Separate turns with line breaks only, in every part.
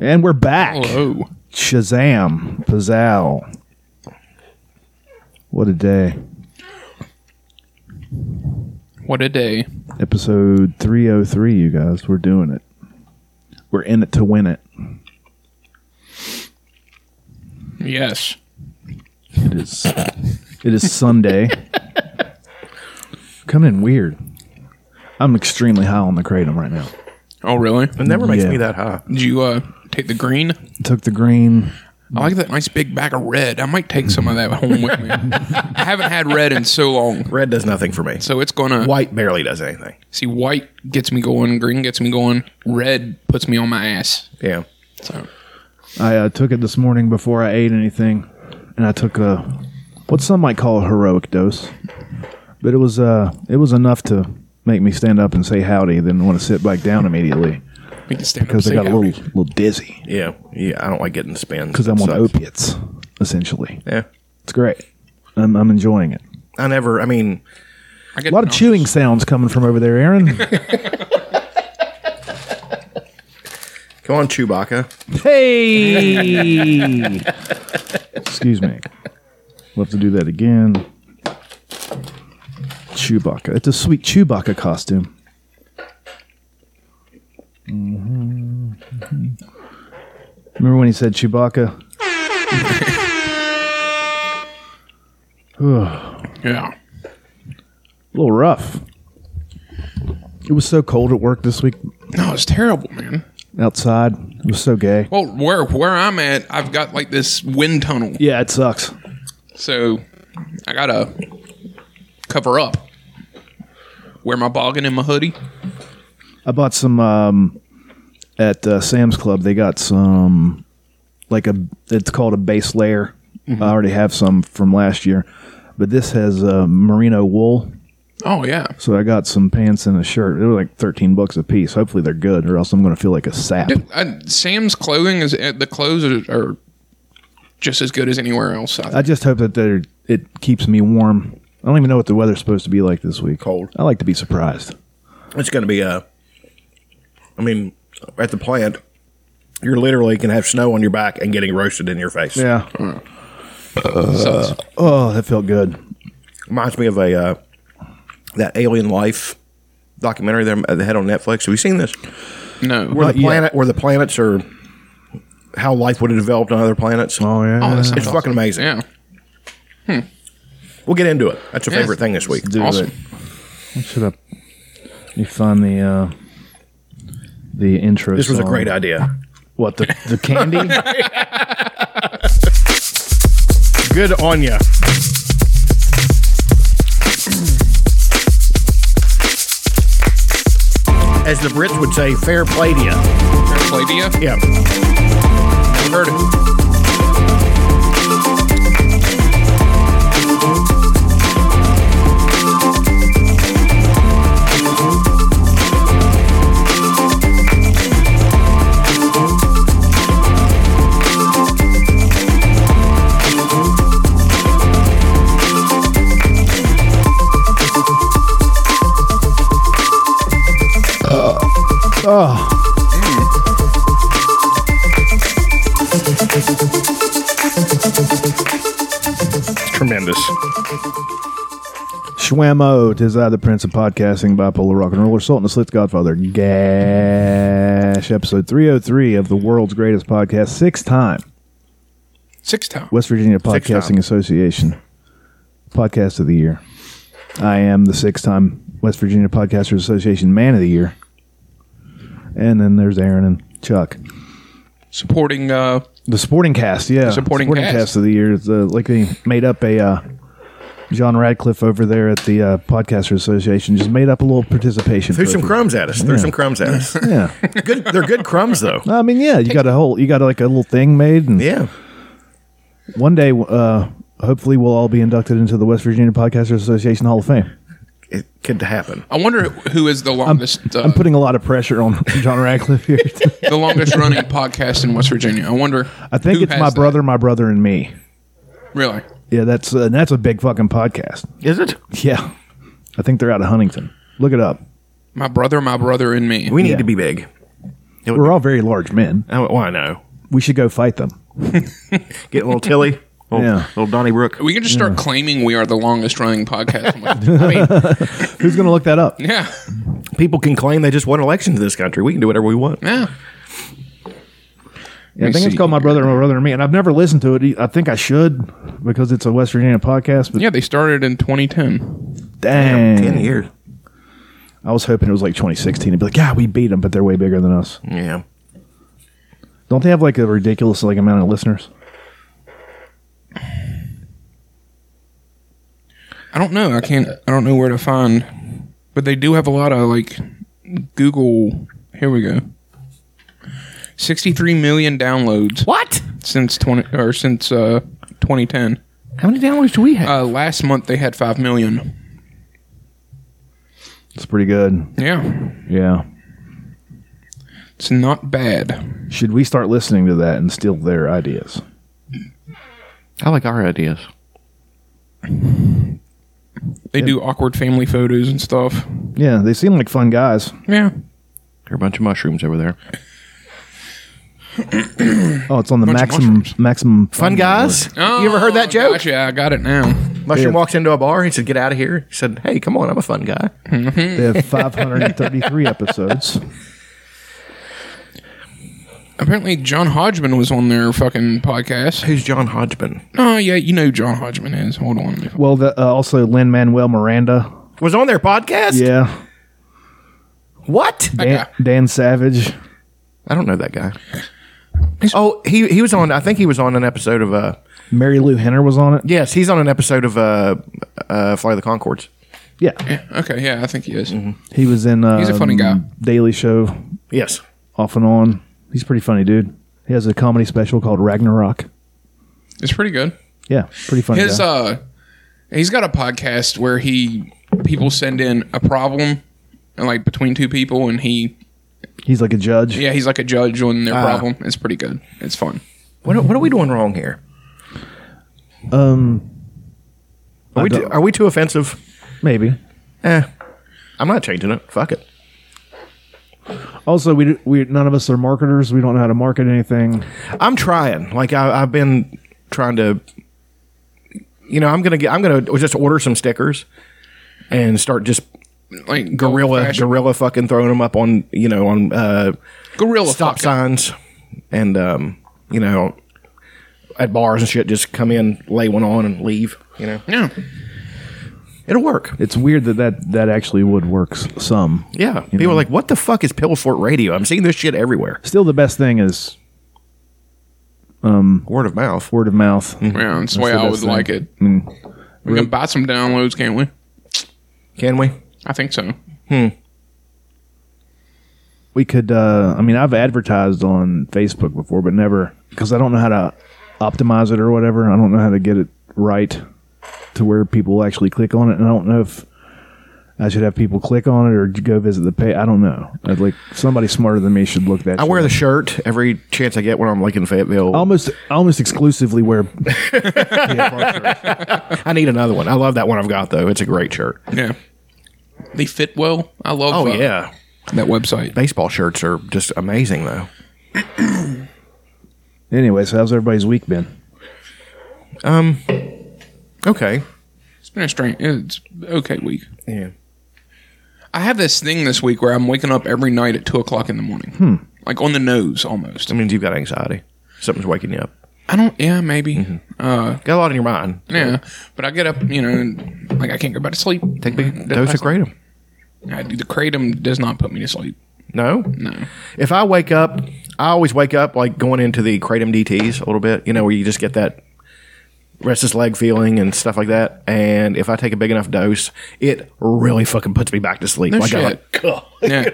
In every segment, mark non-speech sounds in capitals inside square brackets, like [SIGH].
And we're back.
Whoa.
Shazam. Pizzow. What a day.
What a day.
Episode 303, you guys. We're doing it. We're in it to win it.
Yes.
It is It is Sunday. Coming in weird. I'm extremely high on the kratom right now.
Oh, really?
It never makes
Yeah.
me that high.
Did you uh, take the green?
Took the green.
I like that nice big bag of red. I might take some of that home with me. I haven't had red in so long.
Red does nothing for me.
So it's going to.
White barely does anything.
See, white gets me going, green gets me going, red puts me on my ass.
Yeah.
So
I uh, took it this morning before I ate anything, and I took a what some might call a heroic dose, but it was uh it was enough to make me stand up and say howdy, then want to sit back down immediately
we can stand up
because I
and
got
say
a
howdy.
little little dizzy
Yeah. Yeah. I don't like getting spins.
because
It
I'm on
sucks.
opiates essentially.
Yeah.
It's great. I'm, I'm enjoying it.
I never, I mean,
I get
A lot of
nauseous.
chewing sounds coming from over there, Aaron.
come on, Chewbacca.
hey, [LAUGHS] excuse me. We'll have to do that again. Chewbacca. It's a sweet Chewbacca costume. Mm-hmm. Remember when he said Chewbacca?
Yeah.
A little rough. It was so cold at work this week
No, it's terrible, man.
outside. It was so gay.
Well, where where I'm at, I've got like this wind tunnel.
Yeah, it sucks.
So I gotta cover up. Wear my boggin and my hoodie.
I bought some um, at uh, Sam's Club. They got some like a it's called a base layer. I already have some from last year, but this has uh, merino wool.
Oh yeah.
So I got some pants and a shirt. They were like thirteen bucks a piece. Hopefully they're good, or else I'm going to feel like a sap.
Dude, I, Uh, Sam's clothing is uh, the clothes are, are just as good as anywhere else. I,
I just hope that they're, it keeps me warm. I don't even know what the weather's supposed to be like this week.
Cold.
I like to be surprised.
It's going to be a, I mean, at the plant, you're literally can have snow on your back and getting roasted in your face.
Yeah.
sucks.
Oh, that felt good.
Reminds me of a, uh, that Alien Life documentary that they had on Netflix. Have you seen this?
no.
Where the
yet.
planet, where the planets are, how life would have developed on other planets.
Oh yeah.
Oh, that sounds
It's
awesome.
fucking amazing.
Yeah.
We'll get into it. That's your
Yeah.
favorite thing this week.
do
Awesome.
it. What should I? let me find the uh, the intro.
This was a
song.
great idea.
What the the
[LAUGHS]
candy?
Good on ya. As the Brits would say, fair play to ya.
Play to you?
Yeah.
Heard it.
oh,
It's tremendous.
Schwammo, tis I, the Prince of Podcasting, bipolar rock and roller, salt and the slit Godfather, Gash, episode three hundred three of the world's greatest podcast, six time
Six times.
West Virginia
Six time.
Podcasting Association podcast of the year. I am the six time West Virginia Podcasters Association Man of the Year, and then there's Aaron and Chuck.
Supporting uh
The supporting cast, yeah,
supporting
cast.
cast.
of the year. The, like they made up a uh, John Radcliffe over there at the uh, Podcaster Association. Just made up a little participation.
Threw some
trophy.
crumbs at us. Threw some crumbs at us.
Yeah,
good. They're good crumbs though.
I mean, yeah, you got a whole, you got like a little thing made, and
Yeah.
one day, uh, hopefully, we'll all be inducted into the West Virginia Podcaster Association Hall of Fame.
It could happen.
I wonder who is the longest uh,
I'm putting a lot of pressure on [LAUGHS] John Radcliffe here.
the longest running podcast in West Virginia. I wonder
I think
who
it's
has
my
that.
brother, my brother, and me.
Really?
Yeah, that's uh, that's a big fucking podcast.
Is it?
Yeah, I think they're out of Huntington. Look it up.
My brother, my brother and me.
We need
Yeah.
to be big. It would
We're all very large men.
I went, well, I know.
We should go fight them.
Get a little Tilly, little,
Yeah.
little Donnybrook.
We can just start claiming we are the longest running podcast. on
[LAUGHS]
the- I mean,
Who's going to look that up?
yeah,
People can claim they just won elections in this country. We can do whatever we want.
yeah.
Yeah, I think it's
see.
called My Brother, My Brother and Me, and I've never listened to it. E, I think I should because it's a West Virginia podcast. But
Yeah, they started in 2010.
dang,
Ten years.
I was hoping it was like 2016. It'd be like, yeah, we beat them, but they're way bigger than us.
Yeah.
Don't they have like a ridiculous like amount of listeners?
I don't know. I can't. I don't know where to find. But they do have a lot of like Google. Here we go. 63 million downloads
What?
since 20 or since uh 2010.
How many downloads do we have?
Uh, last month they had 5 million.
It's pretty good.
Yeah.
Yeah.
It's not bad.
Should we start listening to that and steal their ideas?
I like our ideas.
They do awkward family photos and stuff.
Yeah, they seem like fun guys.
Yeah.
There are a bunch of mushrooms over there.
Oh, it's on the
Bunch of
maximum
mushrooms.
maximum
Fun guys? you ever heard that joke?
Oh, Gotcha, I got it now.
Mushroom
Yeah.
walks into a bar. He said, "Get out of here." He said, "Hey, come on, I'm a fun guy."
They have
[LAUGHS]
533 episodes.
Apparently, John Hodgman was on their fucking podcast.
Who's John Hodgman?
Oh yeah, you know who John Hodgman is. Hold on.
Well, the, uh, also Lin Manuel Miranda.
Was on their podcast?
Yeah.
What?
Dan, Dan Savage.
I don't know that guy. Oh, he he was on. I think he was on an episode of. Uh,
Mary Lou Henner was on it.
yes, he's on an episode of uh, uh, Fly the Concords.
Yeah.
Okay, yeah, I think he is.
He was in. Uh,
He's a funny guy.
Daily Show
Yes.
off and on. He's pretty funny, dude. He has a comedy special called Ragnarok.
It's pretty good.
Oh, Yeah, pretty funny.
His
guy.
uh, he's got a podcast where he people send in a problem, and like between two people, and he
He's like a judge.
yeah he's like a judge on their problem. It's pretty good. It's fun.
What are, what are we doing wrong here?
Um,
Are we,
don't-
too, are we too offensive?
maybe.
Eh, I'm not changing it. Fuck it.
Also, we we none of us are marketers. We don't know how to market anything.
I'm trying. Like I, I've been trying to. You know, I'm gonna get. I'm gonna just order some stickers, and start just
Like
gorilla,
old-fashioned-
gorilla fucking throwing them up on you know on uh,
gorilla
stop
fucking-
signs, and um, you know, at bars and shit. Just come in, lay one on, and leave. You know,
Yeah,
it'll work.
It's weird that that, that actually would work s- some.
Yeah, people are like, "What the fuck is Pillsfort Radio?" I'm seeing this shit everywhere.
Still, the best thing is
Word of mouth.
word of mouth.
yeah, that's the way
the
I would
best thing.
like it. We can buy some downloads, can't we?
Can we?
I think so.
We could. Uh, I mean, I've advertised on Facebook before, but never because I don't know how to optimize it or whatever. I don't know how to get it right to where people actually click on it, and I don't know if I should have people click on it or go visit the page. I don't know. I'd like somebody smarter than me should look that.
I wear the shirt every chance I get when I'm like in Fayetteville.
almost almost exclusively wear
I need another one. I love that one I've got though. It's a great shirt.
Yeah, they fit well. I love.
Oh
uh,
yeah,
that website.
baseball shirts are just amazing though.
Anyway, so how's everybody's week been?
Okay.
It's been a strange. It's okay week.
Yeah.
I have this thing this week where I'm waking up every night at two o'clock in the morning, like on the nose almost.
That means you've got anxiety. Something's waking you up.
I don't. Yeah, maybe.
Mm-hmm.
Uh,
Got a lot in your mind.
yeah, but I get up, you know, and, like I can't go back to sleep.
Take a
Mm-hmm.
big dose of kratom.
I do the kratom does not put me to sleep.
No.
No.
If I wake up, I always wake up like going into the kratom DTS a little bit. You know where you just get that restless leg feeling and stuff like that. And if I take a big enough dose, it really fucking puts me back to sleep. like I'm
shit.
like, "Ugh."
Yeah.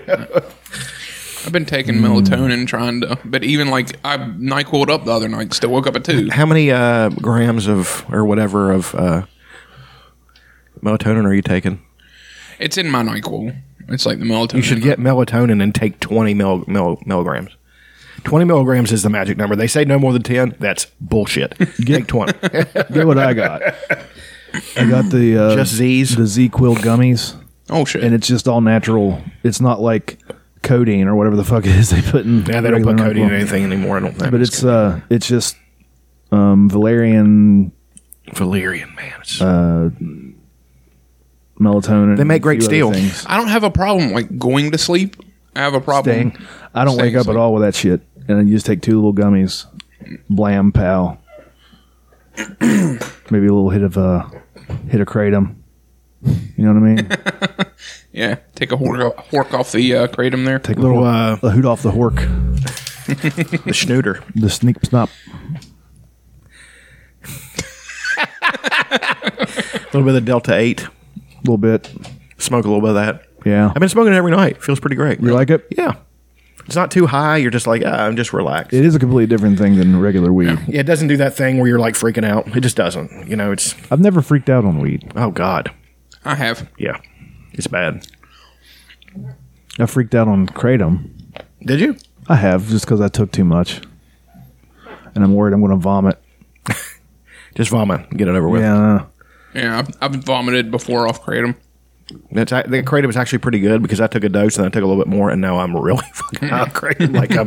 I've been taking
Mm.
melatonin, trying to, but even like I Nyquil'd up the other night, still woke up at
[LAUGHS]
two.
How many uh, grams of or whatever of uh, melatonin are you taking?
It's in my Nyquil. It's like the melatonin.
You should get melatonin and take 20 mil, mil, milligrams. 20 milligrams is the magic number. They say no more than 10. That's
[LAUGHS]
bullshit. take 20.
Get what I
[LAUGHS]
got. I got the uh,
Just Z's?
the Z Quill gummies,
Oh shit!
and it's just all natural. It's not like codeine or whatever the fuck it is they put in.
Yeah, they don't
regular
put codeine
Nyquil.
in anything anymore. I don't think.
But it's uh, it's just um, valerian,
Valerian, man. It's-
uh, melatonin.
they
and a
make great
few
steel.
other things.
I don't have a problem like going to sleep. I have a problem.
Dang, I don't
Staying
wake up at
asleep.
all with that shit, and then you just take two little gummies, blam pal. [CLEARS THROAT] Maybe a little hit of uh, hit of kratom. You know what I
[LAUGHS]
mean?
Yeah, take a hork, off- hork off the uh, kratom there.
Take a little
uh,
a hoot off the hork,
the schnooter.
the sneak snop.
A little bit of Delta 8.
A little bit.
Smoke a little bit of that.
Yeah.
I've been smoking it every night. Feels pretty great.
You like it?
Yeah. It's not too high. You're just like, ah, I'm just relaxed.
It is a completely different thing than regular weed.
yeah, it doesn't do that thing where you're like freaking out. It just doesn't. You know, it's,
I've never freaked out on weed.
oh God.
I have.
Yeah. It's bad.
I freaked out on kratom.
Did you?
I have just because I took too much, and I'm worried I'm going to vomit.
Just vomit. Get it over with.
Yeah.
Yeah, I've, I've vomited before off kratom.
That's, I- the kratom is actually pretty good because I took a dose and I took a little bit more and now I'm really [LAUGHS] fucking out of kratom. Like I'm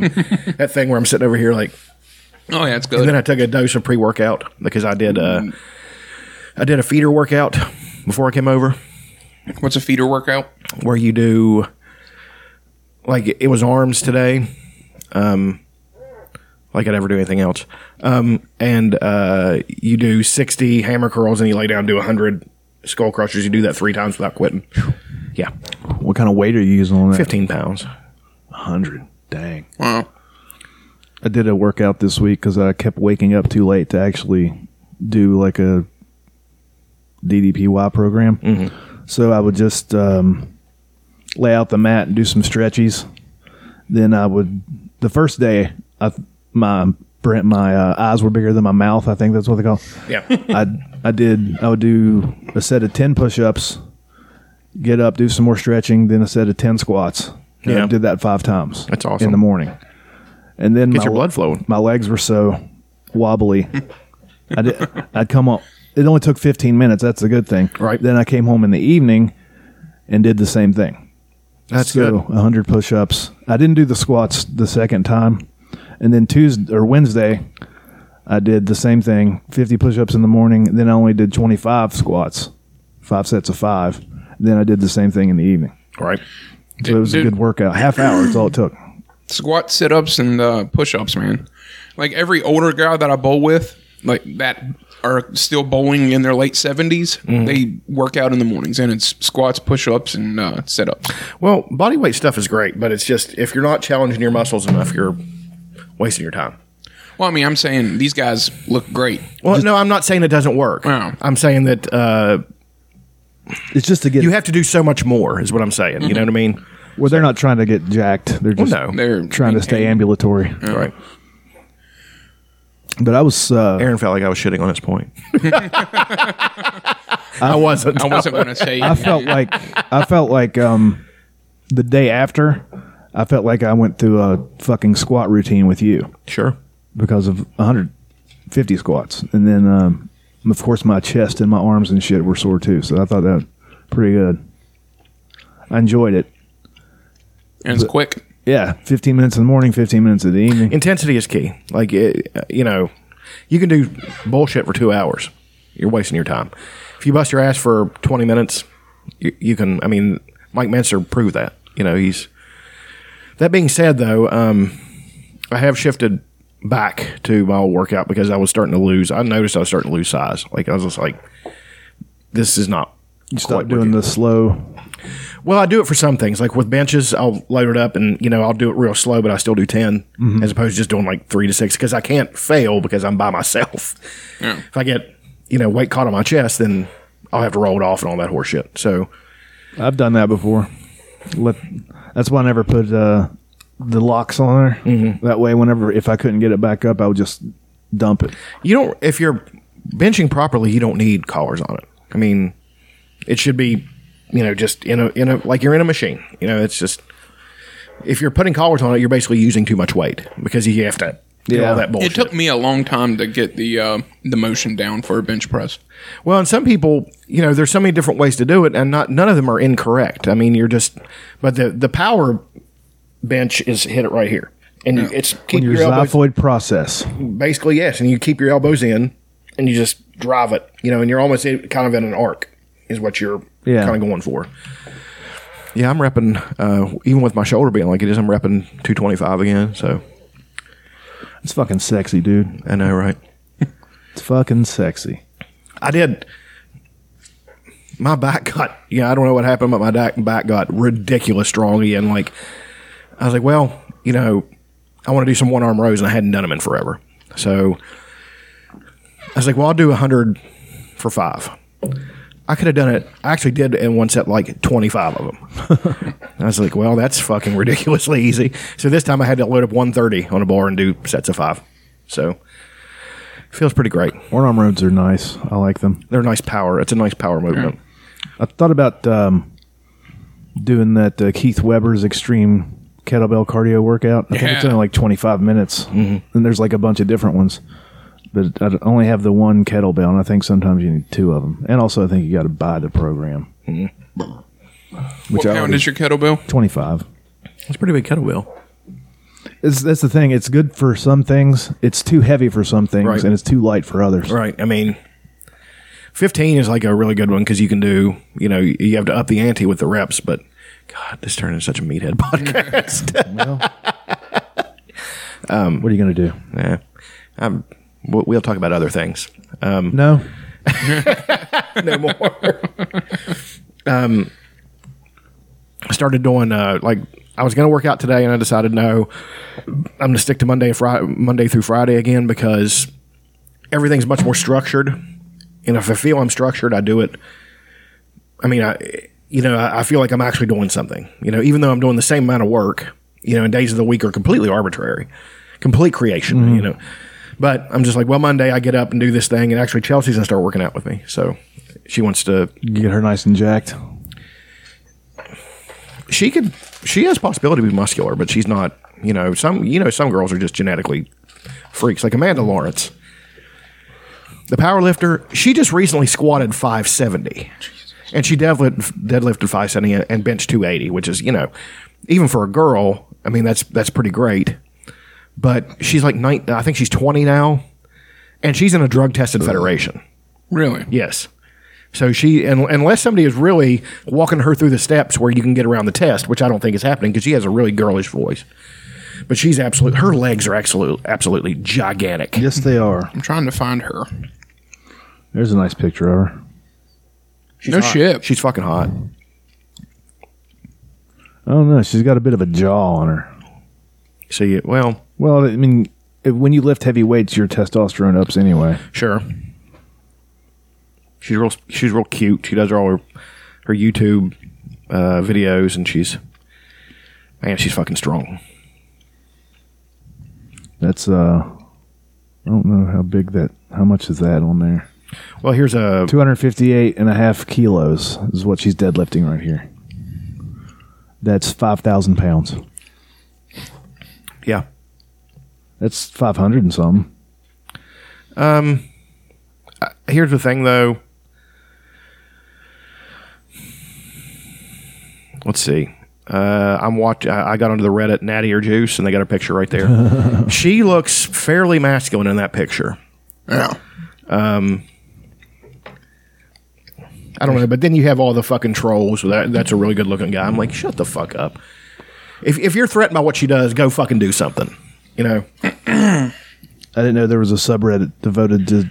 that thing where I'm sitting over here like,
Oh yeah, it's
And then
good.
I took a dose of pre workout because I did uh, I did a feeder workout before I came over
What's a feeder workout?
where you do like it was arms today, um, like I'd ever do anything else, um, and uh, you do sixty hammer curls and you lay down and do hundred skull crushers. You do that three times without quitting. Yeah,
What kind of weight are you using on that?
fifteen pounds.
hundred. Dang.
Wow.
I did a workout this week because I kept waking up too late to actually do like a DDPY program. So I would just um, lay out the mat and do some stretches. Then I would the first day I my Brent my uh, eyes were bigger than my mouth. I think that's what they call. it.
Yeah,
I I did I would do a set of ten push ups, get up, do some more stretching, then a set of ten squats. And
Yeah.
I did that five times.
That's awesome.
In the morning. And then
get
my,
your blood flowing.
my legs were so wobbly. I did [LAUGHS] I'd come up it only took fifteen minutes, that's a good thing.
Right.
Then I came home in the evening and did the same thing
That's
so
good.
100 push-ups i didn't do the squats the second time and then tuesday or wednesday i did the same thing 50 push-ups in the morning then i only did 25 squats five sets of five then i did the same thing in the evening
Right.
so it was a
Dude.
good workout half hour is all it took
Squat, sit ups, and uh, push ups, man. Like every older guy that I bowl with, like that are still bowling in their late 70s,
Mm-hmm.
they work out in the mornings and it's squats, push ups, and uh, sit ups.
Well, body weight stuff is great, but it's just if you're not challenging your muscles enough, you're wasting your time.
Well, I mean, I'm saying these guys look great.
Well, no, I'm not saying it doesn't work.
No.
I'm saying that uh,
it's just to get
you have to do so much more, is what I'm saying. You know what I mean?
well they're not trying to get jacked they're just
no.
They're
trying to stay ambulatory
Right.
but i was uh,
Aaron felt like I was shitting on his [LAUGHS] point. I wasn't.
I wasn't going to say.
I felt like I felt like um, the day after, I felt like I went through a fucking squat routine with you
Sure.
because of 150 squats, and then um, of course my chest and my arms and shit were sore too. So I thought that was pretty good. I enjoyed it.
and it's quick.
Yeah, 15 minutes in the morning, 15 minutes in the evening.
Intensity is key. Like, it, uh, you know, you can do bullshit for two hours. You're wasting your time. If you bust your ass for 20 minutes, you, you can, I mean, Mike Menser proved that. You know, he's. That being said, though, um, I have shifted back to my old workout because I was starting to lose. I noticed I was starting to lose size. Like, I was just like, this is not.
Stop
quite
doing
working.
the slow.
Well, I do it for some things. Like with benches, I'll load it up and, you know, I'll do it real slow, but I still do 10 as opposed to just doing like three to six because I can't fail because I'm by myself. If I get, you know, weight caught on my chest, then I'll have to roll it off and all that horse shit. So,
I've done that before. Let, that's why I never put uh, the locks on there. That way, whenever if I couldn't get it back up, I would just dump it.
you don't, if you're benching properly, you don't need collars on it. I mean, it should be, you know, just in a, in a, like you're in a machine. You know, it's just, if you're putting collars on it, you're basically using too much weight because you have to. do
Yeah.
all that bullshit.
It took me a long time to get the uh, the motion down for a bench press.
Well, and some people, you know, there's so many different ways to do it, and not none of them are incorrect. I mean, you're just, but the the power bench is hit it right here, and you, it's keep
in your
your elbows
xiphoid process.
basically yes, and you keep your elbows in, and you just drive it, you know, and you're almost in, kind of in an arc is what you're
Yeah.
kind of going for. Yeah, I'm repping uh, even with my shoulder being like it is. I'm repping 225 again. So
It's fucking sexy, dude.
I know, right?
It's fucking sexy.
I did. My back got yeah. I don't know what happened, but my back back got ridiculous strong again. Like I was like, well, you know, I want to do some one arm rows, and I hadn't done them in forever. So I was like, well, I'll do hundred for five. I could have done it. I actually did in one set like twenty five of them. [LAUGHS] I was like, well, that's fucking ridiculously easy. So this time I had to load up one thirty on a bar and do sets of five. So feels pretty great.
One arm roads are nice. I like them.
They're nice power. It's a nice power movement.
I thought about um, doing that uh, Keith Weber's extreme kettlebell cardio workout. I think it's
Yeah.
only like 25 minutes,
Mm-hmm.
and there's like a bunch of different ones. But I d- only have the one kettlebell, and I think sometimes you need two of them. And also, I think you got to buy the program.
What
I
pound
already-
is your kettlebell?
25.
It's a pretty big kettlebell.
It's, that's the thing. It's good for some things. It's too heavy for some things,
Right.
and it's too light for others.
Right. I mean, 15 is like a really good one because you can do, you know, you have to up the ante with the reps, but God, this turned into such a meathead [LAUGHS] podcast.
What are you going to do?
yeah. Um, we'll, we'll talk about other things. Um,
No,
no more. um, I started doing, uh, like, I was going to work out today and I decided no, I'm going to stick to Monday, Friday, Monday through Friday again because everything's much more structured. And if I feel I'm structured, I do it. I mean, I, you know, I I feel like I'm actually doing something. You know, even though I'm doing the same amount of work, you know, and days of the week are completely arbitrary, complete creation. You know, but I'm just like, well, Monday I get up and do this thing, and actually Chelsea's gonna start working out with me, so she wants to.
you get her nice and jacked.
She could. She has possibility to be muscular, but she's not. You know, some you know some girls are just genetically freaks, like Amanda Lawrence. The power lifter, she just recently squatted 570. And she deadlift, deadlifted 570 and- and bench 280, which is, you know, even for a girl, I mean, that's that's pretty great. But she's like, nine, I think she's 20 now. And she's in a drug tested federation.
Really?
Yes. So she, un unless somebody is really walking her through the steps where you can get around the test, which I don't think is happening because she has a really girlish voice. But she's absolute. Her legs are absolutely, absolutely gigantic.
Yes, they are.
I'm trying to find her.
There's a nice picture of her.
She's
No
hot.
shit.
She's fucking hot.
I don't know. Oh, She's got a bit of a jaw on her.
So you, well,
Well, I mean, if, when you lift heavy weights, your testosterone ups anyway.
sure. She's real. She's real cute. She does all her her YouTube uh, videos, and she's man, she's fucking strong.
That's uh, I don't know how big that, how much is that on there?
Well, here's a
258 and a half kilos is what she's deadlifting right here. That's 5,000 pounds.
yeah.
That's 500 and something.
here's the thing though let's see uh, i'm watch I, I got onto the reddit natty or juice and they got a picture right there she looks fairly masculine in that picture
Uh,
Yeah.
i don't know but then you have all the fucking trolls that, that's a really good looking guy i'm like shut the fuck up if, if you're threatened by what she does go fucking do something you know
I didn't know there was a subreddit devoted to.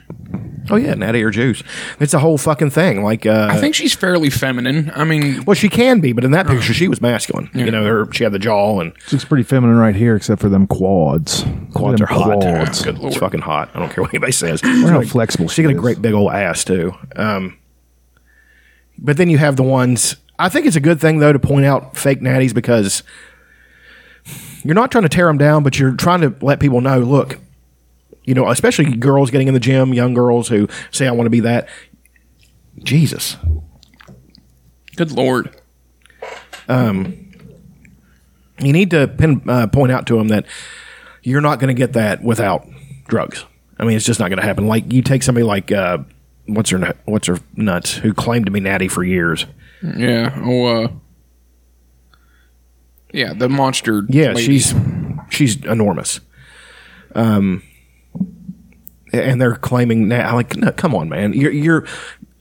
oh yeah natty or juice it's a whole fucking thing like uh,
I think she's fairly feminine. I mean,
well she can be but in that picture she was masculine you know her, she had the jaw and
She looks pretty feminine right here, except for them quads.
Quads are
Them
hot.
quads.
Good It's fucking hot. I don't care what anybody says.
Look how flexible
She
she
got a
is.
great big old ass too. Um, but then you have the ones. I think it's a good thing though to point out fake natties because you're not trying to tear them down, but you're trying to let people know. Look, you know, especially girls getting in the gym, young girls who say I want to be that. Jesus,
good lord.
you need to pin, uh, point out to them that you're not going to get that without drugs. I mean, it's just not going to happen. Like you take somebody like uh, what's her nut, what's her nuts who claimed to be natty for years.
Yeah. Oh, uh, oh, Yeah, the monster.
Yeah,
lady.
she's she's enormous. Um, and they're claiming now, like, no, come on, man, you're you're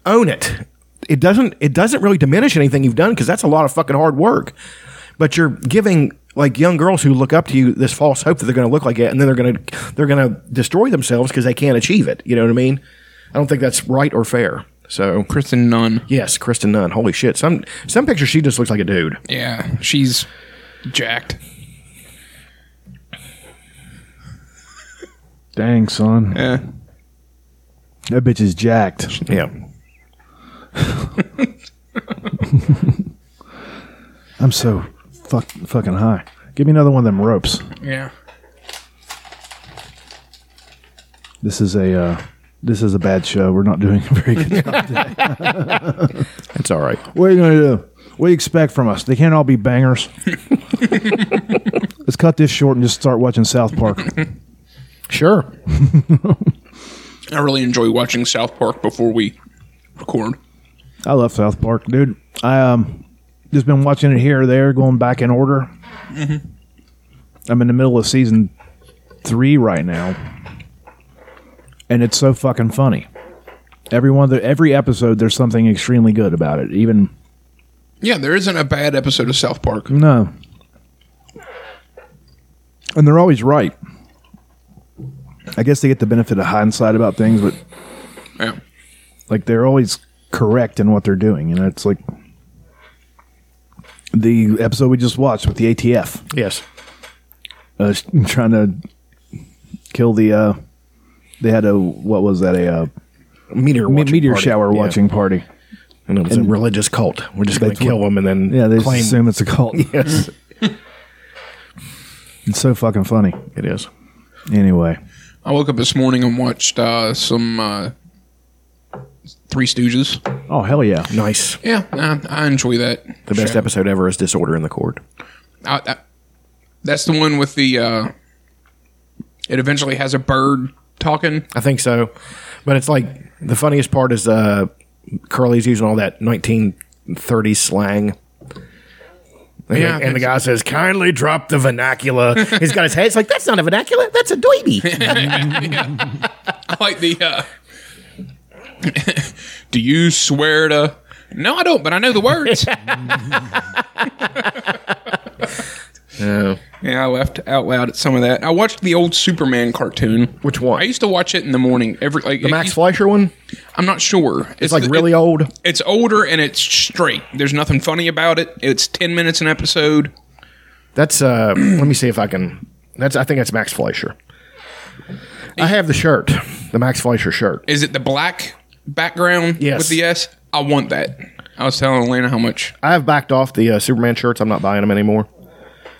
own it. It doesn't it doesn't really diminish anything you've done because that's a lot of fucking hard work. But you're giving like young girls who look up to you this false hope that they're going to look like it, and then they're going to they're going to destroy themselves because they can't achieve it. You know what I mean? I don't think that's right or fair. So
Kristen Nunn.
yes, Kristen Nunn, holy shit, some some pictures she just looks like a dude.
Yeah, she's jacked.
Dang, son.
Yeah.
That bitch is jacked.
Yeah,
I'm so fuck, fucking high. Give me another one of them ropes.
Yeah.
This is a uh, this is a bad show. We're not doing a very good job.
it's all right.
what are you gonna do? What do you expect from us? They can't all be bangers. Let's cut this short and just start watching South Park.
Sure.
I really enjoy watching South Park before we record.
I love South Park, dude. I um just been watching it here or there, going back in order. I'm in the middle of season three right now, and it's so fucking funny. Every one of the every episode, there's something extremely good about it. Even
Yeah, there isn't a bad episode of South Park.
no, and they're always right. I guess they get the benefit of hindsight about things, but
Yeah.
like they're always correct in what they're doing. You know, it's like the episode we just watched with the ATF
Yes.
uh, [LAUGHS] sh- trying to kill the. Uh, they had a what was that a uh,
meteor
me-
watching
meteor
party.
shower
Yeah.
watching party?
and it was a religious cult. We're just going to
That's what-
kill them and then
Yeah, they just
claim
assume it's a [LAUGHS] cult.
yes,
It's so fucking funny.
it is.
Anyway,
I woke up this morning and watched uh, some uh, Three Stooges.
oh hell yeah,
Nice.
Yeah, I, I enjoy that.
The best episode ever is Disorder in the Court.
I, I, that's the one with the. Uh, it eventually has a bird talking.
I think so, but it's like the funniest part is uh, Curly's using all that 1930s slang. And,
Yeah,
the, and the guy says, "Kindly drop the [LAUGHS] vernacular." He's got his head. It's like that's not a vernacular. That's a doiby.
I like the. Uh, [LAUGHS] Do you swear to? No, I don't, but I know the
[LAUGHS]
words.
[LAUGHS] Yeah.
yeah, I laughed out loud at some of that. I watched the old Superman cartoon.
Which one?
I used to watch it in the morning. Every like
The Max Fleischer one.
I'm not sure. It's,
It's like
[LAUGHS]
really
it-
old.
it's older and it's straight. There's nothing funny about it. It's ten minutes an episode.
That's uh [CLEARS THROAT] let me see if I can that's I think that's Max Fleischer. I have the shirt, the Max Fleischer shirt.
Is it the black background
Yes.
with the S? I want that. I was telling Elena how much.
I have backed off the uh, Superman shirts. I'm not buying them anymore.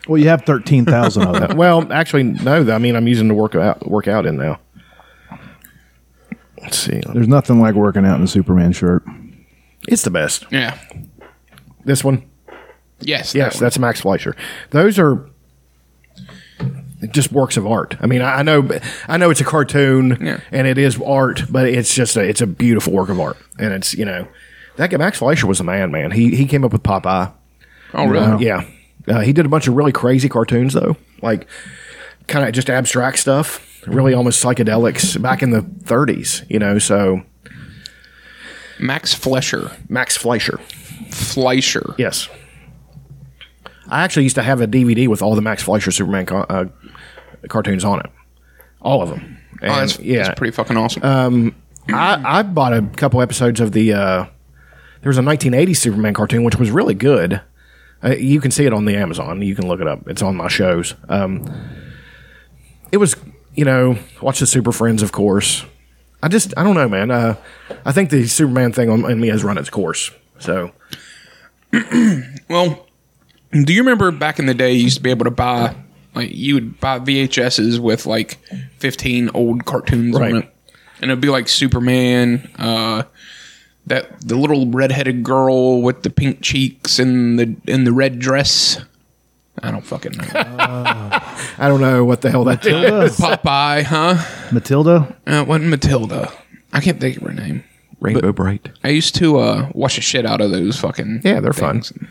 well you have thirteen thousand of
[LAUGHS]
them.
Well, actually, no. I mean, I'm using to work out work out in now. Let's see.
There's nothing like working out in a Superman shirt.
It's the best.
Yeah.
This one,
Yes. that
yes,
one.
that's Max Fleischer. Those are just works of art. I mean, I, I know, I know it's a cartoon
Yeah.
and it is art, but it's just a, it's a beautiful work of art, and it's you know that guy Max Fleischer was a man, man. He he came up with Popeye.
oh really.
Yeah. Uh, he did a bunch of really crazy cartoons, though, like kind of just abstract stuff, really almost psychedelics back in the 30s, you know. So,
Max Flesher.
Max Fleischer.
Fleischer.
Yes. I actually used to have a DVD with all the Max Fleischer Superman co- uh, cartoons on it, all of them. And,
Oh, that's,
yeah,
that's pretty fucking awesome.
I, I bought a couple episodes of the. Uh, there was a 1980 Superman cartoon which was really good. Uh, you can see it on the Amazon. You can look it up. It's on my shows. Um, it was, you know, watch the Super Friends, of course. I just, I don't know, man. Uh, I think the Superman thing on, in me has run its course. So
well, do you remember back in the day you used to be able to buy like you would buy VHSs with like fifteen old cartoons
Right.
on it, and it'd be like Superman, uh, that the little redheaded girl with the pink cheeks and the and the red dress. I don't fucking
[LAUGHS]
know.
I don't know what the hell that is.
Popeye, huh?
Matilda,
Uh, it wasn't Matilda. I can't think of her name.
Rainbow Bright.
I used to uh, watch the shit out of those fucking.
Yeah, they're fun.
fun.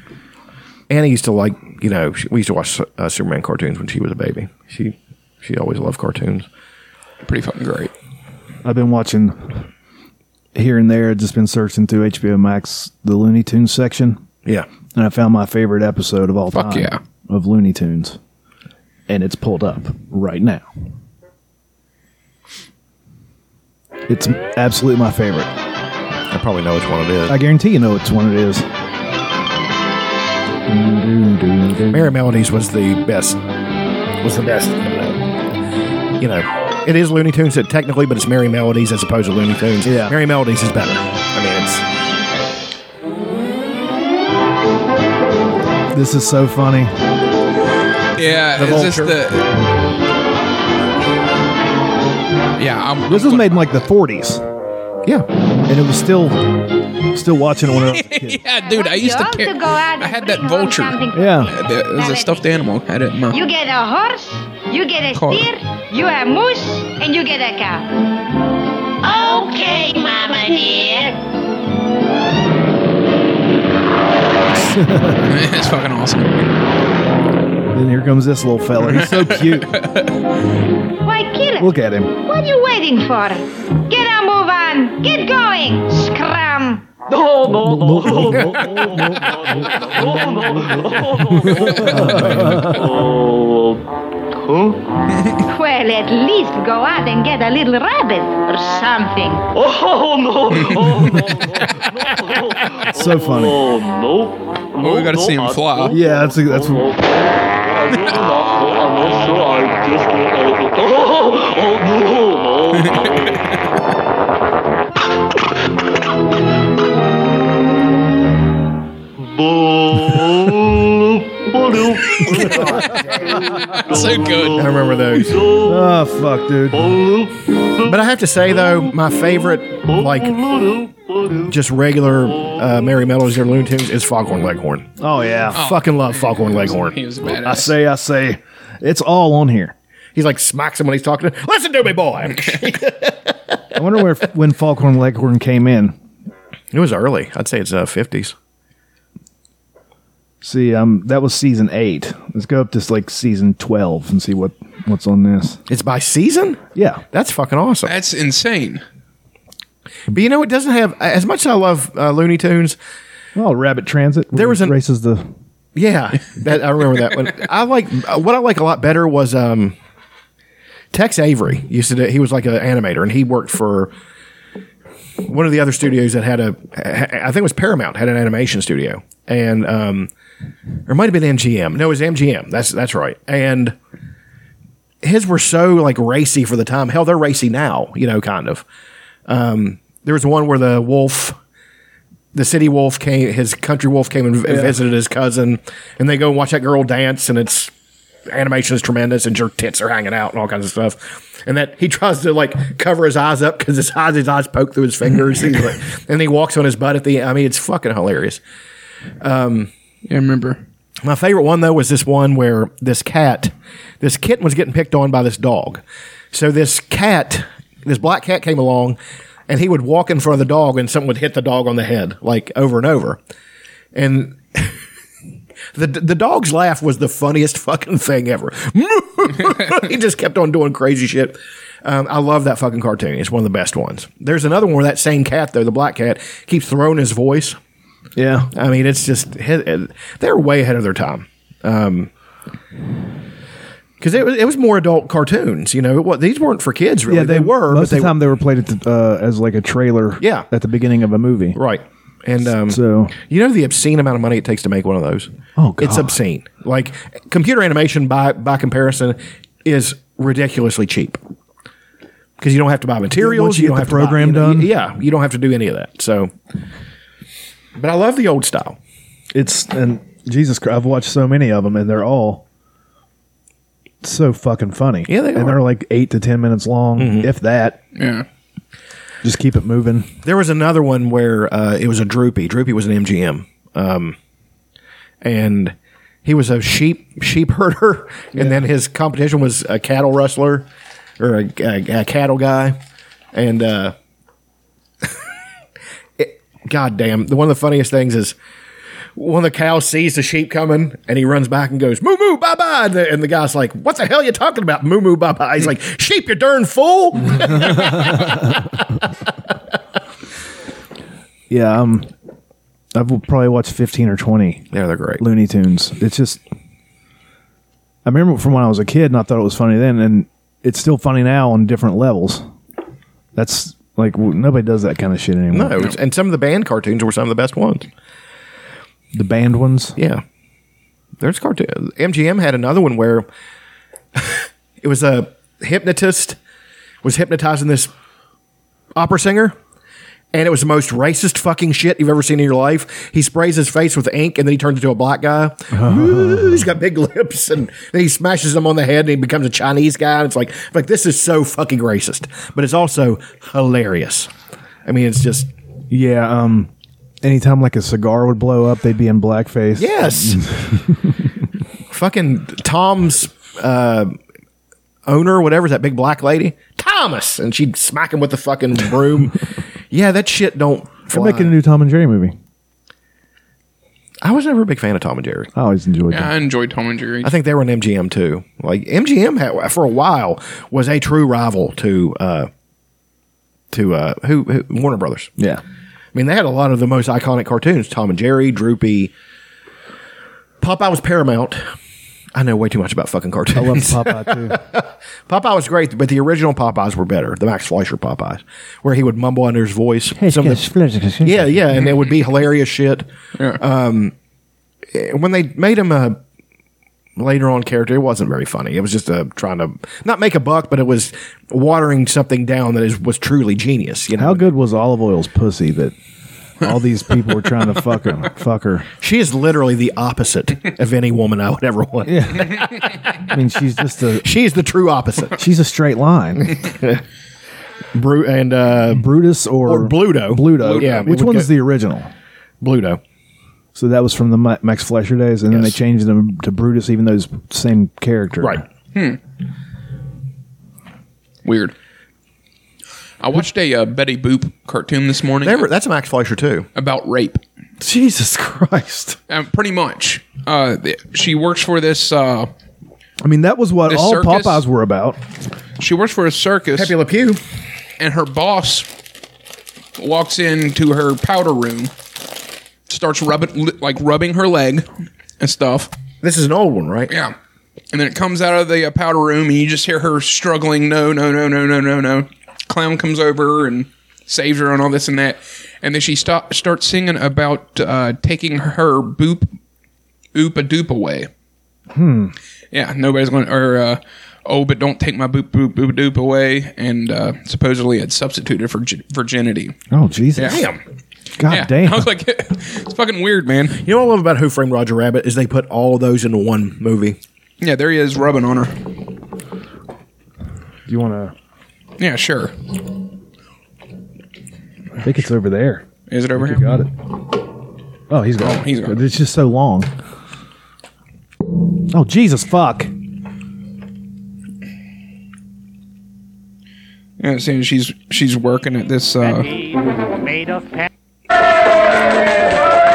Annie used to like, you know, she, we used to watch uh, Superman cartoons when she was a baby. She she always loved cartoons.
Pretty fucking great.
I've been watching here and there. Just been searching through HBO Max the Looney Tunes section,
Yeah,
and I found my favorite episode of all
Fuck
time
yeah.
of Looney Tunes, and it's pulled up right now. It's absolutely my favorite.
I probably know which one it is.
I guarantee you know which one it is.
Merry Melodies was the best. Was the best. You know, it is Looney Tunes that technically, but it's Merry Melodies as opposed to Looney Tunes.
Yeah.
Merry Melodies is better. I mean, it's
This is so funny.
Yeah,
The
is this
vulture.
the? Yeah, I'm,
This was made in like the 40s,
yeah.
and it was still still watching it when I was a kid.
Yeah, dude, I used to.
Love
Care.
go out
I
and
had that
bring home
vulture.
something.
Yeah,
It was a stuffed animal. I had it in my.
You
[LAUGHS]
get a horse, you get a
Car.
steer, you a moose, and you get a cow. Okay, Mama dear.
it's fucking awesome.
and here comes this little fella. He's so cute.
Why kill it?
Look at him.
What are you waiting for? Get a move on. Get going. Scrum. Well, at least go out and get a little rabbit or something.
So funny.
Oh, we gotta see him fly.
Yeah, that's that's.
so good.
I remember those.
Oh fuck, dude.
But I have to say though, my favorite, like, just regular uh, Merry Melodies or Looney Tunes is Foghorn Leghorn.
Oh yeah.
Fucking love Foghorn
He
Leghorn.
was a
I
badass.
say, I say, it's all on here.
He's like smacks him when he's talking. to Listen to me, boy.
I wonder where when Falkhorn Leghorn came in.
[LAUGHS] it was early. I'd say it's uh, 50s.
See, um, that was season eight. Let's go up to like season twelve and see what what's on this.
It's by season.
Yeah,
That's fucking awesome.
That's insane.
But you know, it doesn't have as much as I love uh, Looney Tunes.
Well, Rabbit Transit.
There was an-
races the
Yeah, that, I remember that one. I like uh, what I like a lot better was um, Tex Avery used to. Do, he was like an animator, and he worked for one of the other studios that had a. I think it was Paramount had an animation studio, and um, or it might have been MGM. No, it was MGM. That's that's right, and. His were so like racy for the time. Hell, they're racy now, you know, kind of. Um, there was one where the wolf the city wolf came, his country wolf came and v- visited his cousin, and they go and watch that girl dance, and it's animation is tremendous, and your tits are hanging out and all kinds of stuff. And that he tries to like cover his eyes up because his eyes his eyes poke through his fingers, and, he's like- and he walks on his butt at the. I mean, it's fucking hilarious.
Yeah, I remember.
My favorite one though was this one where this cat, this kitten was getting picked on by this dog. So this cat, this black cat came along and he would walk in front of the dog and someone would hit the dog on the head like over and over. And [LAUGHS] the the dog's laugh was the funniest [LAUGHS] fucking thing ever. he just kept on doing crazy shit. Um, I love that fucking cartoon. It's one of the best ones. There's another one where that same cat though, the black cat, keeps throwing his voice.
yeah.
I mean, it's just he- they're way ahead of their time. Because it was it was more adult cartoons, you know. It, wa- these weren't for kids, really. they, were,
Most
but they
of the time, they were played at the, uh, as like a trailer.
Yeah.
at the beginning of a movie.
right. And um,
So
you know the obscene amount of money it takes to make one of those.
Oh, God.
it's obscene. Like computer animation, by by comparison, is ridiculously cheap. Because you don't have to buy materials,
Once you get
don't
the
have to buy-
program
you know,
done.
Yeah, you don't have to do any of that. So, but I love the old style.
it's and Jesus Christ, I've watched so many of them, and they're all so fucking funny.
Yeah, they
and
are. Mm-hmm.
they're like eight to ten minutes long, if that.
Yeah.
Just keep it moving.
There was another one where uh, it was a droopy. Droopy was an MGM, um, and he was a sheep sheep [LAUGHS] herder, and then his competition was a cattle rustler or a, a- a cattle guy, and uh, [LAUGHS] it, God damn, the one of the funniest things is one of the cows sees the sheep coming and he runs back and goes, moo moo, bye bye. And the, and the guy's like, what the hell you talking about? Moo moo, bye bye. He's [LAUGHS] like, sheep, you darn fool.
Yeah, um, I've probably watched fifteen or twenty
yeah, they're great.
Looney Tunes. It's just I remember from when I was a kid and I thought it was funny then and it's still funny now on different levels. That's like w- nobody does that kind of shit anymore.
No, it's- and some of the band cartoons were some of the best ones.
The band ones.
Yeah. There's cartoon. MGM had another one where [LAUGHS] it was a hypnotist was hypnotizing this opera singer and it was the most racist fucking shit you've ever seen in your life. He sprays his face with ink and then he turns into a black guy. Ooh, He's got big [LAUGHS] lips and then he smashes them on the head and he becomes a Chinese guy. And it's like, like this is so fucking racist, but it's also hilarious. I mean, it's just
Yeah, um anytime like a cigar would blow up, they'd be in blackface.
Yes. [LAUGHS] Fucking Tom's uh, owner, whatever, is that big black lady? Thomas. And she'd smack him with the fucking
[LAUGHS]
broom. yeah, that shit don't
They're
fly.
making a new Tom and Jerry movie.
I was never a big fan of Tom and Jerry.
I always enjoyed
Yeah,
that.
I enjoyed Tom and Jerry.
I think they were on MGM too. Like MGM had, for a while was a true rival to uh, to uh, who, who Warner Brothers.
Yeah.
I mean, they had a lot of the most iconic cartoons: Tom and Jerry, Droopy, Popeye was Paramount. I know way too much about fucking cartoons.
Love Popeye too.
Popeye was great, but the original Popeyes were better. The Max Fleischer Popeyes, where he would mumble under his voice. some of the- yeah, yeah, and it would be hilarious shit. Um, when they made him a later on character, it wasn't very funny. It was just uh trying to not make a buck, but it was watering something down that is was truly genius. You know,
How good was olive oil's pussy that all these people were trying to fuck her fuck her.
she is literally the opposite of any woman I would ever want.
I mean she's just a
She is the true opposite.
she's a straight line.
[LAUGHS] Bru- and uh,
Brutus or,
Or Bluto.
Bluto.
Yeah, it
Which
would
one's
go-
the original?
Bluto.
So that was from the Ma- Max Fleischer days, and then they
Yes.
changed them to Brutus, even though it's same character.
Right.
Weird. I watched a uh, Betty Boop cartoon this morning
They were, that's a Max Fleischer too.
about rape.
Jesus Christ.
Um, pretty much. Uh, th- she works for this. Uh,
I mean, that was what
The
all
circus?
Popeyes were about.
she works for a circus,
Pepe Le Pew.
and her boss walks into her powder room, starts rubbing li- like rubbing her leg and stuff.
This is an old one, right?
Yeah. And then it comes out of the uh, powder room, and you just hear her struggling, no, no, no, no, no, no, no. Clown comes over and saves her and all this and that. And then she stop, starts singing about uh, taking her boop, oop a doop away. Hmm. Yeah, nobody's going to, or, uh, oh, but don't take my boop, boop, boop, doop away. And uh, supposedly it substituted for gi- virginity.
Oh, Jesus.
Damn.
God
Yeah.
damn.
[LAUGHS] I was like, it's fucking weird, man.
You know what I love about Who Framed Roger Rabbit is they put all those into one movie.
Yeah, there he is rubbing on her.
Do you want
Yeah, sure.
to? I think it's over there.
Is it over here?
You got it. Oh, he's gone.
Oh, he's gone.
It's just so long. Oh, Jesus fuck.
Yeah, it's saying she's she's working at this. Uh,
made of pa-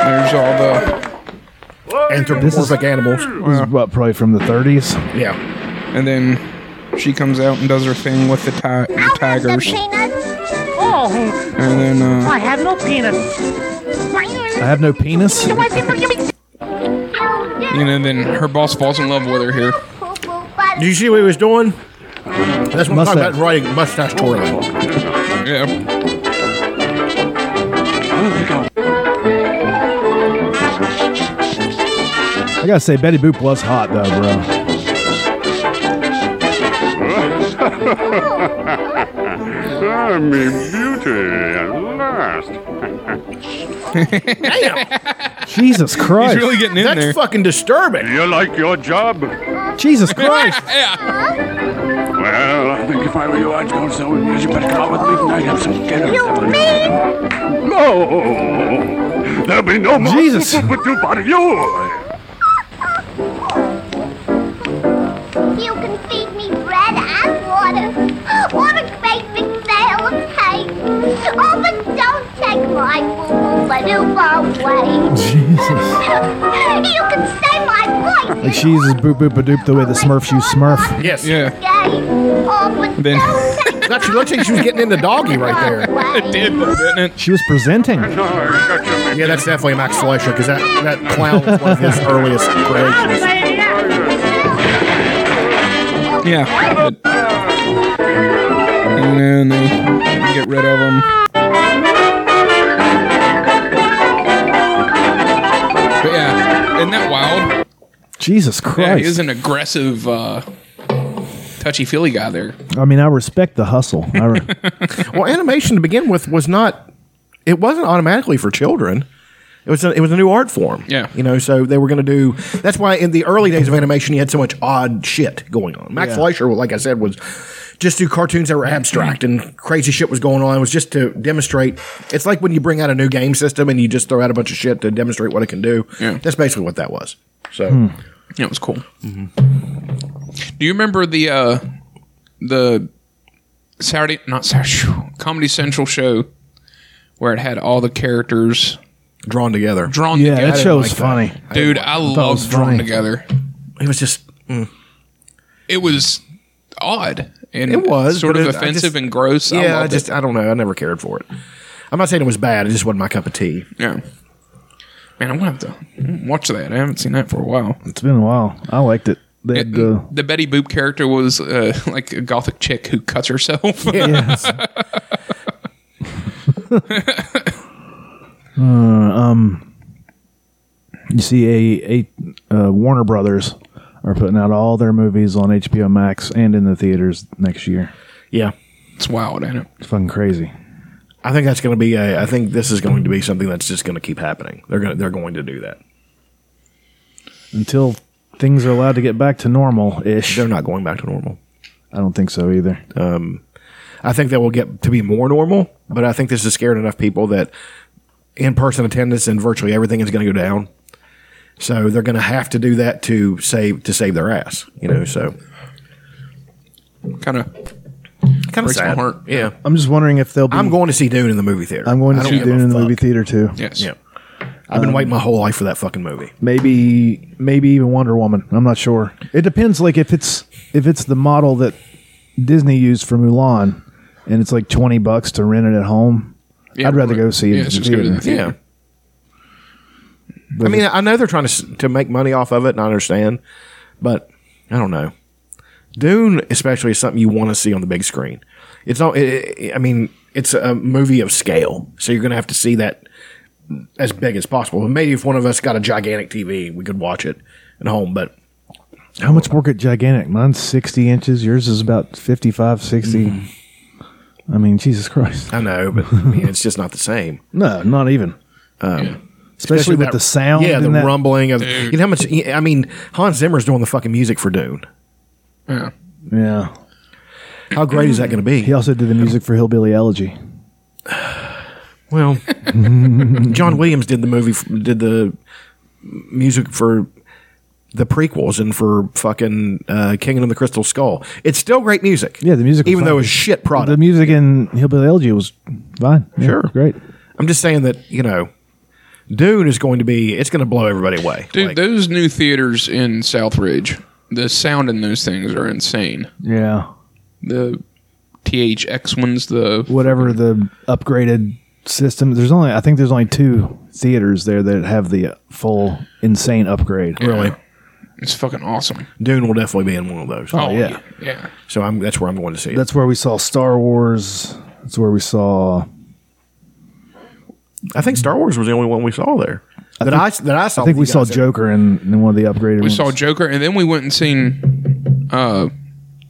there's all the
Anthropomorphic animals.
This is what, probably from the 30s.
Yeah.
and then she comes out and does her thing with the, ti- the tigers,
Oh,
and then uh,
I have no penis.
I have no penis.
you know then her boss falls in love with her here.
Did you see what he was doing? That's what I'm talking
Mustache.
about writing mustache twirling.
Yeah,
I gotta say, Betty Boop was hot, though, bro.
I'm a beauty at last.
[LAUGHS]
Jesus Christ.
he's really getting in
That's
there.
fucking disturbing.
You like your job?
[LAUGHS]
Jesus Christ.
yeah,
Well, I think if I were you, I'd go so you better come out with me tonight and have some dinner. You mean? No! There'll be no more
Jesus.
soup with you but you!
You can feed me bread and water, or a great big veil of cake. Oh, but don't take my boo-boo away.
Jesus. think she's as boop boop a doop the way the Smurfs use Smurf.
Yes.
Yeah. Then-
Then
[LAUGHS] That she looked like she was getting into doggy right there.
It did,
[LAUGHS]
though, didn't it?
She was presenting.
Yeah, that's definitely Max Fleischer because that, that clown was one of his earliest creations.
Yeah. It- And then they get rid of them. But yeah, isn't that wild?
Jesus Christ.
Yeah, he is an aggressive, uh, touchy feely guy there.
I mean, I respect the hustle. I
[LAUGHS]
re-
Well, animation to begin with was not. It wasn't automatically for children. It was a, it was a new art form.
Yeah.
you know, so they were going to do. That's why in the early days of animation, you had so much odd shit going on. Max
Yeah.
Fleischer, like I said, was just do cartoons that were abstract and crazy shit was going on. It was just to demonstrate. It's like when you bring out a new game system and you just throw out a bunch of shit to demonstrate what it can do.
Yeah.
that's basically what that was. So
Yeah, it was cool. Do you remember the uh, the Saturday not Saturday phew, Comedy Central show where it had all the characters
drawn together,
drawn
yeah,
together?
that show was
like that.
funny.
Dude, I,
it
love
was
drawn
funny.
together.
it was just
It was odd and
It was,
sort
but
of
it- I
offensive
just-
and gross. I
yeah. I,
loved
just
it.
I don't know. I never cared for it. I'm not saying it was bad. It just wasn't my cup of tea.
yeah. Man, I'm gonna have to watch that. I haven't seen that for a while.
It's been a while. I liked it. They had, uh,
the Betty Boop character was uh, [LAUGHS] like a gothic chick who cuts herself.
yes. uh, um, you see, a, a uh, Warner Brothers are putting out all their movies on HBO Max and in the theaters next year.
Yeah.
it's wild, ain't it?
It's fucking crazy.
I think that's going to be a. I think this is going to be something that's just going to keep happening. They're going. They're going to do that.
Until things are allowed to get back to normal ish.
They're not going back to normal.
I don't think so either.
I think that will get to be more normal. But I think this has scared enough people that in-person attendance and virtually everything is going to go down. So they're going to have to do that to save to save their ass. You know. So
Kind of.
kind
Breaks my heart.
Yeah.
I'm just wondering if they'll be.
I'm going to see Dune in the movie theater.
I'm going
I
to
don't
see
give a
Dune in the
fuck.
movie theater too.
Yes.
Yeah. I've been waiting my whole life for that fucking movie.
maybe maybe even Wonder Woman. I'm not sure. It depends. Like if it's if it's the model that Disney used for Mulan, and it's like twenty bucks to rent it at home.
Yeah,
I'd rather
right.
go see it
Yeah,
in the
just go to
theater.
the theater.
Yeah. I mean, I know they're trying to s- to make money off of it, and I understand, but I don't know. Dune, especially, is something you want to see on the big screen. It's not. It, it- I mean, it's a movie of scale, so you're going to have to see that as big as possible. But maybe if one of us got a gigantic TV, we could watch it at home. But
How much more could gigantic? Mine's sixty inches. Yours is about 55, 60.
Mm-hmm.
I mean, Jesus
[LAUGHS]
Christ.
I know, but I mean, it's just not the same.
No, not even. Um, Especially with
that-
the sound.
yeah, the
and that-
rumbling of. You know how much? I mean, Hans Zimmer's doing the fucking music for Dune.
Yeah.
Yeah.
How great is that going to be?
He also did the music for Hillbilly Elegy. [LAUGHS]
Well, John Williams did the movie, did the music for the prequels and for fucking uh, Kingdom of the Crystal Skull. It's still great music.
Yeah, the music was
even though
fine.
it's shit
The
product.
music in Hillbilly Elegy was fine. Yeah,
Sure.
great.
I'm just saying that you know, Dune is going to be. It's going to blow everybody away.
Dude,
Like,
those new theaters in Southridge, the sound in those things are insane.
Yeah.
The THX ones, the
whatever the upgraded system. There's only I think there's only two theaters there that have the full insane upgrade.
really,
it's fucking awesome.
Dune will definitely be in one of those.
Oh, yeah.
yeah.
So I'm that's where I'm going to see it.
That's where we saw Star Wars. That's where we saw.
I think Star Wars was the only one we saw there. that I that I saw.
I think we
with you
saw
guys there.
Joker in, in one of the upgraded.
We saw
ones.
Joker, and then we went and seen uh,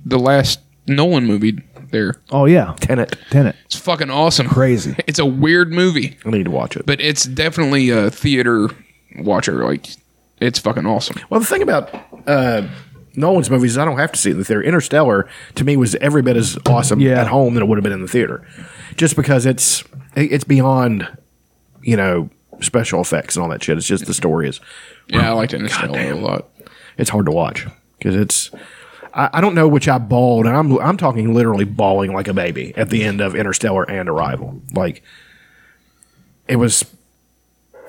the last Nolan movie there.
Oh yeah,
Tenet.
Tenet.
It's fucking awesome.
[LAUGHS]
Crazy.
It's a weird movie,
I need to watch it.
but it's definitely a theater watcher. Like, it's fucking awesome.
Well, the thing about uh, Nolan's movies is I don't have to see it in the theater. Interstellar to me was every bit as awesome
Yeah.
at home than it would have been in the theater, just because it's it's beyond you know special effects and all that shit. It's just the story is
Yeah, I liked Interstellar a lot.
it's hard to watch because it's. I I don't know which I bawled, and I'm I'm talking literally bawling like a baby at the end of Interstellar and Arrival. Like it was,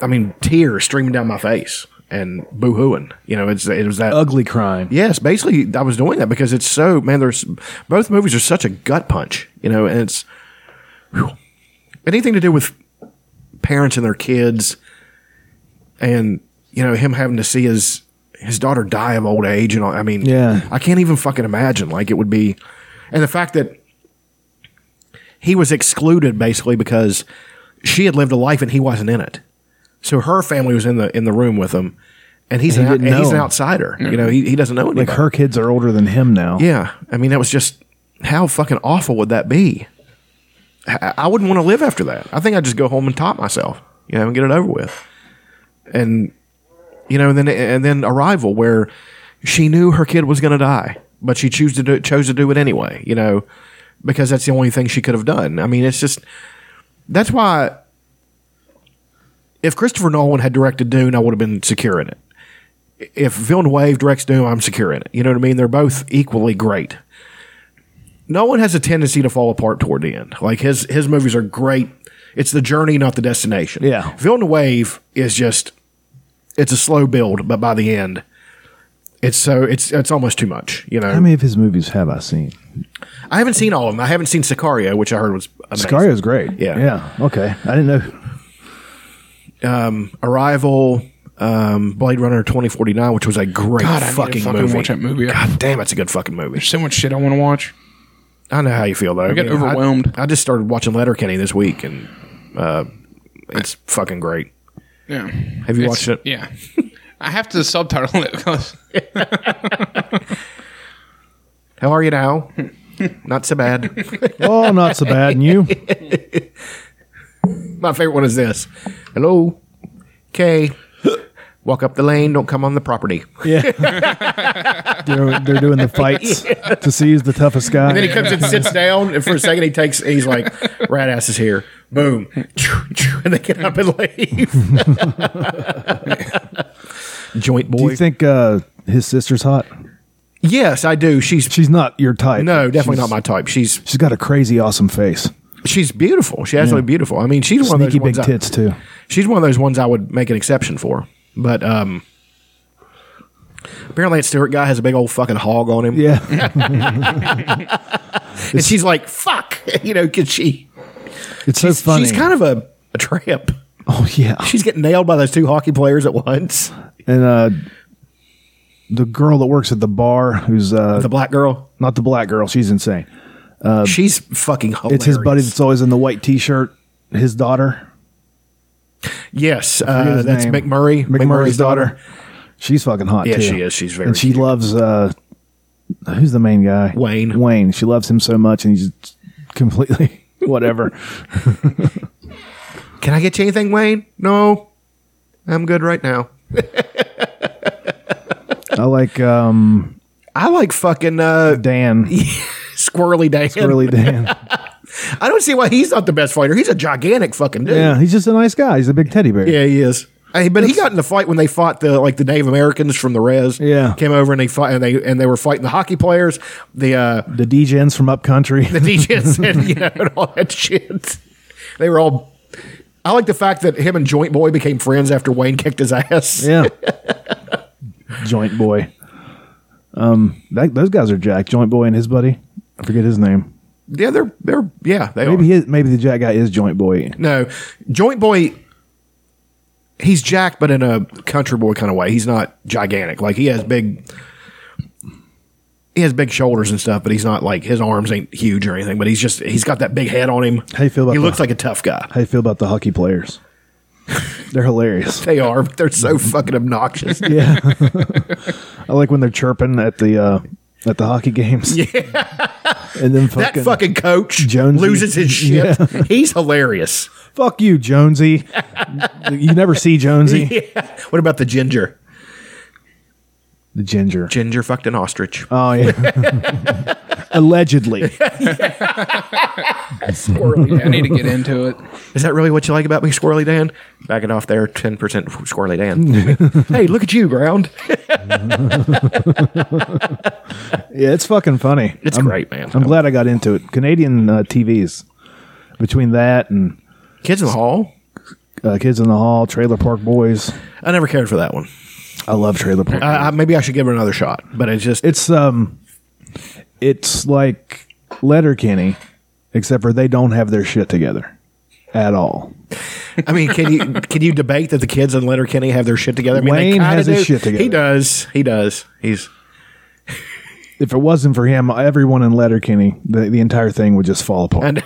I mean, tears streaming down my face and boo hooing. You know, it's it was that
Ugly crying.
Yes, basically, I was doing that because it's so man. There's both movies are such a gut punch, you know, and it's whew. anything to do with parents and their kids, and you know him having to see his his daughter die of old age, and all, I mean,
Yeah.
I can't even fucking imagine. Like it would be, and the fact that he was excluded basically because she had lived a life and he wasn't in it, so her family was in the in the room with him. And he's,
And he
an,
didn't
and he's
know
an
him.
outsider. You know, he, he doesn't know anybody.
Like her kids are older than him now.
Yeah, I mean that was just how fucking awful would that be? I I wouldn't want to live after that. I think I'd just go home and top myself, you know, and get it over with. And you know, and then and then arrival where she knew her kid was going to die, but she chose to do, chose to do it anyway, you know, because that's the only thing she could have done. I mean, it's just that's why if Christopher Nolan had directed Dune, I would have been secure in it if Villeneuve directs Doom, I'm secure in it. You know what I mean? They're both equally great. No one has a tendency to fall apart toward the end. Like his his movies are great. It's the journey, not the destination.
Yeah.
Villeneuve is just it's a slow build, but by the end, it's so it's it's almost too much. You know,
How many of his movies have I seen?
I haven't seen all of them. I haven't seen Sicario, which I heard was amazing.
Sicario's great.
Yeah.
Yeah. Okay. I didn't know.
Arrival, um, Blade Runner twenty forty nine, which was a great
God, I need to
fucking,
fucking
movie.
watch that movie.
God damn, it's a good fucking movie.
There's so much shit I want to watch.
I know how you feel though. I
get overwhelmed.
I, just started watching Letterkenny this week, and uh, it's fucking great.
Yeah.
Have you watched it?
Yeah. I have to subtitle it because
How are
[LAUGHS]
you now? Not so bad.
Oh, not so bad. And
[LAUGHS]
you?
My favorite one is this. Hello, Kay. Walk up the lane. Don't come on the property.
Yeah. they're, they're doing the
[LAUGHS]
fights to see who's the toughest guy.
And then he comes and sits down, and for a second he takes. He's like, "Rat ass is here." Boom, [LAUGHS] and they get up and leave. [LAUGHS] Joint boy.
Do you think uh, his sister's hot?
yes, I do. She's
She's not your type.
no, definitely
She's-
not my type. She's
She's got a crazy, awesome face.
she's beautiful. She's absolutely beautiful. I mean, she's one of
Sneaky
those
big
ones uh, I-
tits
[LAUGHS]
too.
she's one of those ones I would make an exception for. But um, apparently, that Stewart guy has a big old fucking hog on him,
Yeah,
and she's like, "Fuck," [LAUGHS] you know, because she
it's so funny.
she's kind of a a tramp.
oh yeah,
She's getting nailed by those two hockey players at once.
and uh, the girl that works at the bar, who's uh,
The black girl,
not the black girl, she's insane.
she's fucking hilarious.
Uh, It's his buddy that's always in the white t-shirt. His daughter,
Yes,
Forget
uh,
his
that's
name.
McMurray.
McMurray's daughter. She's fucking hot.
Yeah,
too.
she is. She's very
And she
cute.
loves uh, who's the main guy?
Wayne.
Wayne. She loves him so much, and he's just completely [LAUGHS] whatever.
Can I get you anything, Wayne? No, I'm good right now.
I like um,
I like fucking uh, [LAUGHS]
Dan,
Squirrely Dan.
early Dan.
I don't see why he's not the best fighter. He's a gigantic fucking dude.
Yeah, he's just a nice guy. He's a big teddy bear.
Yeah, he is. Hey, but he got in the fight when they fought the like the Native Americans from the res.
Yeah.
came over and they fought and they and they were fighting the hockey players, the uh,
The DJs from up
[LAUGHS]
country.
the DJs and you know and all that shit. They were all. I like the fact that him and Joint Boy became friends after Wayne kicked his ass.
[LAUGHS] Yeah. Joint Boy. Um, that, those guys are Jack Joint Boy and his buddy. I forget his name.
Yeah, they're they're yeah they
Maybe
are.
he is, maybe the Jack guy is Joint Boy.
no Joint Boy. He's Jack, but in a country boy kind of way. He's not gigantic. Like he has big. He has big shoulders and stuff, but he's not like his arms ain't huge or anything. But he's just he's got that big head on him.
How you feel about
he
the-
looks like a tough guy.
How do you feel about the hockey players? They're hilarious.
They are, but they're so
Mm-hmm.
fucking obnoxious.
Yeah. I like when they're chirping at the uh, at the hockey games. Yeah. And then
that
fucking,
fucking coach
Jonesy.
loses
[LAUGHS]
his shit. He's hilarious. [LAUGHS]
fuck you, Jonesy. you never see Jonesy.
[LAUGHS] Yeah. What about the ginger?
The ginger.
Ginger fucked an ostrich.
Oh yeah. [LAUGHS] Allegedly.
Squirrely
I need to get into it.
Is that really what you like about me, Squirrely Dan? Backing off there, 10% [LAUGHS]
[LAUGHS]
Squirrely Dan. hey, look at you, ground.
Yeah, it's fucking funny.
It's
I'm-
great, man.
I'm glad I got into it. Canadian uh, TVs, between that and
Kids in the Hall?
uh, Kids in the Hall, Trailer Park Boys.
I never cared for that one.
I love Trailer Park.
I, I, maybe I should give it another shot, but it's just
it's um, it's like Letterkenny, except for they don't have their shit together at all.
I mean, can you [LAUGHS] can you debate that the kids in Letterkenny have their shit together? I mean, they
Wayne
kinda
has his
do.
shit together.
He does. He does. He's
If it wasn't for him, everyone in Letterkenny, the, the entire thing would just fall apart.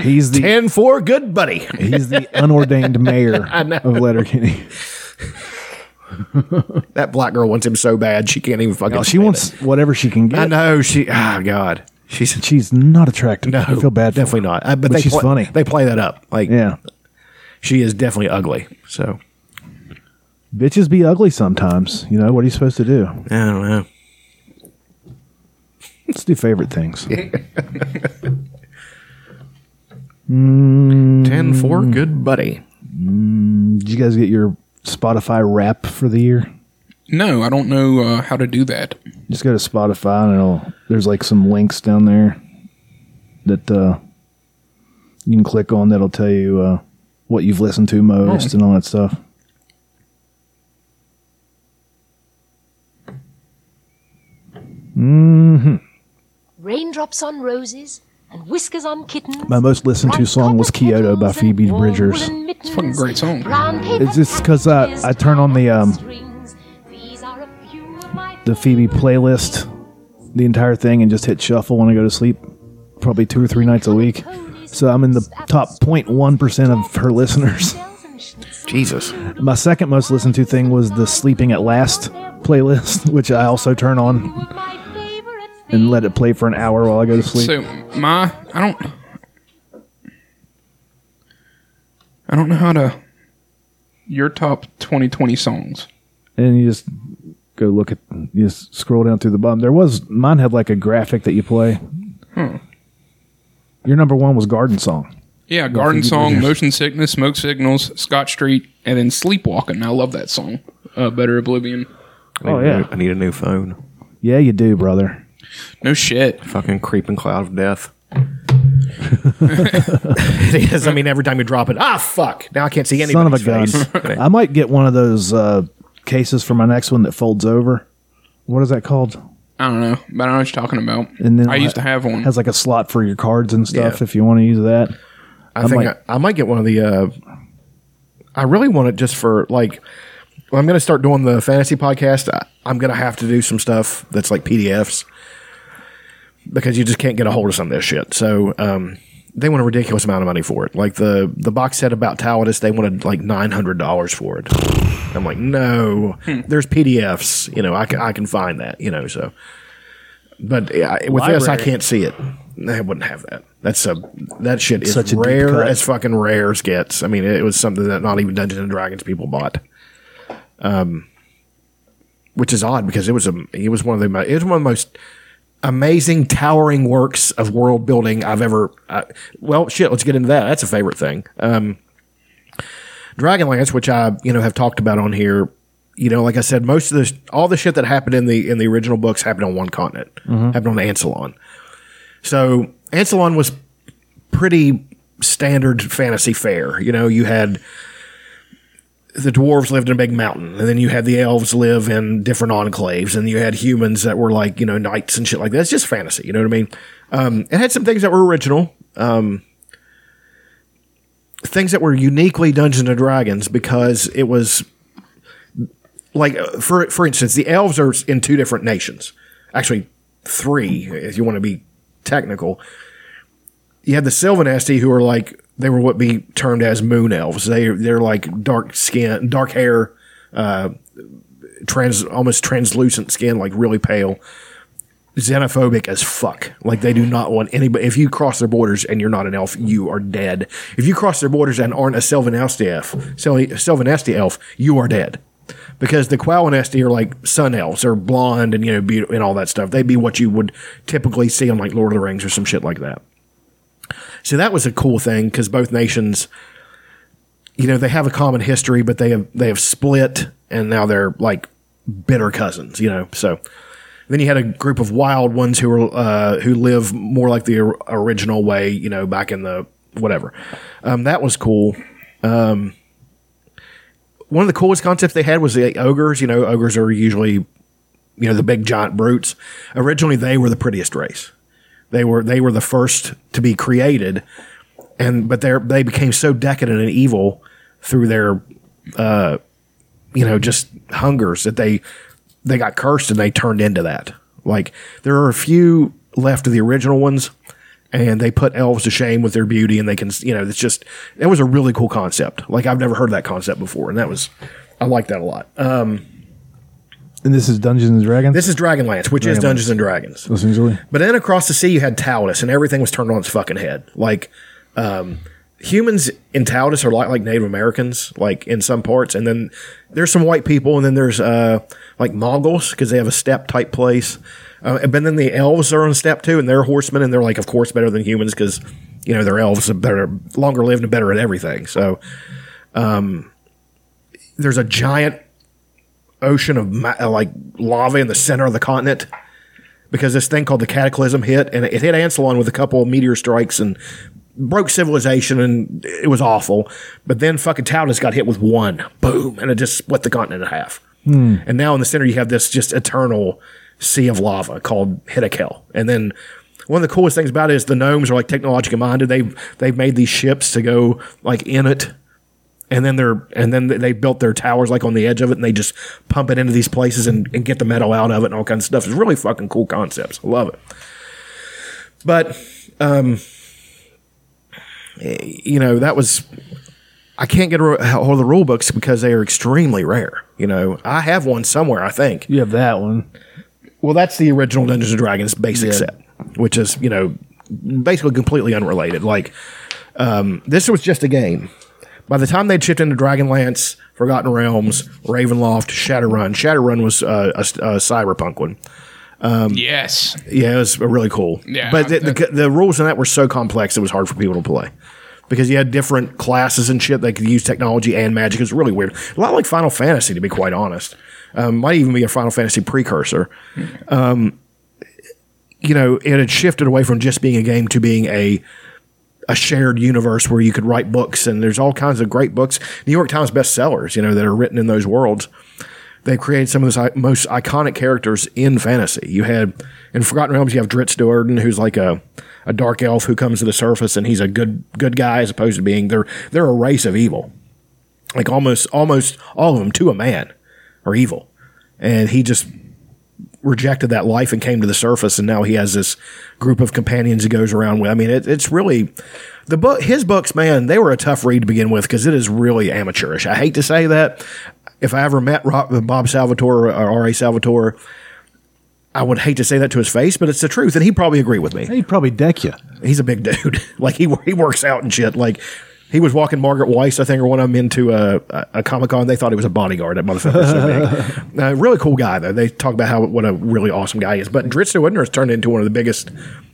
he's the
and for good buddy.
he's the
[LAUGHS]
unordained mayor of Letterkenny.
That black girl wants him so bad she can't even fucking.
No, Oh, she
stand
wants
it.
whatever she can get.
I know she. Oh God, she's
She's not attractive.
no.
I feel bad. for her.
Definitely not. Uh, but
But
they
she's
pla-
funny.
They play that up. Like
Yeah,
she is definitely ugly. So
bitches be ugly sometimes. You know what are you supposed to do?
I don't know.
Let's do favorite things. Mm.
Ten for good buddy.
Did you guys get your Spotify rap for the year?
No, I don't know uh, how to do that.
Just go to Spotify and it'll. There's like some links down there that uh, you can click on that'll tell you uh, what you've listened to most and all that stuff.
Raindrops on Roses and Whiskers on Kittens.
My most listened to
and
song was
Copper
Kyoto by
Petals and
Phoebe
Warm
Bridgers.
Woolen Mittens,
It's a fucking great song.
brown paper
It's just 'cause I-
packages,
I turn on the,
tie-dye
um,
strings. These are a few of my
The Phoebe playlist, the entire thing, and just hit shuffle when I go to sleep, probably two or three nights a week. So I'm in the top 0.1% of her listeners. [LAUGHS]
Jesus.
My second most listened to thing was the Sleeping at Last playlist, [LAUGHS] which I also turn on
my favorite
and let it play for an hour while I go to sleep.
So my, I don't, I don't know how to. Your top 2020 songs.
and you just go look at you just scroll down through the bottom. There was mine had like a graphic that you play. Your number one was Garden Song.
Yeah, Garden Song, Motion Sickness, Smoke Signals, Scott Street, and then Sleepwalking. I love that song. Uh, Better Oblivion.
Oh yeah,
I need a new phone.
yeah you do, brother.
No shit.
Fucking creeping cloud of death. [LAUGHS] it is. I mean, every time you drop it, ah, fuck. Now I can't see anything.
Son of a gun. [LAUGHS]
[LAUGHS]
I might get one of those uh, cases for my next one that folds over. What is that called?
I don't know, but I know what you're talking about.
And then
I
it'll
used to
ha-
have one.
Has like a slot for your cards and stuff
Yeah.
if you want to use that.
I think
like-
I, I might get one of the. Uh, I really want it just for like. Well, I'm going to start doing the fantasy podcast. I, I'm going to have to do some stuff that's like PDFs because you just can't get a hold of some of this shit. So um, they want a ridiculous amount of money for it. Like the the box set about Taladus, they wanted like nine hundred dollars for it. I'm like, no, there's PDFs. You know, I can I can find that. You know, so. But yeah, I- with this, I
Library.
can't see it. They wouldn't have that. That's a that shit is
Such a deep
rare
cut.
as fucking rare as gets. I mean, it was something that not even Dungeons and Dragons people bought. Um, which is odd because it was a it was one of the mo- it was one of the most amazing towering works of world building I've ever. Uh, well, shit, let's get into that. That's a favorite thing. Um, Dragonlance, which I you know have talked about on here. You know, like I said, most of the all the shit that happened in the in the original books happened on one continent, happened on Ancelon. So Ancelon was pretty standard fantasy fare. You know, you had the dwarves lived in a big mountain, and then you had the elves live in different enclaves, and you had humans that were like you know knights and shit like that. It's just fantasy. You know what I mean? Um, it had some things that were original, um, things that were uniquely Dungeons and Dragons because it was like uh, for for instance, the elves are in two different nations, actually three if you want to be technical you had the Sylvanesti who are like they were what be termed as moon elves. They they're like dark skin, dark hair, uh, trans almost translucent skin, like really pale, xenophobic as fuck. Like they do not want anybody. If you cross their borders and you're not an elf, you are dead. If you cross their borders and aren't a Sylvanesti elf, Syl- Sylvanesti elf, you are dead. Because the Qualanesti are like sun elves, they're blonde and you know beautiful and all that stuff. They'd be what you would typically see on like Lord of the Rings or some shit like that. So that was a cool thing because both nations, you know, they have a common history, but they have they have split, and now they're like bitter cousins, you know. So then you had a group of wild ones who were uh, who live more like the or- original way, you know, back in the whatever. Um, that was cool. Um, one of the coolest concepts they had was the ogres. You know, ogres are usually, you know, the big giant brutes. Originally, they were the prettiest race. They were they were the first to be created, and but they they became so decadent and evil through their, uh, you know, just hungers that they they got cursed and they turned into that. Like there are a few left of the original ones, and they put elves to shame with their beauty, and they can you know it's just that was a really cool concept. Like I've never heard that concept before, and that was I like that a lot. Uh,
And this is Dungeons and Dragons.
this is Dragonlance, which is
Dragonlance.
Dungeons and Dragons.
essentially.
But then across the sea, you had Talus, and everything was turned on its fucking head. Like, um, humans in Talus are like, like Native Americans, like in some parts. And then there's some white people, and then there's uh, like Mongols because they have a step type place. Uh, but then the elves are on step too, and they're horsemen, and they're like, of course, better than humans because you know they're elves, are better, longer lived, and better at everything. So, um, there's a giant ocean of ma- uh, like lava in the center of the continent because this thing called the Cataclysm hit, and it hit Ancelon with a couple of meteor strikes and broke civilization, and it was awful. But then fucking Talus got hit with one, boom, and it just split the continent in half. And now in the center, you have this just eternal sea of lava called Hiddekel. And then one of the coolest things about it is the gnomes are like technologically minded. They've they've made these ships to go like in it and then they're and then they built their towers like on the edge of it and they just pump it into these places and, and get the metal out of it and all kinds of stuff it's really fucking cool concepts i love it but um eh, you know that was i can't get a ro- hold of the rule books because they are extremely rare you know i have one somewhere i think
You have that one.
well, that's the original Dungeons and Dragons basic set, which is you know basically completely unrelated. Like um, this was just a game. By the time they'd shipped into Dragonlance, Forgotten Realms, Ravenloft, Shadowrun, Shadowrun was uh, a, a cyberpunk one.
yes.
Yeah, it was really cool.
Yeah,
but the,
that-
the, the rules in that were so complex it was hard for people to play because you had different classes and shit. They could use technology and magic. It was really weird. A lot like Final Fantasy, to be quite honest. Um, might even be a Final Fantasy precursor. Um, you know, it had shifted away from just being a game to being a a shared universe where you could write books and there's all kinds of great books. New York Times bestsellers, you know, that are written in those worlds they created some of the i- most iconic characters in fantasy. You had in Forgotten Realms, you have Dritz Do'Urden, who's like a, a dark elf who comes to the surface, and he's a good good guy as opposed to being they're they're a race of evil, like almost almost all of them to a man are evil, and he just rejected that life and came to the surface, and now he has this group of companions he goes around with. I mean, it, it's really the book. His books, man, they were a tough read to begin with because it is really amateurish. I hate to say that. If I ever met Rob, uh, Bob Salvatore or R.A. Salvatore, I would hate to say that to his face, but it's the truth, and he'd probably agree with me
He'd probably deck you.
he's a big dude. [LAUGHS] like he he works out and shit. Like he was walking Margaret Weiss, I think, or one of them into a, a, Comic Con. They thought he was a bodyguard. That motherfucker's so big. Uh, really cool guy though. They talk about how what a really awesome guy he is. But Dritzo Widner has turned into one of the biggest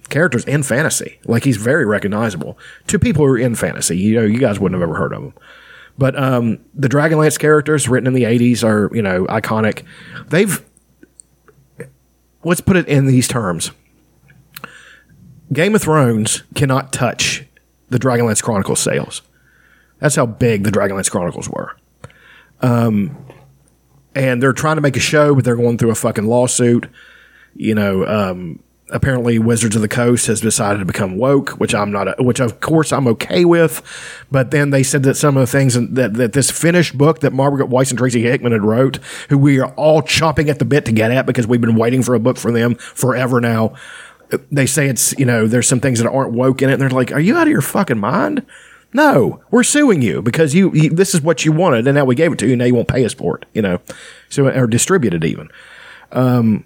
characters in fantasy. Like he's very recognizable to people who are in fantasy. You know, you guys wouldn't have ever heard of him. But um, the Dragonlance characters written in the '80s are you know iconic. They've let's put it in these terms. Game of Thrones cannot touch the Dragonlance Chronicles sales. That's how big the Dragonlance Chronicles were. Um, and they're trying to make a show, but they're going through a fucking lawsuit. You know, um, apparently Wizards of the Coast has decided to become woke, which I'm not, which of course I'm okay with. But then they said that some of the things in- that, that this finished book that Margaret Weiss and Tracy Hickman had wrote, who we are all chomping at the bit to get at because we've been waiting for a book from them forever now they say it's you know there's some things that aren't woke in it and they're like are you out of your fucking mind no we're suing you because you, you this is what you wanted and now we gave it to you and now you won't pay us for it you know so or distribute it even um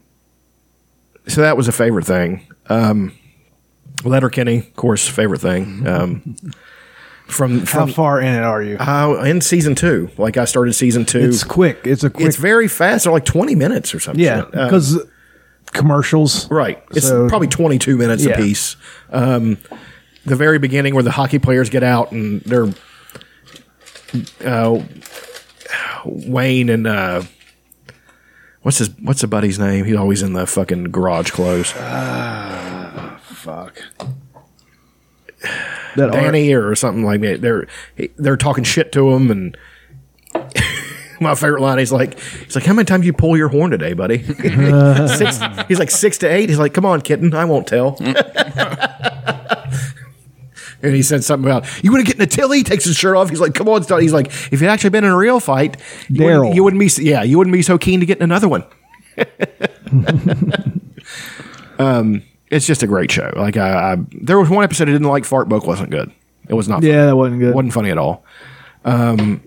so that was a favorite thing um letterkenny of course favorite thing um from
How
from
far in it are you?
uh, in season two like i started season two
It's quick. It's a quick.
it's very fast they're like 20 minutes or something
yeah, because commercials.
uh, Right. It's
So-
probably 22 minutes
Yeah.
apiece. Um, the very beginning where the hockey players get out and they're uh, Wayne and uh, what's his what's the buddy's name? He's always in the fucking garage clothes.
Ah, Fuck. That Danny.
Danny or something like that. They're they're talking shit to him and [LAUGHS] my favorite line. He's like, he's like, how many times you pull your horn today, buddy? [LAUGHS] six, he's like six to eight. He's like, come on, kitten, I won't tell. [LAUGHS] And he said something about you want to get in a tilly. He Takes his shirt off. He's like, "Come on, Stud." He's like, "If you'd actually been in a real fight, you wouldn't,
Daryl.
you wouldn't be, so- yeah, you wouldn't be so keen to get in another one." um, it's just a great show. Like, I, I there was one episode I didn't like. Fart Book wasn't good. It was not.
Yeah, that wasn't good.
wasn't funny at all. Um,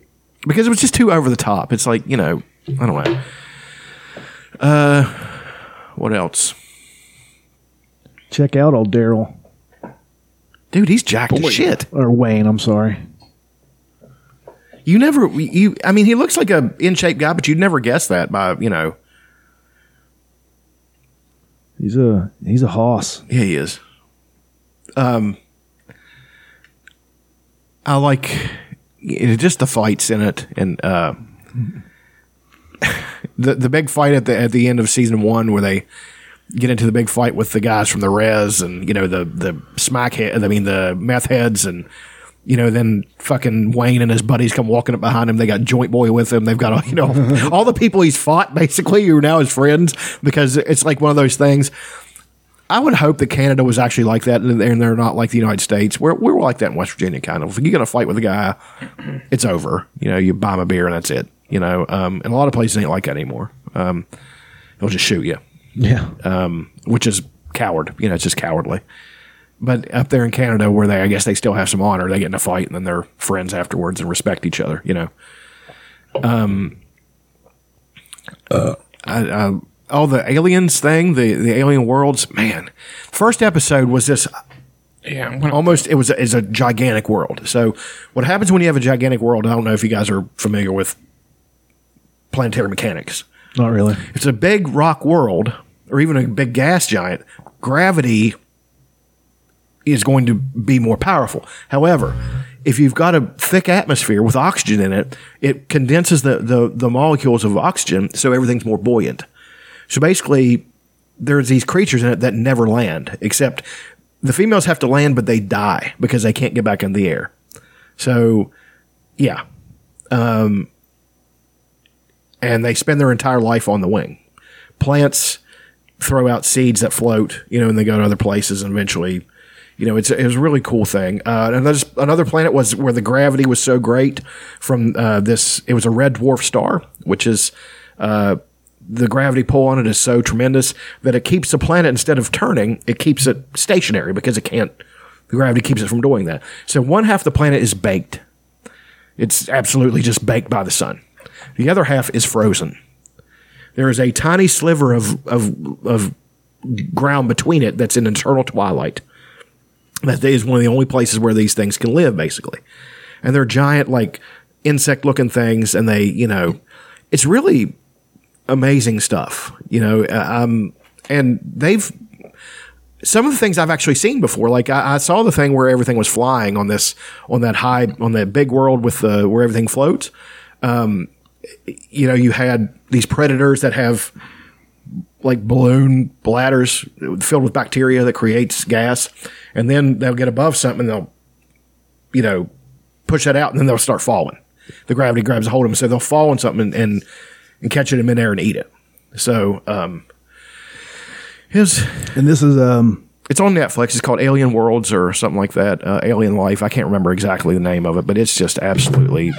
because it was just too over the top. It's like you know, I don't know. Uh, what else,
Check out old Daryl
dude? He's jacked
Boy.
as shit.
or Wayne. I'm sorry.
You never, you. I mean, he looks like a in shape guy, but you'd never guess that by you know.
He's a he's a hoss.
Yeah, he is. Um, I like it, just the fights in it, and uh, [LAUGHS] the the big fight at the at the end of season one where they get into the big fight with the guys from the res and you know the the smack head I mean the meth heads and you know then fucking Wayne and his buddies come walking up behind him they got Joint Boy with them they've got all you know all the people he's fought basically who are now his friends because it's like one of those things I would hope that Canada was actually like that, and they're, and they're not like the United States. We're, we're like that in West Virginia, kind of. If you get in a fight with a guy, it's over. You know, you buy him a beer and that's it. You know, um, and a lot of places ain't like that anymore. Um, they'll just shoot you, Um,
Yeah.
which is coward. You know, it's just cowardly. But up there in Canada, where they, I guess they still have some honor, they get in a fight and then they're friends afterwards and respect each other. You know, uh, all the aliens thing, the the alien worlds. Man, first episode was this
Yeah, I'm gonna-
almost it was a, is a gigantic world. So what happens when you have a gigantic world? I don't know if you guys are familiar with planetary mechanics.
Not really.
If it's a big rock world or even a big gas giant, gravity is going to be more powerful. However, if you've got a thick atmosphere with oxygen in it, it condenses the, the, the molecules of oxygen, so everything's more buoyant. So basically, there's these creatures in it that never land, except the females have to land, but they die because they can't get back in the air. So, yeah. Um, and they spend their entire life on the wing. Plants throw out seeds that float, you know, and they go to other places and eventually, you know, it's it was a really cool thing. Uh, another another planet was where the gravity was so great from uh, this. It was a red dwarf star, which is uh, the gravity pull on it is so tremendous that it keeps the planet instead of turning, it keeps it stationary because it can't. The gravity keeps it from doing that. So one half the planet is baked. It's absolutely just baked by the sun. The other half is frozen. There is a tiny sliver of of of ground between it that's an eternal twilight. That is one of the only places where these things can live, basically. And they're giant, like insect looking things, and they, you know, it's really amazing stuff. You know, uh, um, and they've some of the things I've actually seen before. Like I, I saw the thing where everything was flying on this on that high on that big world with the where everything floats. Um, you know, you had these predators that have like balloon bladders filled with bacteria that creates gas, and then they'll get above something. and They'll you know push that out, and then they'll start falling. The gravity grabs a hold of them, so they'll fall on something and and, and catch it in midair and eat it. So um, it was
And this is um
it's on Netflix. It's called Alien Worlds or something like that. Uh, Alien Life. I can't remember exactly the name of it, but it's just absolutely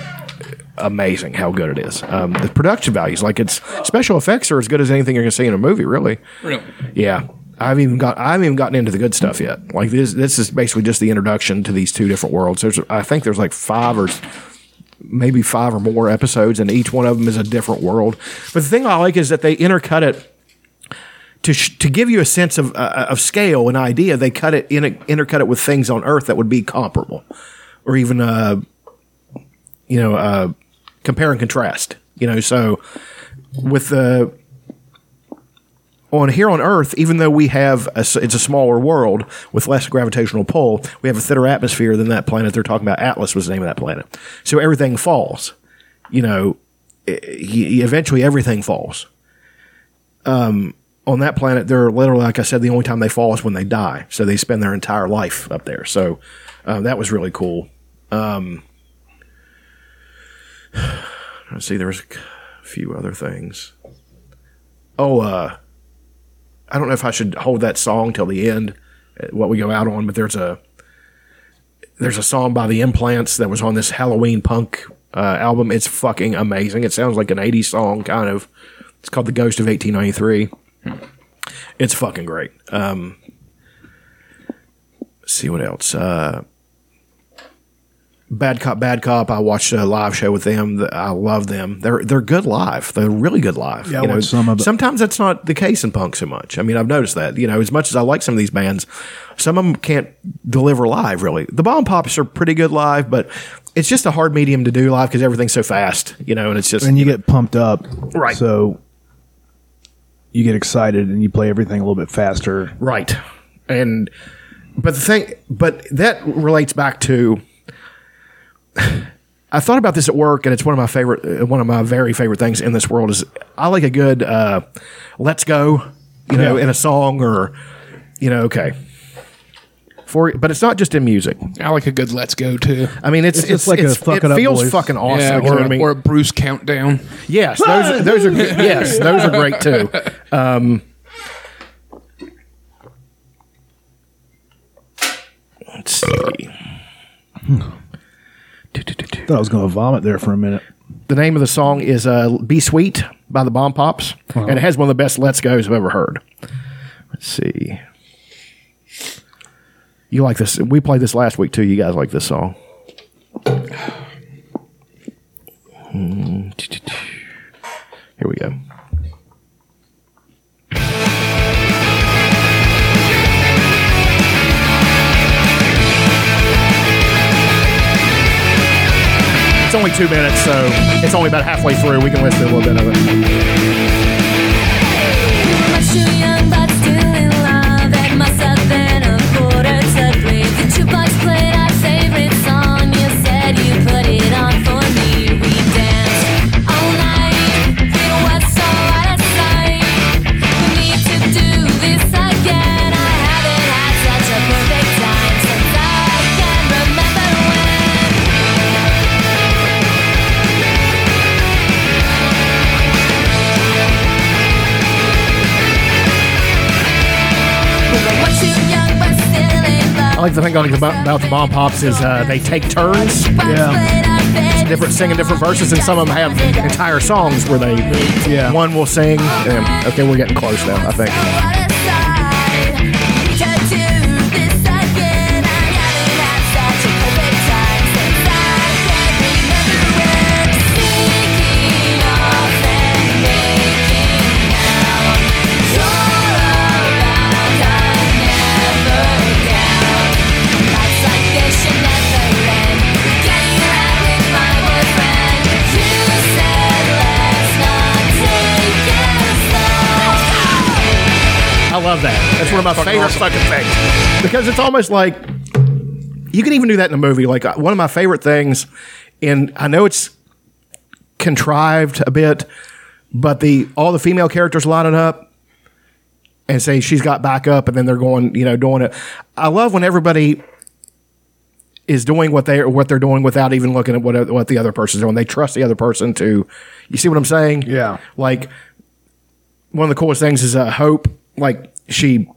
amazing how good it is. Um, the production values, like its special effects, are as good as anything you're going to see in a movie. Really,
Really?
yeah. I've even got I haven't even gotten into the good stuff yet. Like this, this is basically just the introduction to these two different worlds. There's, I think there's like five or s- maybe five or more episodes, and each one of them is a different world. But the thing I like is that they intercut it to sh- to give you a sense of uh, of scale and idea. They cut it in intercut it with things on Earth that would be comparable, or even uh, you know, uh, compare and contrast. You know, so with the on here on Earth, even though we have a, s- it's a smaller world with less gravitational pull, we have a thinner atmosphere than that planet. They're talking about Atlas was the name of that planet, so everything falls. You know, e- e- eventually everything falls. Um, on that planet, they're literally, like I said, the only time they fall is when they die. So they spend their entire life up there. So Um, uh, that was really cool. [SIGHS] Let's see, there's a few other things. Oh, uh, I don't know if I should hold that song till the end, uh, what we go out on, but there's a there's a song by the Implants that was on this Halloween punk uh, album. It's fucking amazing. It sounds like an '80s song, kind of. It's called "The Ghost of 1893." It's fucking great. Um, let's see what else. Uh, Bad Cop, Bad Cop. I watched a live show with them. The- I love them. They're they're good live. They're really good live.
Yeah, I watched some of it.
Sometimes that's not the case in punk so much. I mean, I've noticed that. You know, as much as I like some of these bands, some of them can't deliver live. Really, the Bomb Pops are pretty good live, but it's just a hard medium to do live because everything's so fast. You know, and it's just
and you get pumped up,
Right.
So you get excited and you play everything a little bit faster.
Right. And but the thing but that relates back to [SIGHS] I thought about this at work and it's one of my favorite uh, one of my very favorite things in this world is I like a good uh let's go, you know, in a song or you know, okay. For but it's not just in music.
I like a good let's go too.
I mean, it's
It's
it's,
just like a
it's-
fuck
it
it up
feels
boys.
fucking awesome.
yeah,
you know
or,
what I mean?
or a Bruce countdown.
Yes, those those are good. yes, those are great too. Um, let's see.
I thought I was going to vomit there for a minute.
The name of the song is uh, "Be Sweet" by the Bomb Pops, and it has one of the best "Let's Go's" I've ever heard. Let's see. You like this? We played this last week too. You guys like this song? Hmm. Here we go. It's only two minutes, so it's only about halfway through. We can listen to a little bit of it.
Much too young, but still in love. It must have been a quarter to three. The jukebox played our favorite song. You said you put it on for me. We danced all night. It was so out of sight. We need to do this again. I haven't had such a perfect time since I can remember when. We were much too young, but still in
I
love.
like the thing I like about, about the Bomb Pops is uh, they take turns,
Yeah.
different singing different verses, and some of them have entire songs where they
Yeah.
one will sing. And, okay, we're getting close now. I think. I love that. That's one of my favorite fucking things because it's almost like you can even do that in a movie. Like uh, one of my favorite things, and I know it's contrived a bit, but the all the female characters lining up and saying she's got back up, and then they're going, you know, doing it. I love when everybody is doing what they what they're doing without even looking at what what the other person's doing. They trust the other person to. You see what I'm saying?
Yeah.
Like one of the coolest things is uh, Hope. Like she,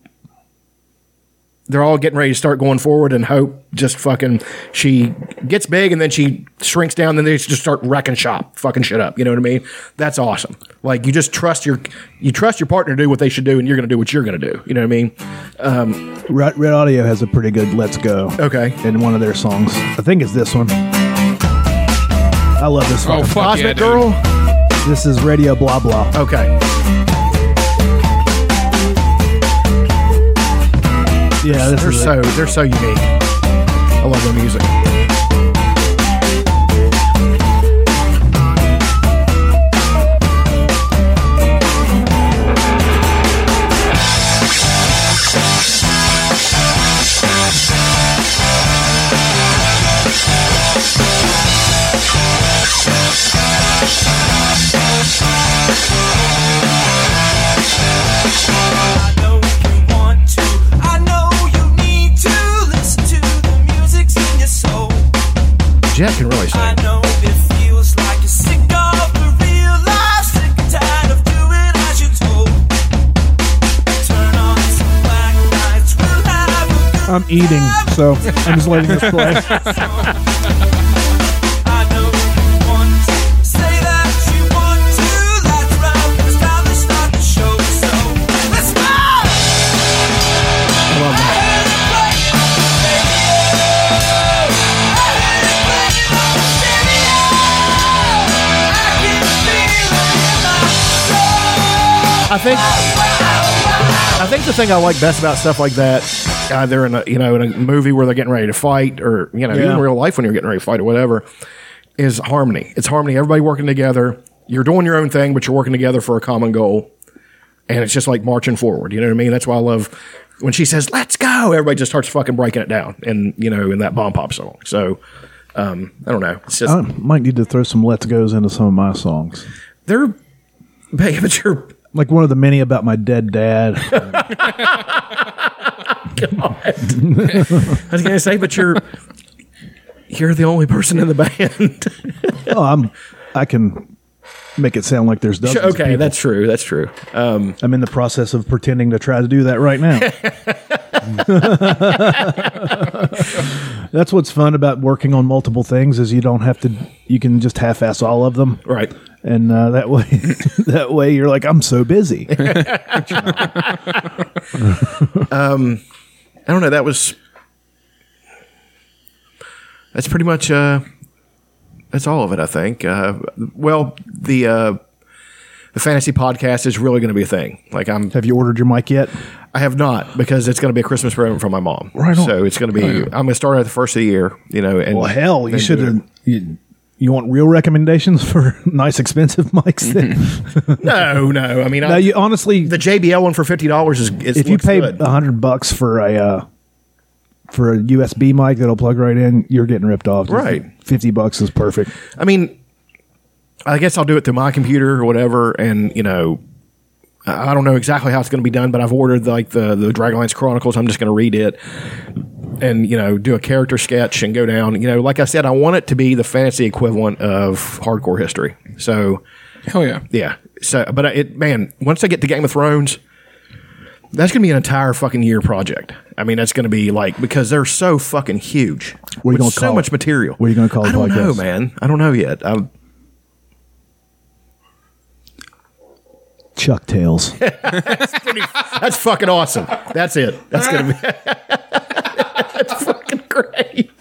they're all getting ready to start going forward, and Hope just fucking she gets big, and then she shrinks down, and then they just start wrecking shop, fucking shit up. You know what I mean? That's awesome. Like you just trust your you trust your partner to do what they should do, and you're gonna do what you're gonna do. You know what I mean?
Red, Red Audio has a pretty good "Let's Go"
Okay.
in one of their songs. I think it's this one. I love this one.
Oh fuck
Cosmic
yeah, dude.
Girl.
This is Radio Blah Blah.
Okay.
Yeah, this
Oh, They're
is it.
so they're so unique. I love their music. Jet can really sing.
I know it feels like a sicko
eating, so I'm just letting this play.
I think I think the thing I like best about stuff like that, either in a you know in a movie where they're getting ready to fight, or you know even in real life when you're getting ready to fight or whatever, is harmony. It's harmony. Everybody working together. You're doing your own thing, but you're working together for a common goal, and it's just like marching forward. You know what I mean? That's why I love when she says "Let's go." Everybody just starts fucking breaking it down, and you know in that bomb pop song. So. Um, I don't know. It's just
I might need to throw some "Let's Go's" into some of my songs,
they're, [LAUGHS] babe, it's your
like one of the many about my dead dad.
[LAUGHS] I was gonna say, but you're you're the only person in the band. [LAUGHS]
oh, I'm, I can make it sound like there's dozens. of
okay,
people.
that's true. That's true. Um,
I'm in the process of pretending to try to do that right
[LAUGHS]
now. that's what's fun about working on multiple things is you don't have to. You can just half-ass all of them.
right.
and uh, that way [LAUGHS] that way you're like i'm so busy
I don't know. That was that's pretty much uh, that's all of it. I think. Uh, well, the uh, the fantasy podcast is really going to be a thing. Like I'm,
have you ordered your mic yet
I have not because it's going to be a Christmas present from my mom.
Right on.
So it's going to be. I'm going to start at the first of the year. You know. And
well hell you
and do
should [LAUGHS]
it.
have you, you want real recommendations for [LAUGHS] nice expensive mics then?
[LAUGHS] No, no. I mean,
now
I,
you honestly
Uh, the JBL one for fifty dollars is, is
if you
looks
pay
good.
a hundred bucks for a uh, for a USB mic that'll plug right in, you're getting ripped off. Just
Right.
fifty bucks is perfect.
I mean, I guess I'll do it through my computer or whatever, and you know, I I don't know exactly how it's going to be done, but I've ordered like the the Dragonlance Chronicles. I'm just going to read it, and you know, do a character sketch and go down. You know, like I said, I want it to be the fantasy equivalent of hardcore history. So
Hell yeah.
yeah, so but I- it man, once I get to Game of Thrones. That's going to be an entire fucking year project. I mean, that's going to be like because they're so fucking huge.
What are you
with
gonna
so
call
much
it?
material.
What are you gonna call the
I don't know,
podcast?
man. I don't know yet. I,
Chuck
[LAUGHS]
tails.
That's fucking awesome. That's it. That's gonna be. [LAUGHS] That's fucking great.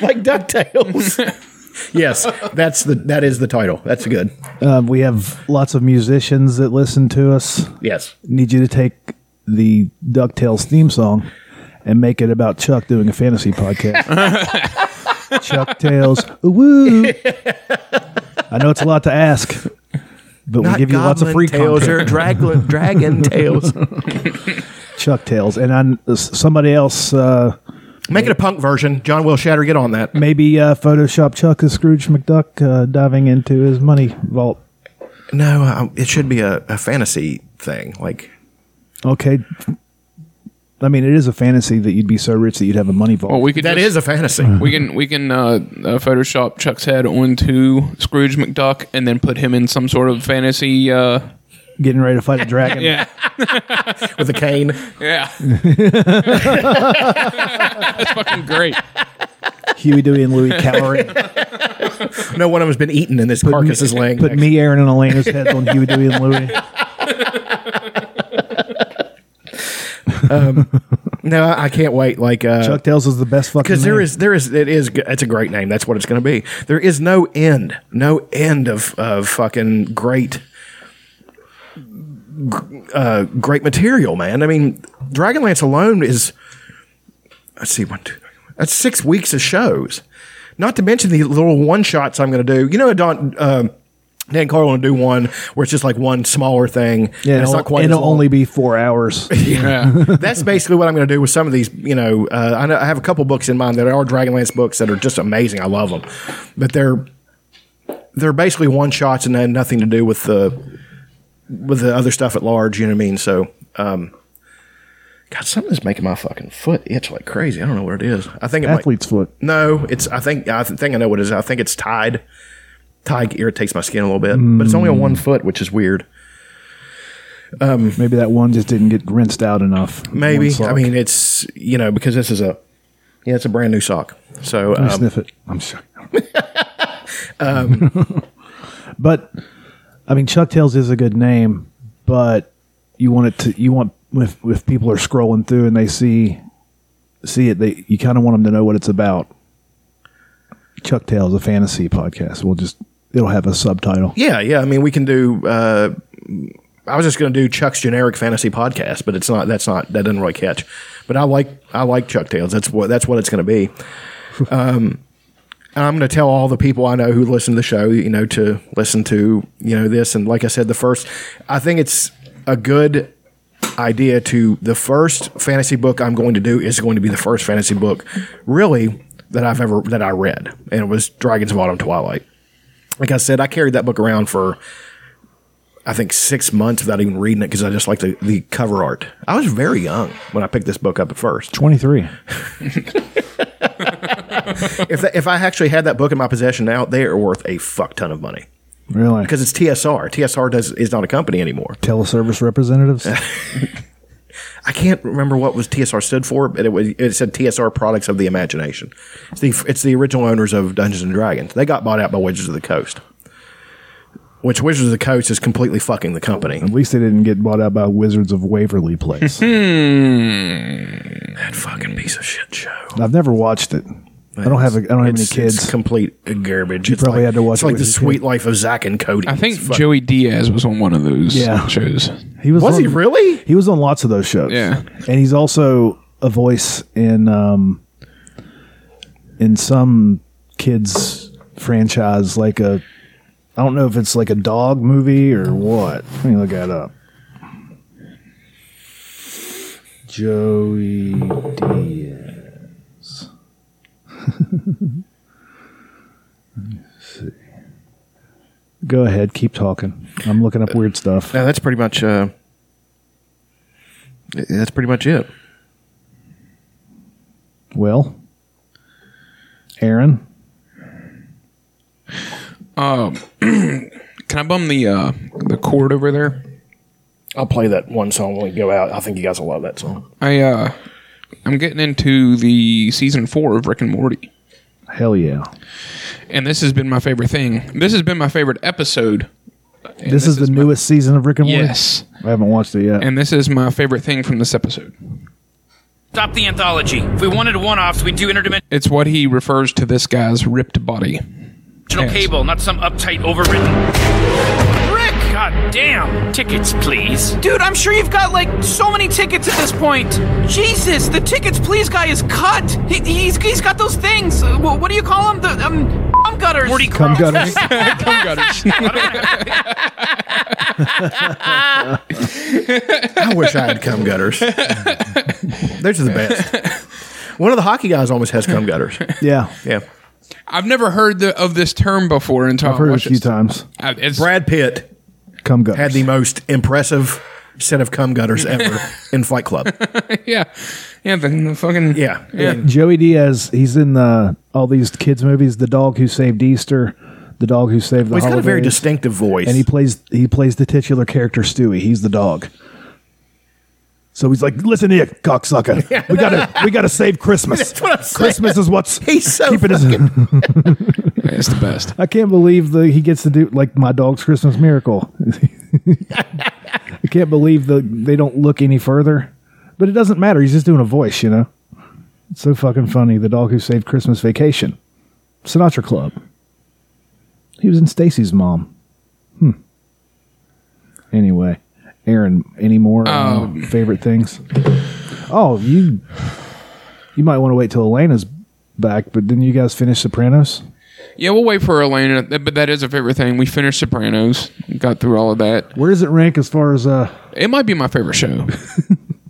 Like Ducktales. yes, that's the that is the title. That's good.
um, we have lots of musicians that listen to us.
Yes.
need you to take the DuckTales theme song and make it about Chuck doing a fantasy
[LAUGHS]
podcast. Chuck Tales,
[LAUGHS]
woo! I know it's a lot to ask, but we give you lots of free
tails
content.
or dragon dragon tails.
Chuck Tales, and I, somebody else uh,
Make it a punk version. John Will Shatter, get on that.
maybe uh, Photoshop Chuck as Scrooge McDuck uh, diving into his money vault.
No, I, it should be a, a fantasy thing. Like
Okay. I mean, it is a fantasy that you'd be so rich that you'd have a money vault.
Well, we could.
that
just-
is a fantasy.
We can we can uh, uh, Photoshop Chuck's head onto Scrooge McDuck and then put him in some sort of fantasy. Uh,
Getting ready to fight a dragon.
yeah,
With a cane.
yeah. That's fucking great.
Huey, Dewey, and Louie cowering.
No one of them's been eaten, and this carcass is laying.
Put
next-
me, Aaron, and Elena's heads on Huey, Dewey, and
[LAUGHS]
Louie.
No, I I can't wait. Like uh,
Chuck Tails is the best fucking.
because there
name.
is there is it is g- it's a great name that's what it's going to be there is no end no end of of fucking great gr- uh great material man i mean dragonlance alone is let's see one two three, four. that's six weeks of shows not to mention the little one shots i'm going to do you know don um Dan Carlin will do one where it's just like one smaller thing.
Yeah, it'll,
and it's not quite. as
it'll
long.
only be four
[LAUGHS]
hours.
[LAUGHS] Yeah,
That's basically what I'm going to do with some of these. You know, uh, I, know I have a couple books in mind that are Dragonlance books that are just amazing. I love them, but they're they're basically one shots and they have nothing to do with the with the other stuff at large. You know what I mean? So, um, God, something's making my fucking foot itch like crazy. I don't know what it is. I think it might-
Athlete's foot.
no, it's. I think. I think I know what it is. I think it's Tide. Tide irritates my skin a little bit, but it's only on one foot, which is weird.
Maybe that one just didn't get rinsed out enough.
Maybe.
One sock.
I mean, it's you know because this is a Yeah, it's a brand new sock. So
Let me
um,
sniff it. I'm
[LAUGHS]
sorry. [LAUGHS]
Um,
but I mean, Chucktails is a good name, but you want it to you want if if people are scrolling through and they see see it, they you kind of want them to know what it's about. Chucktails, a fantasy podcast. We'll just it'll have a subtitle.
yeah, yeah. I mean, we can do. Uh, I was just going to do Chuck's generic fantasy podcast, but it's not. That's not. That doesn't really catch. But I like. I like Chuck Tales. That's what. That's what it's going to be. [LAUGHS] Um, and I'm going to tell all the people I know who listen to the show, you know, to listen to you know this. And like I said, the first. I think it's a good idea to the first fantasy book I'm going to do is going to be the first fantasy book, really that I've ever that I read, and it was Dragons of Autumn Twilight like I said, I carried that book around for I think six months without even reading it because I just like the, the cover art. I was very young when I picked this book up at first.
Twenty three.
if that, if I actually had that book in my possession now, they are worth a fuck ton of money
Really?
because it's TSR. TSR does is not a company anymore.
teleservice
[LAUGHS]
representatives.
I can't remember what was TSR stood for, but it was it said TSR Products of the Imagination. It's the it's the original owners of Dungeons and Dragons. They got bought out by Wizards of the Coast, which Wizards of the Coast is completely fucking the company.
At least they didn't get bought out by Wizards of Waverly
[LAUGHS]
Place.
That fucking piece of shit show.
I've never watched it. I don't have a, I don't have any
It's-
kids.
It's complete garbage. You it's
probably
like,
had to watch
It's
it
like
with
the
your
sweet
kid.
life of Zach and Cody.
I think
It's fuck-
Joey Diaz was on one of those
Yeah.
shows.
he was
was
on-
he really?
He was on lots of those shows.
Yeah.
and he's also a voice in um, in some kids franchise, like a I don't know if it's like a dog movie or what. Let me look that up. Joey Diaz. [LAUGHS] Let me see. Go ahead, keep talking. I'm looking up weird stuff.
Yeah, that's pretty much. Uh, that's pretty much it.
Well, Aaron,
Can I bum the uh, the cord over there?
I'll play that one song when we go out. I think you guys will love that song.
I uh, I'm getting into the season four of Rick and Morty.
hell yeah.
and this has been my favorite thing. This has been my favorite episode. And
This, is, the
my-
newest season of Rick and Morty.
Yes.
I haven't watched it yet.
and this is my favorite thing from this episode.
Stop the anthology. If we wanted one-offs, we'd do interdimensional
It's what he refers to this guy's ripped body. Yes.
cable, not some uptight overwritten. Rick! God damn! Tickets, please. Dude, I'm sure you've got like so many tickets at this point. Jesus, the tickets, please guy is cut. He, he's he's got those things. Uh, wh- what do you call them? The um, cum gutters. Morty
Come gutters.
Cum gutters.
[LAUGHS] I wish I had cum [LAUGHS] gutters. Those are the best. One of the hockey guys almost has cum gutters.
yeah.
[LAUGHS] Yeah,
[LAUGHS] I've never heard the, of this term before until
I've heard it a
watched
few times.
I- Uh, it's-
Brad Pitt
Come gutters.
had the most impressive set of cum gutters [LAUGHS] ever in Fight Club.
[LAUGHS] yeah, yeah, the, the fucking
Yeah.
yeah.
Joey Diaz, he's in the all these kids movies. The dog who saved Easter, the dog who saved the
He's got a very
Holidays,
distinctive voice.
and he plays he plays the titular character Stewie. He's the dog. So he's like, "Listen here,
[LAUGHS]
cocksucker. We gotta, we gotta save Christmas.
That's what I'm saying.
Christmas is what's
He's so
keeping us."
It's the best.
I can't believe the he gets to do like my dog's Christmas miracle. [LAUGHS] I can't believe the they don't look any further, but it doesn't matter. He's just doing a voice, you know. It's so fucking funny. The dog who saved Christmas Vacation, Sinatra Club. He was in Stacy's mom. Hmm. Anyway, Aaron, any more uh, favorite things? Oh, you you might want to wait till Elena's back, but didn't you guys finish Sopranos?
Yeah, we'll wait for Elena, but that is a favorite thing. We finished Sopranos, got through all of that.
Where does it rank as far as uh?
It might be my
[LAUGHS]
favorite show.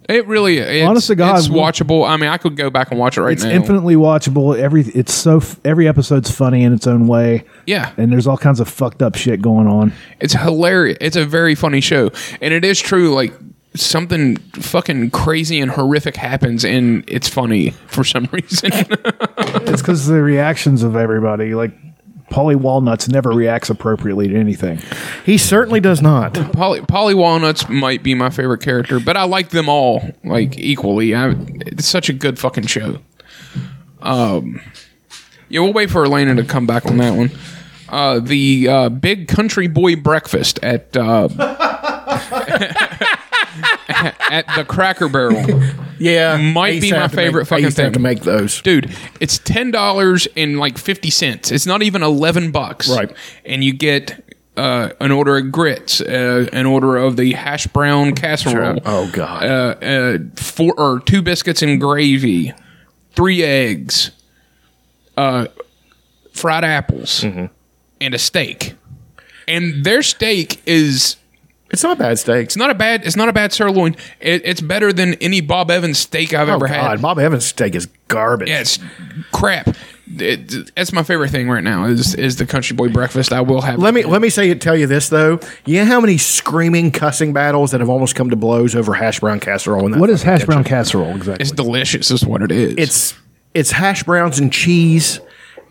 It really is.
Honest to God,
it's
we'll-
watchable. I mean, I could go back and watch it right
It's
now.
infinitely watchable. Every it's so f- every episode's funny in its own way,
Yeah,
and there's all kinds of fucked up shit going on.
It's hilarious. It's a very funny show, and it is true. Like something fucking crazy and horrific happens, and it's funny for some [LAUGHS] reason.
It's because the reactions of everybody. Like Polly Walnuts never reacts appropriately to anything.
he certainly does not.
Polly, Polly Walnuts might be my favorite character, but I like them all like equally. I, it's such a good fucking show. Um, Yeah, we'll wait for Elena to come back on that one. Uh, the uh, big country boy breakfast at uh, [LAUGHS] at the Cracker Barrel,
Yeah,
Might
I used
be
to
my
have to
favorite
make, I
fucking
used to
thing.
have to make those.
dude. It's ten dollars and like fifty cents. It's not even eleven bucks,
Right.
And you get. Uh, an order of grits, uh, an order of the hash brown casserole.
Oh, God.
Uh, uh, four or two biscuits and gravy, three eggs, uh, fried apples,
Mm-hmm.
and a steak. And their steak is
It's not bad steaks.
it's not a bad it's not a bad sirloin. It, it's better than any Bob Evans steak I've
Oh
ever
God,
had.
Bob Evans steak is garbage.
Yeah, it's crap. It, that's my favorite thing right now is is the country boy breakfast. I will have.
Let me let me say tell you this though. You know how many screaming cussing battles that have almost come to blows over hash brown casserole? In that
What is
fucking
hash brown
kitchen?
casserole exactly?
It's delicious. Is what it is.
It's it's hash browns and cheese,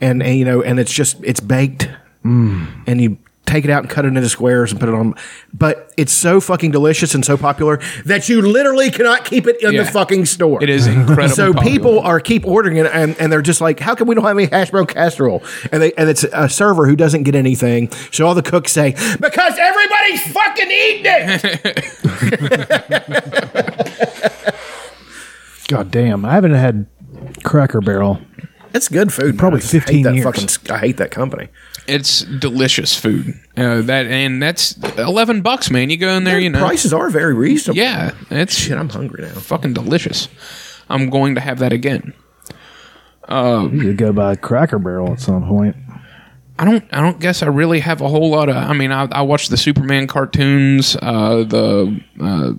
and, and, you know, and it's just it's baked,
Mm.
and you take it out and cut it into squares and put it on. But it's so fucking delicious and so popular that you literally cannot keep it in
Yeah.
the fucking store.
It is incredibly
[LAUGHS] So
popular.
people are keep ordering it, and, and they're just like, "How come we don't have any hash brown casserole?" And they and it's a server who doesn't get anything. So all the cooks say, "Because everybody's fucking eating it."
[LAUGHS]
God damn, I haven't had Cracker Barrel.
That's good food.
Probably
man. I just hate
15
that
years.
Fucking, I hate that company.
it's delicious food. Uh, that and that's eleven bucks, man. You go in there, you know.
prices are very reasonable.
Yeah, it's
Shit, I'm hungry now.
fucking delicious. I'm going to have that again.
You could go by Cracker Barrel at some point.
I don't. I don't guess I really have a whole lot of. I mean, I, I watched the Superman cartoons, uh, the uh,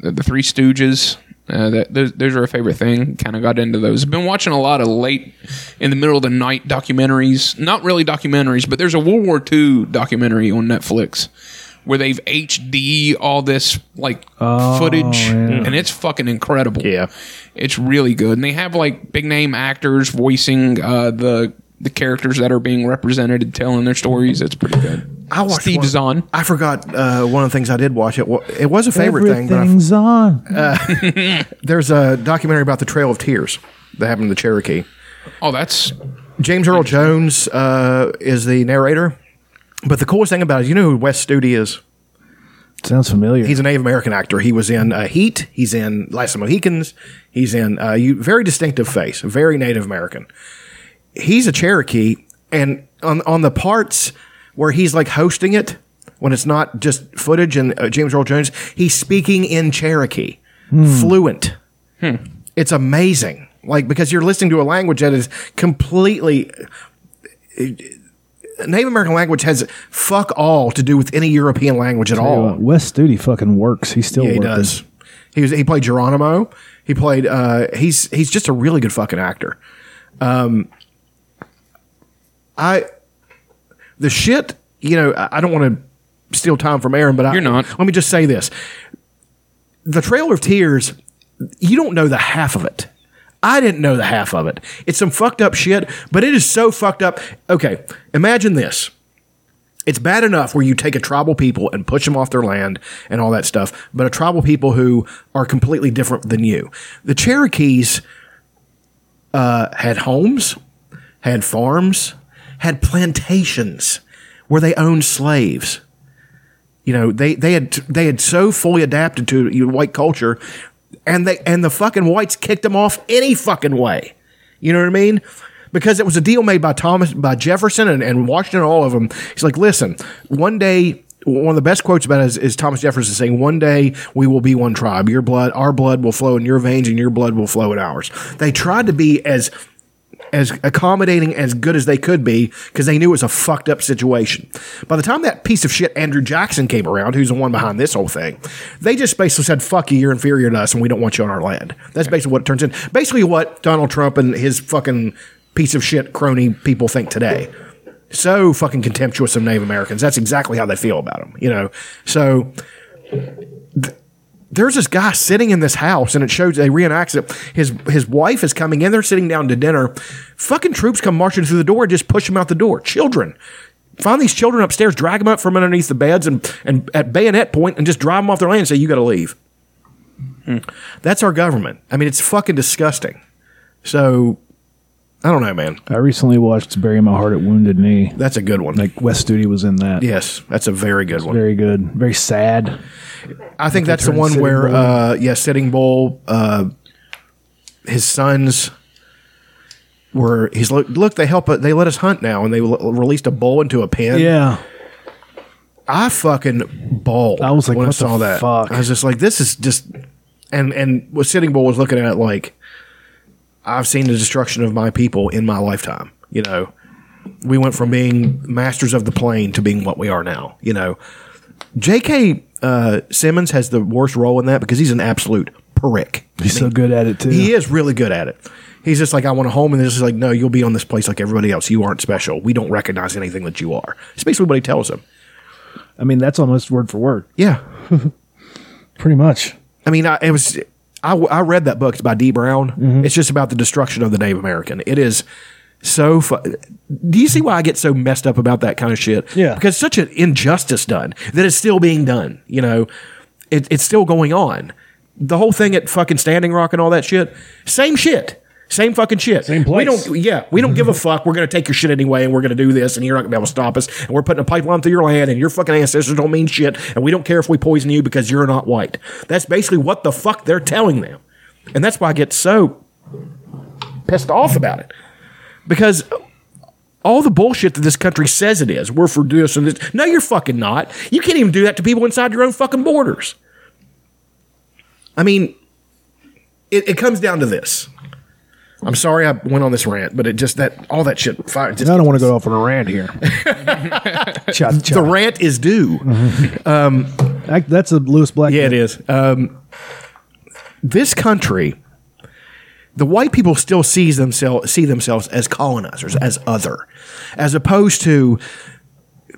the Three Stooges. Uh, that those, those are a favorite thing. Kind of got into those. I've been watching a lot of late in the middle of the night documentaries. Not really documentaries, but there's a World War II documentary on Netflix where they've HD all this like footage, and it's fucking incredible.
Yeah.
It's really good, and they have like big name actors voicing uh, the the characters that are being represented, telling their stories. It's pretty good.
I watched
Steve
one-
Zahn.
I forgot uh, one of the things I did watch. It wa- it was a favorite thing. But I f-
Everything's on.
there's a documentary about the Trail of Tears that happened in the Cherokee.
Oh, that's
James Earl Jones uh, is the narrator. But the coolest thing about it, you know who Wes Studi is?
Sounds familiar.
He's a Native American actor. He was in uh, Heat. He's in Last of the Mohicans. He's in uh, you, very distinctive face, very Native American. He's a Cherokee, and on on the parts where he's like hosting it, when it's not just footage and uh, James Earl Jones, he's speaking in Cherokee, fluent. It's amazing, like because you're listening to a language that is completely uh, Native American language has fuck all to do with any European language at all.
Uh, Wes Studi fucking works. He's still
Yeah, he
working.
does. He was he played Geronimo. He played uh he's he's just a really good fucking actor. Um I the shit, you know, I I don't want to steal time from Aaron, but I,
You're not.
Let me just say this. The Trailer of Tears, you don't know the half of it. I didn't know the half of it. It's some fucked up shit, but it is so fucked up. Okay, imagine this it's bad enough where you take a tribal people and push them off their land and all that stuff, but a tribal people who are completely different than you. The Cherokees uh, had homes, had farms, had plantations where they owned slaves. You know, they, they had they had so fully adapted to you know, white culture, and they and the fucking whites kicked them off any fucking way. You know what I mean? Because it was a deal made by Thomas, by Jefferson and, and Washington, all of them. He's like, listen, one day, one of the best quotes about it is, is Thomas Jefferson saying, one day we will be one tribe. Your blood, our blood will flow in your veins and your blood will flow in ours. They tried to be as as accommodating as good as they could be because they knew it was a fucked up situation. By the time that piece of shit Andrew Jackson came around, who's the one behind this whole thing, they just basically said, "Fuck you, you're inferior to us, and we don't want you on our land." That's basically what it turns in. Basically, what Donald Trump and his fucking piece of shit crony people think today. So fucking contemptuous of Native Americans. That's exactly how they feel about them, you know. So there's this guy sitting in this house, and it shows they reenact it. His his wife is coming in. They're sitting down to dinner. Fucking troops come marching through the door, and just push them out the door. Children. Find these children upstairs, drag them up from underneath the beds, and, and at bayonet point, and just drive them off their land. And say you got to leave. That's our government. I mean, it's fucking disgusting. So I don't know, man.
I recently watched "Bury My Heart at Wounded Knee."
That's a good one.
Like Wes Studi was in that.
yes, that's a very good one.
very good, very sad.
I think that's the
turn
one
Sitting
where,
Bull.
uh, yeah, Sitting Bull, uh, his sons were, he's like, look, they help, uh, they let us hunt now, and they l- released a bull into a pen.
Yeah,
I fucking bawled.
I was like,
when
what
I
the
saw that,
fuck?
I was just like, this is just, and and was Sitting Bull was looking at it like, I've seen the destruction of my people in my lifetime. You know, we went from being masters of the plane to being what we are now. You know, J.K. Uh, Simmons has the worst role in that because he's an absolute prick.
he's so good at it too.
He is really good at it. He's just like, I want a home, and this is like, no, you'll be on this place like everybody else. You aren't special. We don't recognize anything that you are. It's basically what he tells him.
I mean, that's almost word for word,
Yeah,
pretty much.
I mean, I, it was. I, I read that book It's by D. Brown. It's just about the destruction of the Native American. It is so. Fu- Do you see why I get so messed up about that kind of shit?
Yeah.
because such an injustice done that it's still being done. You know, it, it's still going on. The whole thing at fucking Standing Rock and all that shit. Same shit. Same fucking shit.
Same
We
place.
don't. Yeah, we don't give
[LAUGHS]
a fuck. We're gonna take your shit anyway, and we're gonna do this, and you're not gonna be able to stop us. And we're putting a pipeline through your land, and your fucking ancestors don't mean shit. And we don't care if we poison you because you're not white. That's basically what the fuck they're telling them, and that's why I get so pissed off about it because all the bullshit that this country says it is, we're for this and this. No, you're fucking not. You can't even do that to people inside your own fucking borders. I mean, it, it comes down to this. I'm sorry I went on this rant, but it just that all that shit. Fire, just
I don't want to go off on a rant
[LAUGHS]
here. cha, cha.
the rant is due.
Mm-hmm. Act- that's a Lewis Black.
Yeah, it is. Um, this country, the white people still sees themselves see themselves as colonizers, as other, as opposed to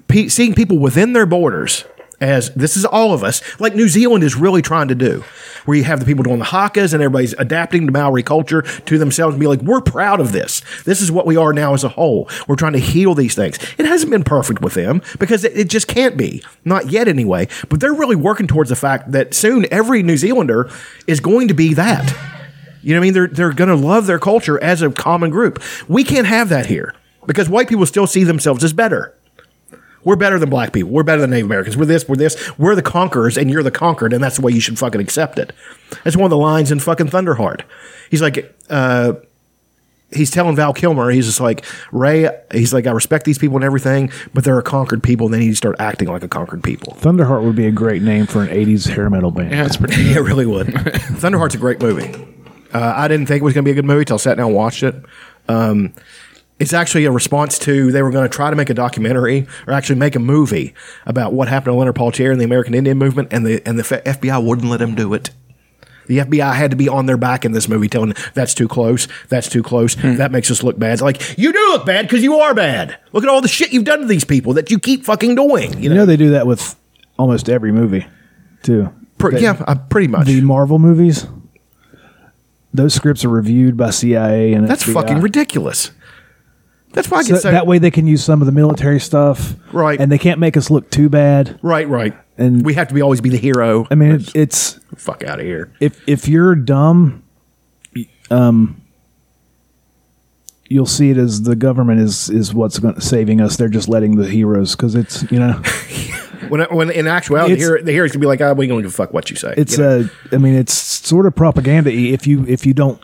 pe- seeing people within their borders as this is all of us, like New Zealand is really trying to do, where you have the people doing the hakas and everybody's adapting to Maori culture to themselves and be like, we're proud of this. This is what we are now as a whole. We're trying to heal these things. It hasn't been perfect with them because it, it just can't be, not yet anyway. But they're really working towards the fact that soon every New Zealander is going to be that. You know what I mean? They're they're going to love their culture as a common group. We can't have that here because white people still see themselves as better. We're better than black people. We're better than Native Americans. We're this, we're this. We're the conquerors, and you're the conquered, and that's the way you should fucking accept it. That's one of the lines in fucking Thunderheart. He's like, uh, he's telling Val Kilmer, he's just like, Ray, he's like, I respect these people and everything, but they're a conquered people, and they need to start acting like a conquered people.
Thunderheart would be a great name for an '80s hair metal band.
Yeah, it's pretty.
Yeah, it really would. Thunderheart's a great movie. Uh, I didn't think it was going to be a good movie till I sat down and watched it. Um, it's actually a response to they were going to try to make a documentary or actually make a movie about what happened to Leonard Peltier and the American Indian movement, and the and the F- FBI wouldn't let them do it. The FBI had to be on their back in this movie, telling them, that's too close, that's too close, that makes us look bad. It's like you do look bad because you are bad. Look at all the shit you've done to these people that you keep fucking doing. You
You
know,
know they do that with almost every movie, too.
Pr-
They-
yeah, uh, pretty much.
the Marvel movies. Those scripts are reviewed by CIA and
That's
FBI.
fucking ridiculous. That's why I
uh, So
get so,
that way they can use some of the military stuff,
Right.
And they can't make us look too bad.
right, right.
And-
we have to be always be the hero.
I mean, it, it's
fuck out of here.
if if you're dumb, um, you'll see it as the government is is what's going saving us. They're just letting the heroes because it's you know
When when in actuality, the
It's-
hero, the heroes can be like, "Ah, we don't give a fuck what you say."
it's
You know?
uh I mean it's sort of propaganda. If you if you don't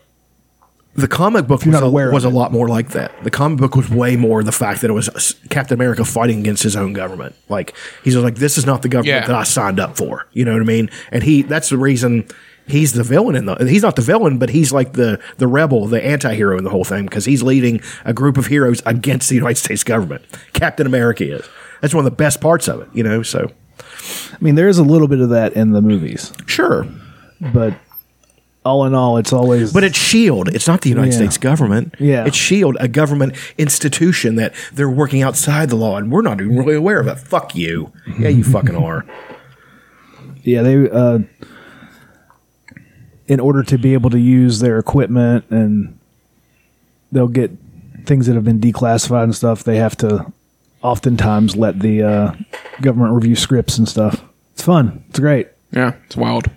the comic book
you're
was,
not
a,
aware of
was a
it.
lot more like that. The comic book was way more the fact that it was uh, s- Captain America fighting against his own government. Like he's just like, "This is not the government
Yeah.
that I signed up for." You know what I mean? And he that's the reason. He's the villain in the. He's not the villain, but he's like the the rebel, the anti-hero in the whole thing because he's leading a group of heroes against the United States government. Captain America is. That's one of the best parts of it, you know. So
I mean there is a little bit of that in the movies,
sure,
but all in all, it's always
But it's Shield. E It's not the United
Yeah.
States government.
Yeah.
It's Shield, E a government institution that they're working outside the law, and we're not even really aware of it. Fuck you. Yeah, you fucking are.
Yeah, they uh, in order to be able to use their equipment and they'll get things that have been declassified and stuff. They have to oftentimes let the uh, government review scripts and stuff. It's fun. It's great.
Yeah, it's wild.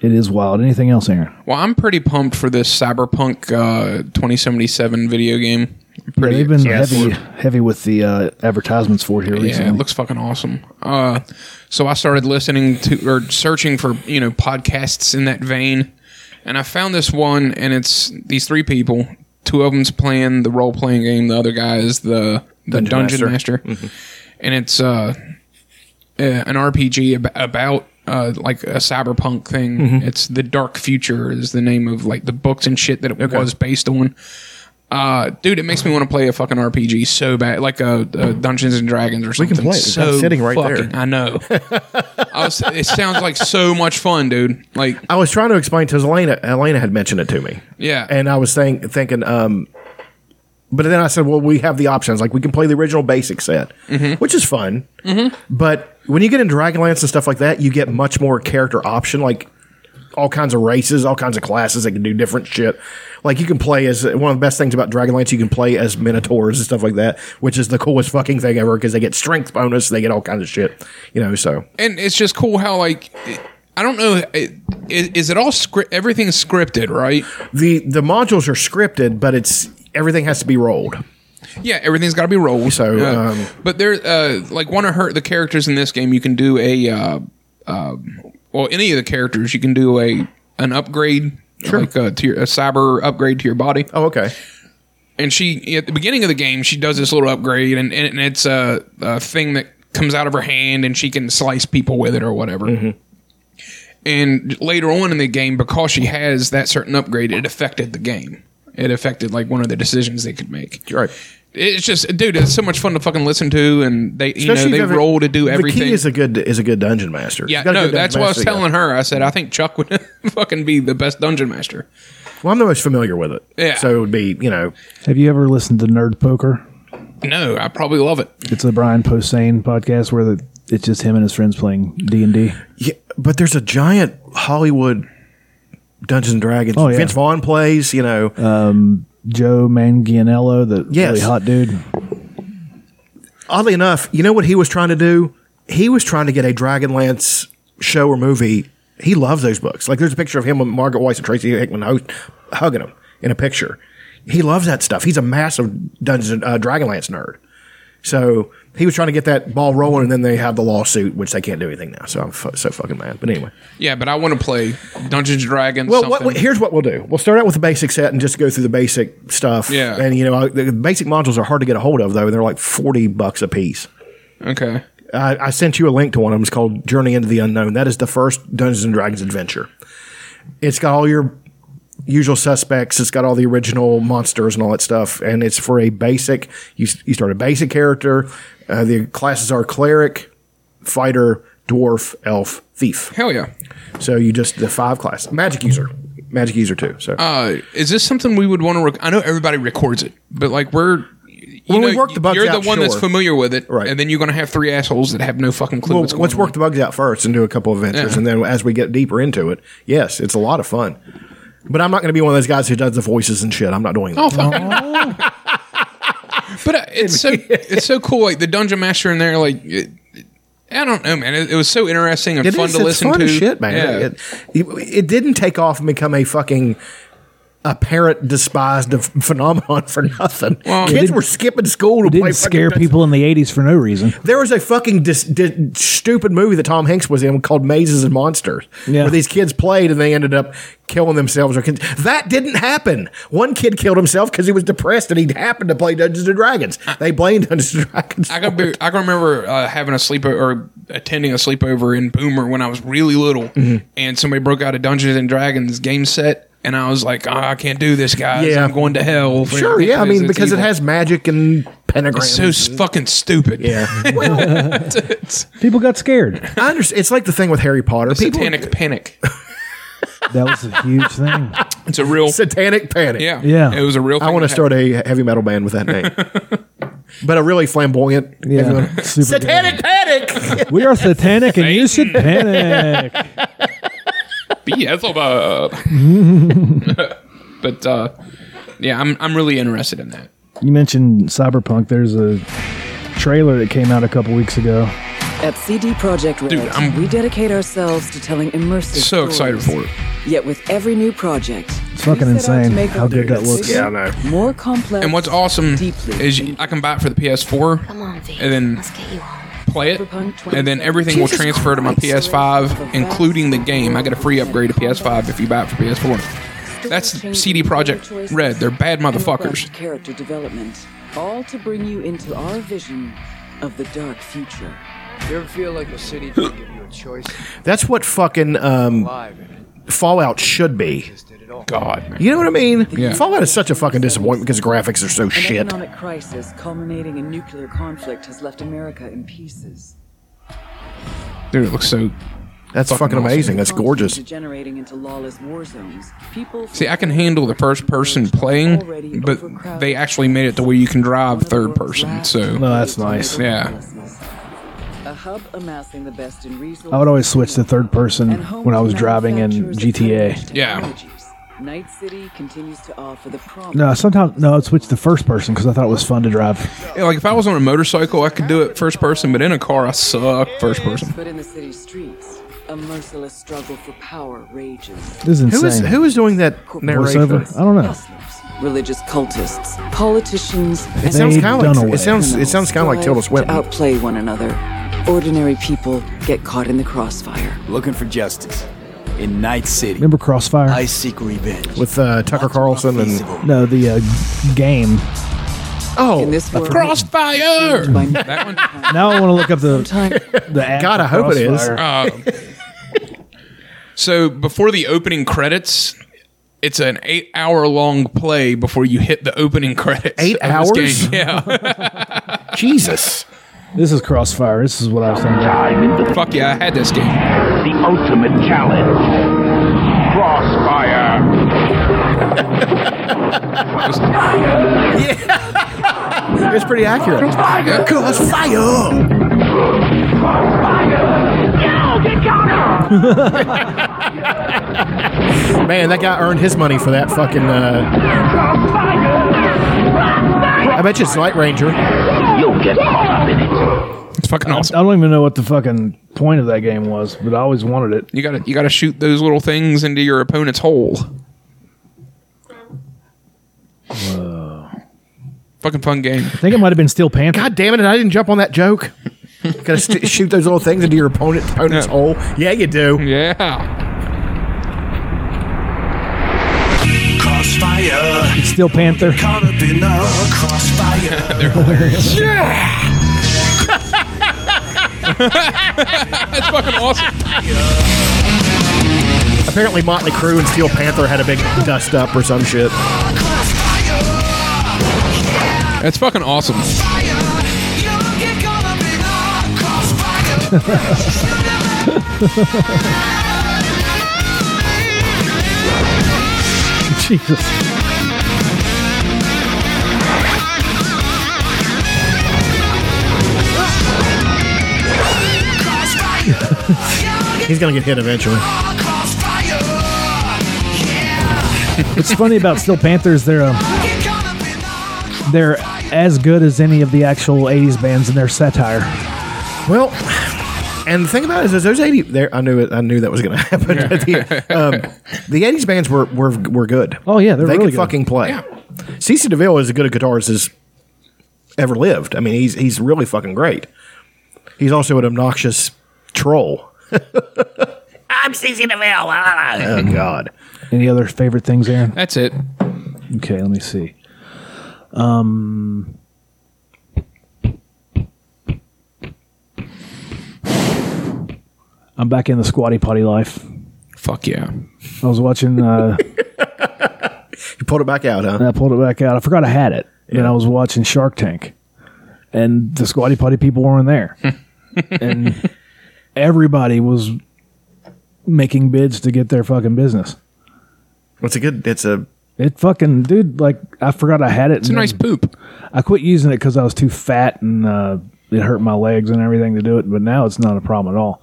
It is wild. Anything else, Aaron?
Well, I'm pretty pumped for this Cyberpunk uh, 2077 video game. I'm
Yeah,
Pretty
they've been
excited for
heavy,
it.
heavy with the uh, advertisements for it here recently.
Yeah, it looks fucking awesome. Uh, so I started listening to or searching for you know podcasts in that vein, and I found this one, and it's these three people. Two of them's playing the role playing game. The other guy is the the dungeon, master, Mm-hmm. and it's uh, uh, an RPG ab- about. Uh, like a cyberpunk thing.
Mm-hmm.
It's the Dark Future is the name of like the books and shit that it was based on. Uh, dude, it makes me want to play a fucking RPG so bad, like a, a Dungeons and Dragons or something.
can play it. It's
So
sitting right there.
fucking- I know. I was, it sounds like so much fun, dude. Like,
I was trying to explain to Elena. Elena had mentioned it to me.
Yeah.
and I was think, thinking, um, but then I said, "Well, we have the options. Like we can play the original basic set, which is fun. But when you get into Dragonlance and stuff like that, you get much more character option. Like all kinds of races, all kinds of classes that can do different shit. Like you can play as one of the best things about Dragonlance, you can play as Minotaurs and stuff like that, which is the coolest fucking thing ever because they get strength bonus, they get all kinds of shit, you know. So
and it's just cool how like it- I don't know. It, is, is it all script? Everything's scripted, right?
the the modules are scripted, but it's everything has to be rolled.
Yeah, everything's got to be rolled.
So,
Yeah.
um,
but there, uh, like one of her the characters in this game, you can do a, uh, uh, well, any of the characters, you can do a an upgrade, like uh to your, a cyber upgrade to your body.
Oh, okay.
and she at the beginning of the game she does this little upgrade and, and it's a, a thing that comes out of her hand and she can slice people with it or whatever
Mm-hmm.
and later on in the game because she has that certain upgrade it affected the game it affected like one of the decisions they could make
Right.
it's just dude it's so much fun to fucking listen to and they you
Especially if
know
have
they
a-
roll to do everything
The key is a good is a good dungeon master.
yeah
You've got a
no
good
that's
dungeon
what i was
master, yeah.
telling her i said i think chuck would [LAUGHS] fucking be the best dungeon master
Well, I'm the most familiar with it.
Yeah.
So it would be you know
Have you ever listened to Nerd Poker?
no i probably love it
It's a Brian Posehn podcast where the, it's just him and his friends playing D and D.
Yeah, but there's a giant Hollywood Dungeons and Dragons.
Oh, yeah.
Vince Vaughn plays, you know.
Joe Manganiello, the
Yes.
really hot dude.
Oddly enough, you know what he was trying to do? He was trying to get a Dragonlance show or movie. He loves those books. Like there's a picture of him with Margaret Weiss and Tracy Hickman ho- hugging him in a picture. He loves that stuff. He's a massive Dungeons uh, Dragonlance nerd. So he was trying to get that ball rolling, and then they have the lawsuit, which they can't do anything now. So I'm fu- so fucking mad. But anyway.
yeah but i want to play dungeons and dragons
Well,
something.
what, what- here's what we'll do. We'll start out with the basic set and just go through the basic stuff.
Yeah.
And you know, I, the basic modules are hard to get a hold of though. They're like forty bucks a piece.
okay
I, I sent you a link to one of them. It's called Journey into the Unknown. That is the first Dungeons and Dragons adventure. It's got all your usual suspects. It's got all the original monsters and all that stuff. And it's for a basic. You s- you start a basic character. Uh, the classes are cleric, fighter, dwarf, elf, thief.
Hell yeah.
So you just the five class magic user, magic user too. So.
Uh, is this something we would want to? Rec- I know everybody records it, but like we're. You
When
know,
we work the bugs
you're
out,
the one that's
sure.
familiar with it,
Right.
And then you're going to have three assholes that have no fucking clue
Well,
what's going
let's
on.
work the bugs out first and do a couple of adventures,
Yeah.
and then as we get deeper into it, yes, it's a lot of fun. But I'm not going to be one of those guys who does the voices and shit. I'm not doing that.
Oh, fuck. but uh, it's
[LAUGHS]
so it's so cool. Like the dungeon master in there, like. It, I don't know, man. It, it was so interesting and
It
fun
is,
to
it's
listen
fun
to.
as shit, man.
Yeah.
It, it, it didn't take off and become a fucking apparent despised [LAUGHS] ph- phenomenon for nothing. Kids
didn't-
were skipping school to play.
Didn't
fucking
scare
Dungeons-
people in the '80s for no reason.
There was a fucking dis- di- stupid movie that Tom Hanks was in called Mazes and Monsters,
Yeah.
where these kids played and they ended up killing themselves. Or con- that didn't happen. One kid killed himself because he was depressed and he happened to play Dungeons and Dragons. They blamed Dungeons and Dragons.
I can be, I can remember uh, having a sleepover or attending a sleepover in Boomer when I was really little,
Mm-hmm.
and somebody broke out a Dungeons and Dragons game set, and I was like, "Ah, I can't do this, guys.
Yeah.
I'm going to hell. for
[LAUGHS] sure,
it."
yeah. I mean,
It's
because it
evil.
has magic and pentagrams.
so s- fucking stupid.
yeah,
it's
People got scared.
I understand. It's like the thing with Harry Potter. People-
satanic panic.
That was a huge thing.
It's a
[LAUGHS]
real
satanic panic.
yeah
Yeah.
It was a real.
I want to start a heavy metal band with that
[LAUGHS]
name, but a really flamboyant.
[LAUGHS] Yeah, super
Satanic panic.
good. We are satanic, and you should [LAUGHS] panic.
Beelzebub. [LAUGHS] but uh, yeah, I'm I'm really interested in that.
You mentioned Cyberpunk. There's a trailer that came out a couple weeks ago.
At CD Projekt Red,
Dude, I'm-
we dedicate ourselves to telling immersive
So excited
stories. Yet with every new project,
It's fucking
we set out to
insane
make
how
them
good that looks.
bigger, More complex.
And what's awesome is you- I can buy it for the PS4 and then play it, and then everything will transfer to my PS5, including the game. I get a free upgrade to PS5 if you buy it for PS4. That's CD Project Red. They're bad motherfuckers.
Character development, all to bring you into our vision of the dark future.
You ever feel like the city didn't give you a choice?
That's what fucking um, Fallout should be.
God,
you know what I mean?
Yeah.
Fallout is such a fucking disappointment because graphics are so
An
shit.
economic crisis culminating in nuclear conflict has left America in pieces.
Dude, it looks so.
That's fucking,
fucking awesome.
amazing. That's
Constantly
gorgeous.
Degenerating into lawless war zones. People
See, I can handle the first person playing, but they actually made it to where you can drive third person. So
No, that's nice.
Yeah,
a hub amassing the best in resources.
I would always switch to third person when I was driving in GTA.
yeah.
Night City continues to offer the promise.
No, sometimes no, I'd switch to first person because I thought it was fun to drive.
Yeah, Like if I was on a motorcycle, I could do it first person, but in a car, I suck first person.
But in the city streets, a merciless struggle for power rages.
This is
Who is
insane.
who is doing that narration?
Voiceover? I don't know.
Religious cultists, politicians.
It sounds kind of like it sounds it sounds kind of like Tilda Swinton.
To outplay one another, ordinary people get caught in the crossfire.
Looking for justice in Night City.
Remember Crossfire?
I seek revenge.
with uh, Tucker Carlson and
No, the uh, game.
oh,
This world,
Crossfire. That one.
Now I want to look up the the ad
God,
for
I hope it is. Oh.
Crossfire.
So before the opening credits, it's an eight-hour-long play before you hit the opening credits.
Eight
of this
hours?
game. [LAUGHS] Yeah.
Jesus.
This is Crossfire. This is what I was thinking.
Time into the,
Fuck yeah, I had this game.
the ultimate challenge. Crossfire.
It's pretty accurate.
Yeah.
Crossfire. Man, that guy earned his money for that fucking. Uh, I bet you it's Night Ranger.
You'll get caught up in it.
It's fucking awesome.
I don't even know what the fucking point of that game was, but I always wanted it.
You gotta you gotta shoot those little things into your opponent's hole. Fucking fun game. [LAUGHS]
I think it might have been Steel Panther.
God damn it! I didn't jump on that joke.
[LAUGHS]
Gotta st- shoot those little things into your opponent, opponent's
Yeah.
hole. Yeah, you do.
Yeah.
It's Steel Panther.
That's fucking awesome.
Apparently, Motley Crue and Steel Panther had a big dust up or some shit.
That's fucking awesome.
Jesus.
He's gonna get hit eventually.
What's funny about Steel Panther is they're um, they're as good as any of the actual '80s bands in their satire.
Well, and the thing about it is, is those eighty there. I knew it. I knew that was going to [LAUGHS] happen. The, um, the eighties bands were, were were good.
Oh, yeah, they're
they
really
could
good.
fucking play. CeCe DeVille is as good a guitarist as ever lived. I mean, he's he's really fucking great. He's also an obnoxious troll. I'm CeCe DeVille.
Mm-hmm.
oh God.
Any other favorite things, Aaron?
That's it.
Okay, let me see. Um, I'm back in the squatty potty life.
Fuck yeah.
I was watching. Uh,
You pulled it back out, huh?
and I pulled it back out. I forgot I had it, and I was watching Shark Tank, and the Squatty Potty people weren't there, and everybody was making bids to get their fucking business.
It's a good. It's a
It fucking dude, like I forgot I had it.
It's a nice poop.
I quit using it because I was too fat and uh, it hurt my legs and everything to do it. But now it's not a problem at all.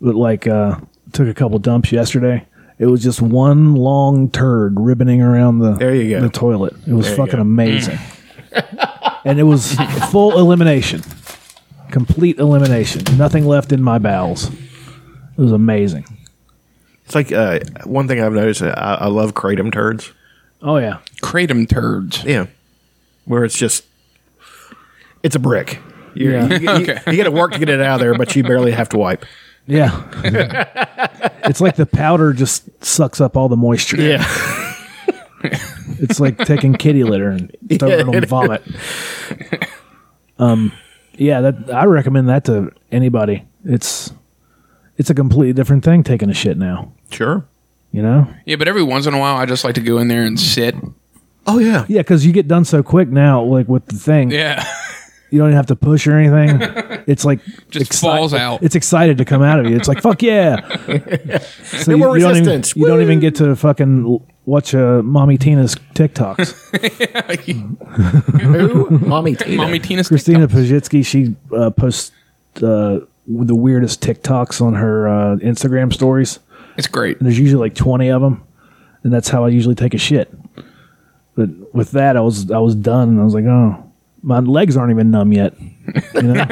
But like, uh, took a couple dumps yesterday. It was just one long turd ribboning around the
There you go.
the toilet. It was
There you [LAUGHS]
fucking
go.
amazing, and it was full elimination. Complete elimination. Nothing left in my bowels. It was amazing.
It's like uh, one thing I've noticed. uh, I, I love kratom turds.
Oh yeah,
kratom turds.
Yeah, where it's just it's a brick. You're,
Yeah.
You, you, you got to work to get it out of there, but you barely have to wipe. [LAUGHS]
Yeah. it's like the powder just sucks up all the moisture.
Yeah.
it's like taking kitty litter and throwing it
Yeah,
on
it
vomit. Um yeah, that I recommend that to anybody. It's it's a completely different thing taking a shit now.
Sure.
You know?
Yeah, but every once in a while, I just like to go in there and sit.
Oh yeah.
Yeah, cuz you get done so quick now like with the thing. [LAUGHS]
Yeah,
You don't even have to push or anything. It's like
just falls out.
it's excited to come out of you. It's like fuck yeah. So you,
no more
you don't even-
resistance.
you don't even get to fucking l- watch uh, mommy Tina's TikToks.
Who? Mommy Tina.
Mommy Tina's
Christina Pajitsky, she uh, posts uh, the weirdest TikToks on her uh, Instagram stories.
It's great.
And there's usually like 20 of them, and that's how I usually take a shit. But with that, I was I was done, and I was like, oh, my legs aren't even numb yet. You
[LAUGHS]
know?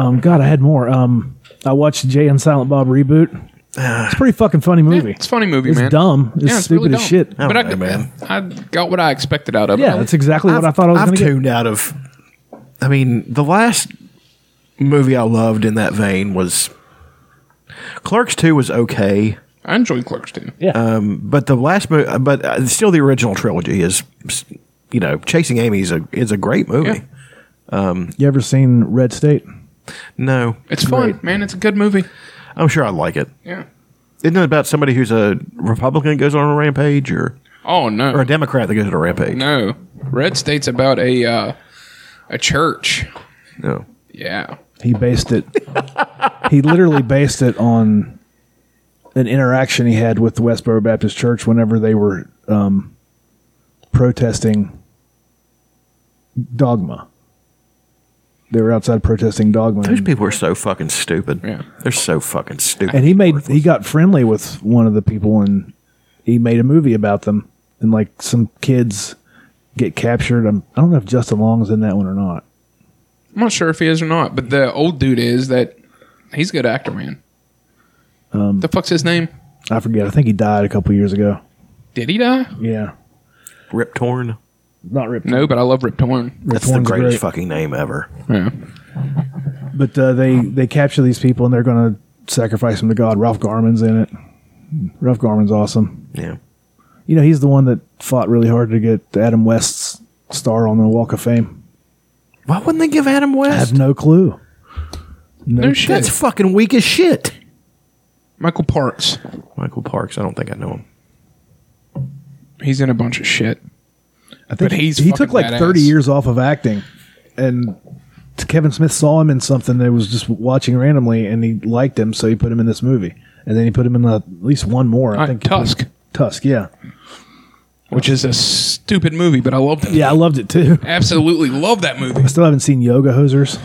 um, God, I had more. Um, I watched Jay and Silent Bob reboot. It's a pretty fucking funny movie.
It's a funny movie,
It's
man.
dumb. It's
Yeah,
stupid as shit.
But I, I got what I expected out of it.
Yeah, that's exactly what I thought I was
I've
going to get.
tuned out of. I mean, the last movie I loved in that vein was Clerks Two was okay,
I enjoyed Clerks too.
Yeah.
um, but the last movie, but uh, still the original trilogy is, you know, Chasing Amy is a is a great movie.
Yeah.
You ever seen Red State?
No,
It's fun, man. It's a good movie.
I'm sure I like it.
Yeah.
Isn't it about somebody who's a Republican that goes on a rampage or
Oh
or
no,
a Democrat that goes on a rampage?
no. Red State's about a uh, a church.
No.
Yeah.
He based it. he literally based it on an interaction he had with the Westboro Baptist Church whenever they were um, protesting dogma. They were outside protesting dogma,
Those people are so fucking stupid.
Yeah.
They're so fucking stupid.
and he made he got friendly with one of the people, and he made a movie about them, and like some kids get captured. I'm, I don't know if Justin Long's in that one or not.
I'm not sure if he is or not, but the old dude is that he's a good actor, man.
Um,
the fuck's his name?
I forget. I think he died a couple years ago.
Did he die?
Yeah,
Rip Torn.
not Rip.
No, but I love Rip Torn.
That's the
Torn's
greatest
great.
fucking name ever.
Yeah.
But uh, they they capture these people and they're going to sacrifice them to God. Ralph Garman's in it. Ralph Garman's awesome.
Yeah.
You know, he's the one that fought really hard to get Adam West's star on the Walk of Fame.
Why wouldn't they give Adam
I have
West?
no clue.
No shit.
That's fucking weak as shit.
Michael Parks.
Michael Parks. I don't think I know him.
He's in a bunch of shit.
I think
But he's
he
fucking
took like
badass.
30 years off of acting and Kevin Smith saw him in something that was just watching randomly and he liked him so he put him in this movie. And then he put him in uh, at least one more. I
Uh,
think he put-
Tusk.
Tusk, yeah.
Which is a stupid movie, but I love that.
Yeah, I loved it too.
Absolutely love that movie.
I still haven't seen Yoga Hosers.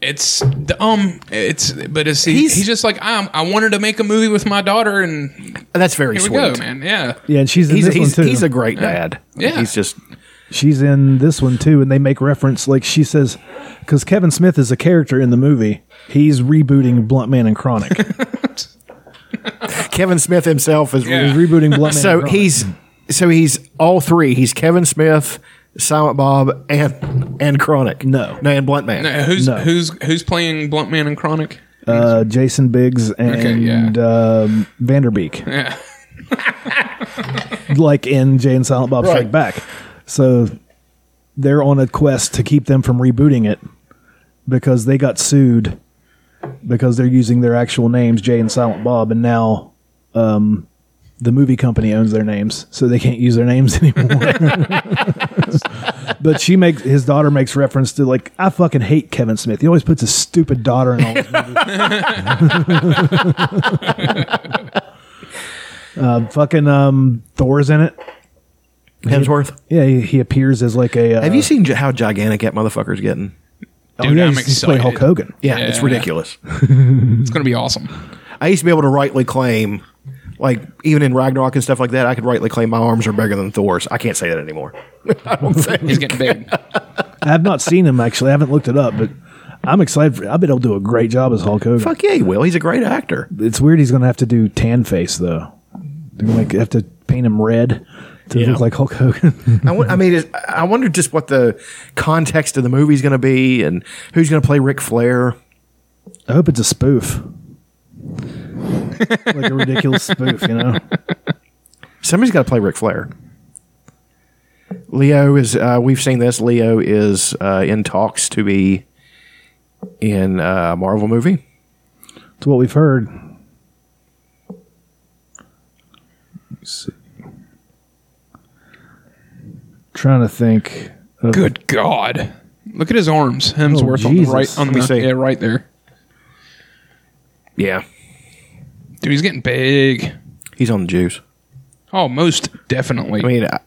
It's dumb. It's but it's he, he's,
He's-
just like i I wanted to make a movie with my daughter, and here
And that's very
we
sweet.
go, man. Yeah,
Yeah, and she's in
He's,
this
he's,
one too.
he's a great dad.
Yeah.
He's just
she's in this one too, and they make reference like she says, because Kevin Smith is a character in the movie. He's rebooting Blunt Man and
[LAUGHS]
Chronic.
Kevin Smith himself is
He's rebooting Blunt Man.
So
and Chronic.
he's so he's all three. He's Kevin Smith, Silent Bob, and and Chronic.
No.
no, and Blunt Man.
Uh, who's
No.
who's who's playing Blunt Man and Chronic?
uh, Jason Biggs and
Okay, yeah.
um, Vanderbeek.
Yeah,
like in Jay and Silent Bob Strike
Right.
Back. So they're on a quest to keep them from rebooting it because they got sued because they're using their actual names, Jay and Silent Bob, and now um, the movie company owns their names, so they can't use their names [LAUGHS] anymore. but she makes his daughter makes reference to like I fucking hate Kevin Smith. He always puts his stupid daughter
[LAUGHS]
in all his movies. uh, fucking um, Thor's in it.
Hemsworth.
Yeah, he, he appears as like a. Uh,
Have you seen j- how gigantic that motherfucker's getting?
oh,
Dude,
yeah,
I'm
he's, he's playing Hulk
excited.
Hogan.
Yeah, it's ridiculous.
it's gonna be awesome.
I used to be able to rightly claim Like even in Ragnarok and stuff like that, I could rightly claim my arms are bigger than Thor's. I can't say that anymore. [LAUGHS] I don't think.
He's
[LAUGHS]
getting big.
I have not seen him actually. I haven't looked it up, but I'm excited. For, I bet he'll do a great job as Hulk Hogan.
Fuck yeah, he will. He's a great actor.
It's weird. He's going to have to do tan face though. They're going to have to paint him red to
Yeah.
look like Hulk Hogan.
I, won- I mean, is, I wonder just what the context of the movie's going to be and who's going to play Ric Flair.
I hope it's a spoof, like a
[LAUGHS]
ridiculous spoof. You know,
Somebody's got to play Ric Flair. Leo is. Uh, we've seen this. Leo is uh, in talks to be in a Marvel movie.
it's what we've heard. Let's see. Trying to think. Of,
Good God! Look at his arms. Hemsworth on
Oh,
the
Jesus.
right on
Let me
the
see.
yeah, right there.
Yeah,
Dude, he's getting big.
he's on the juice.
Oh, most definitely.
I mean, I,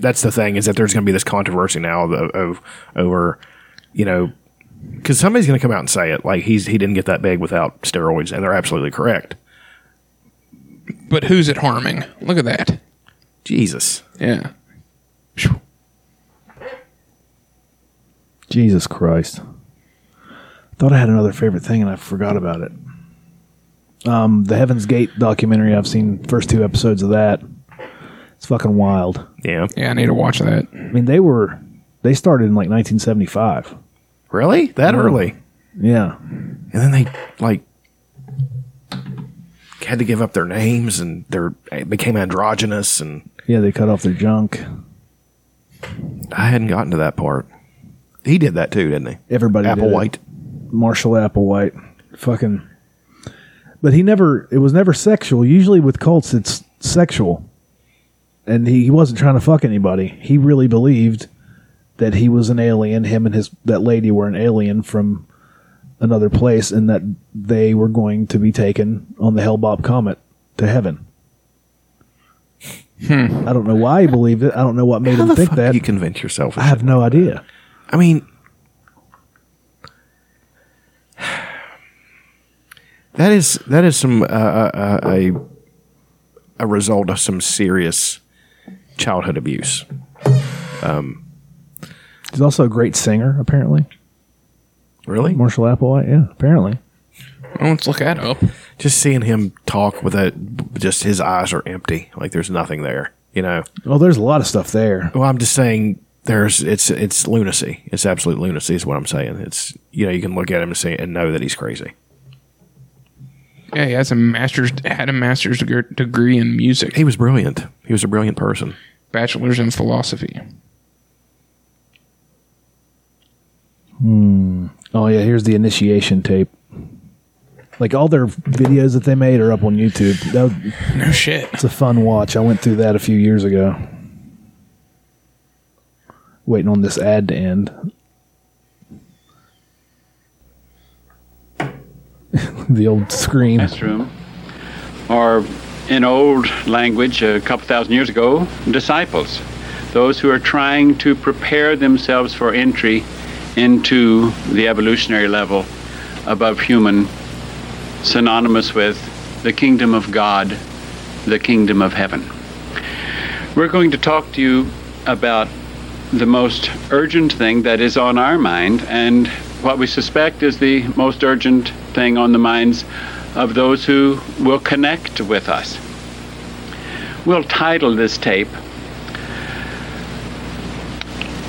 that's the thing is that there's going to be this controversy now of, of over, you know, because somebody's going to come out and say it like he's he didn't get that big without steroids, and they're absolutely correct.
but who's it harming? Look at that.
Jesus,
Yeah.
Jesus Christ. Thought I had another favorite thing and I forgot about it. Um, the Heaven's Gate documentary, I've seen first two episodes of that. It's fucking wild.
yeah,
Yeah, I need to watch that.
I mean, they were they started in like 1975.
really that early,
Yeah.
and then they like had to give up their names and their it became androgynous, and
Yeah, they cut off their junk.
I hadn't gotten to that part. He did that too, didn't he?
Everybody did it.
Applewhite.
Marshall Applewhite. Fucking But he never it was never sexual. Usually with cults it's sexual. And he, he wasn't trying to fuck anybody. He really believed that he was an alien, him and his that lady were an alien from another place and that they were going to be taken on the Hellbop comet to heaven. I don't know why he believed it. I don't know what made
Hmm. How
him
the
think
fuck
that.
do you convince yourself? of
I have no idea.
I mean, that is that is some uh, uh, uh, a a result of some serious childhood abuse.
He's also a great singer, apparently.
Really,
Marshall Applewhite, yeah, apparently.
Well, let's look that up.
just seeing him talk with that, just his eyes are empty, like there's nothing there. You know.
Well, there's a lot of stuff there.
Well, I'm just saying. There's it's it's lunacy. It's absolute lunacy is what I'm saying. It's you know you can look at him and see and know that he's crazy.
Yeah, he has a master's had a master's deg- degree in music,
He was brilliant. He was a brilliant person.
bachelor's in philosophy.
Oh yeah, here's the initiation tape. Like all their videos that they made are up on YouTube. That was,
No shit.
it's a fun watch. I went through that a few years ago. Waiting on this ad to end. [LAUGHS] the old scream.
classroom, or in old language a couple thousand years ago, disciples, those who are trying to prepare themselves for entry into the evolutionary level above human, synonymous with the kingdom of God, the kingdom of heaven. We're going to talk to you about the most urgent thing that is on our mind and what we suspect is the most urgent thing on the minds of those who will connect with us. We'll title this tape.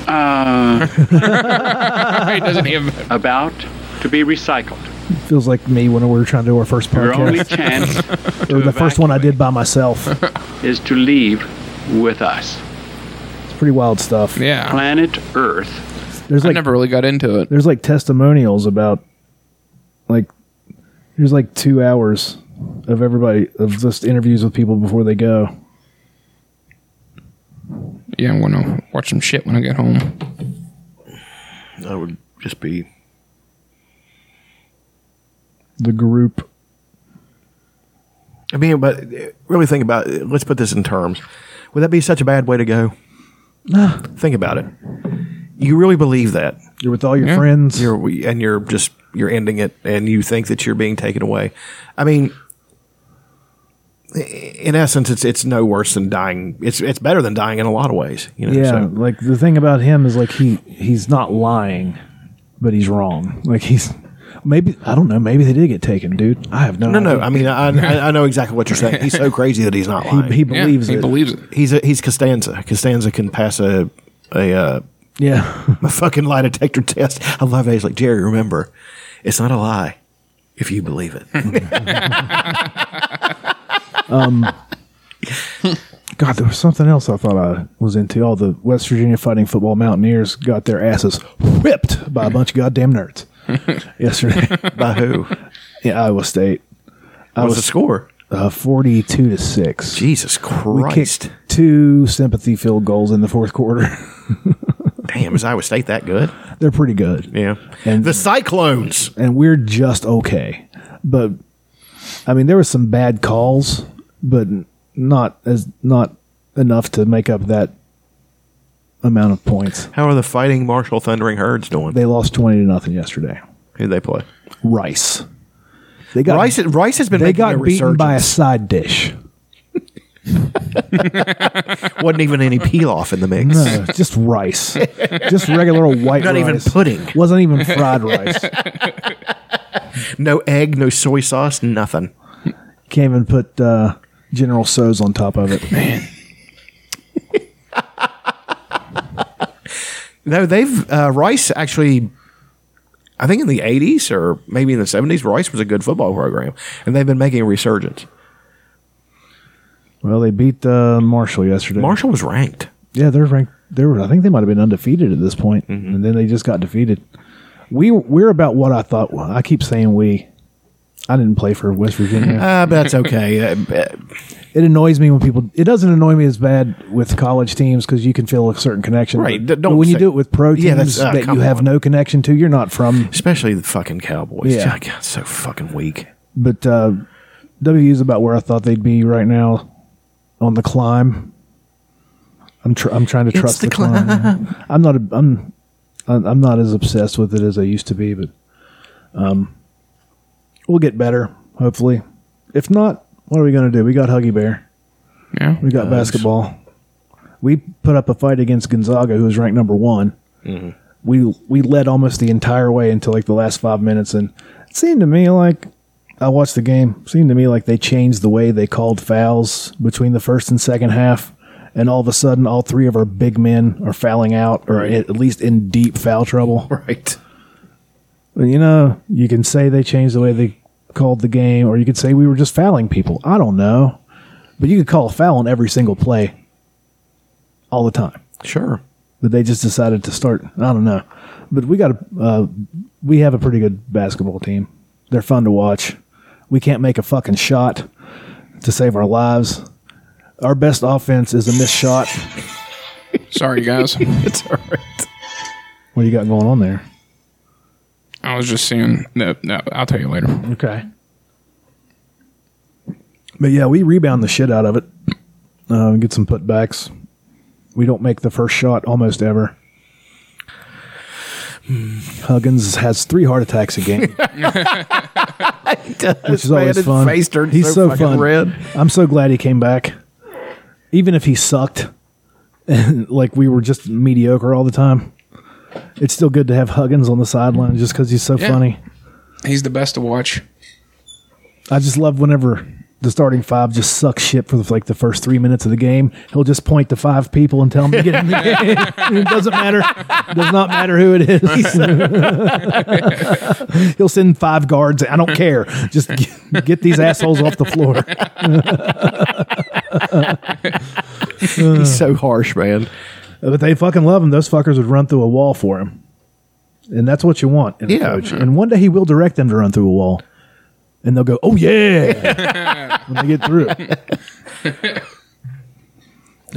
Uh,
He doesn't have
about to be recycled.
Feels like me when we were trying to do our first
Your only
podcast.
chance
Or the first one I did by myself. It's
is to leave with us.
pretty wild stuff.
yeah.
Planet Earth
There's
I
like
never really got into it.
there's like testimonials about like there's like two hours of everybody of just interviews with people before they go
Yeah, I'm gonna watch some shit when I get home.
That would just be
the group
I mean, but really think about it. Let's put this in terms. Would that be such a bad way to go? think about it. You really believe that.
you're with all your friends
You're, and you're just, you're ending it and you think that you're being taken away. I mean, in essence, it's it's no worse than dying. It's it's better than dying in a lot of ways. You know,
yeah,
so-
like the thing about him is like he he's not lying, but he's wrong. Like he's maybe I don't know. Maybe they did get taken, dude. I have no.
No, no.
idea.
I mean, I, I, I know exactly what you're saying. He's so crazy that he's
[LAUGHS]
not
He-
lying.
he Yeah, believes he it. believes
it.
He's a, he's Costanza. Costanza can pass a a uh,
[LAUGHS] yeah
a fucking lie detector test. I love that. He's like Jerry. Remember, it's not a lie if you believe
[LAUGHS]
it.
um, God, there was something else I thought I was into. All the West Virginia Fighting Football Mountaineers got their asses whipped by a bunch of goddamn nerds
[LAUGHS]
yesterday.
by who?
Yeah, Iowa State.
What was the score?
Uh, Forty-two to six.
Jesus
We
Christ!
kicked two sympathy field goals in the fourth quarter. [LAUGHS]
Damn, is Iowa State that good?
They're pretty good.
Yeah,
and
the Cyclones,
and we're just okay. But I mean, there were some bad calls, but not as not enough to make up that amount of points.
How are the Fighting Marshall Thundering Herds doing?
They lost twenty to nothing yesterday.
Who they play?
Rice. They got
Rice. Rice has been.
they
making
got
a
beaten by a
resurgence.
side dish.
[LAUGHS] Wasn't even any pilaf in the mix. [LAUGHS]
No, just rice, just regular old white.
Not even
rice.
pudding.
Wasn't even fried rice.
no egg, no soy sauce, nothing.
Came and put uh, General So's on top of it. Man,
No, they've uh, Rice actually. I think in the '80s or maybe in the '70s, Rice was a good football program, and they've been making a resurgence.
Well, they beat uh, Marshall yesterday.
Marshall was ranked.
Yeah, they're ranked. They were. I think they might have been undefeated at this point,
Mm-hmm.
and then they just got defeated. We we're about what I thought. Well, I keep saying we. I didn't play for West Virginia.
Uh, but that's okay. Uh, but-
it annoys me when people. It doesn't annoy me as bad with college teams because you can feel a certain connection.
Right,
But
d- don't
when you
say-
do it with pro teams
Yeah, that's- uh,
that
come
you have
on.
no connection to, you're not from.
especially the fucking Cowboys.
Yeah.
God, God, so fucking weak.
But uh, W is about where I thought they'd be right now on the climb. I'm tr- I'm trying to
It's
trust
the
the, climb. I'm not a, I'm I'm I'm not as obsessed with it as I used to be, but um, we'll get better hopefully. If not, what are we gonna do? We got Huggy Bear.
Yeah,
we got
Mm-hmm. Nice.
basketball. We put up a fight against Gonzaga, who was ranked number one
Mm-hmm.
we we led almost the entire way until like the last five minutes, and it seemed to me like I watched the game. It seemed to me like they changed the way they called fouls between the first and second half, and all of a sudden, all three of our big men are fouling out, or at least in deep foul trouble.
[LAUGHS] Right.
You know, you can say they changed the way they called the game, or you could say we were just fouling people. I don't know, but you could call a foul on every single play, all the time
Sure.
but they just decided to start. I don't know, but we got a uh, we have a pretty good basketball team. They're fun to watch. We can't make a fucking shot to save our lives. Our best offense is a missed shot.
Sorry, guys.
it's all right.
What do you got going on there?
I was just seeing. No, no. I'll tell you later.
Okay. But yeah, we rebound the shit out of it. Uh, get some putbacks. We don't make the first shot almost ever. Huggins has three heart attacks a [LAUGHS] game. which is always fun. He's so, fun. I'm so glad he came back. Even if he sucked, [LAUGHS] and like we were just mediocre all the time, it's still good to have Huggins on the sideline just because he's so
Yeah.
funny.
He's the best to watch.
I just love whenever the starting five just sucks shit for like the first three minutes of the game. He'll just point to five people and tell them to get in the game. it doesn't matter. Does not matter who it is. [LAUGHS] He'll send five guards. I don't care. Just get, get these assholes off the floor.
He's
Uh.
so harsh, man.
but they fucking love him. Those fuckers would run through a wall for him, and that's what you want in a
Yeah.
coach. And one day he will direct them to run through a wall, and they'll go, "Oh yeah," [LAUGHS] when they get through.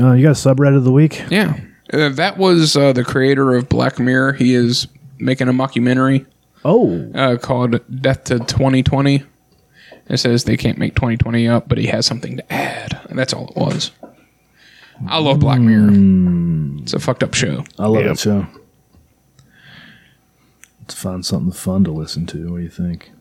Uh, you got a subreddit of the week?
Yeah. Uh, that was uh, the creator of Black Mirror. He is making a mockumentary.
Oh.
Uh, called Death to 2020. It says they can't make 2020 up, but he has something to add. And that's all it was. I love Black Mirror. It's a fucked up show.
I love
Yep.
that show. Let's find something fun to listen to. What do you think?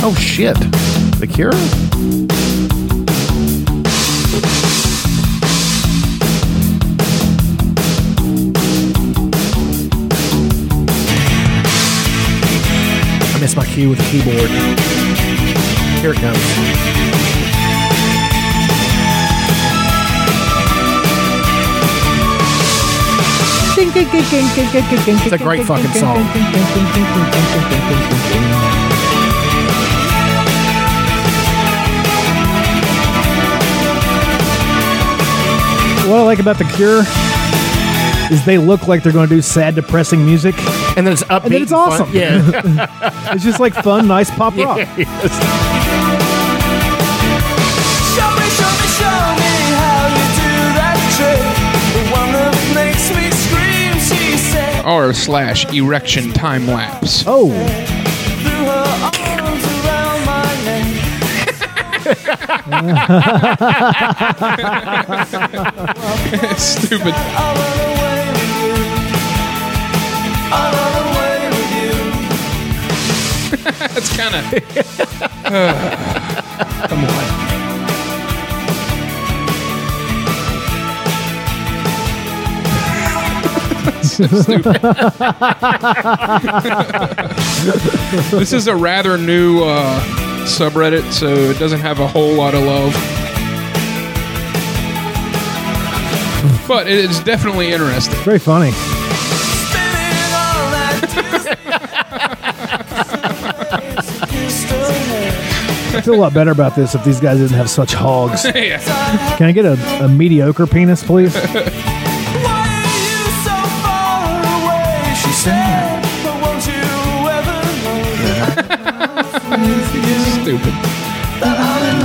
Oh shit, The Cure. I missed my cue with the keyboard. Here it comes.
It's
a great fucking song.
What I like about The Cure is they look like they're going to do sad, depressing music.
And then it's upbeat.
And then it's awesome.
Yeah.
[LAUGHS] it's just like fun, nice pop rock.
Show me, show me, show me how you do that trick. The one that makes me scream, she said.
R slash erection time lapse.
Oh.
Threw her arms around my neck.
[LAUGHS] Stupid.
I'll run away with you. I'll run away with you.
That's kind of. [SIGHS] come on. [LAUGHS] this is a rather new uh, subreddit, so it doesn't have a whole lot of love. But it is definitely interesting. [LAUGHS]
It's very funny. I feel a lot better about this if these guys didn't have such hogs.
Yeah.
Can I get a, a mediocre penis, please?
She said, but won't you ever know
Stupid.
that I'm in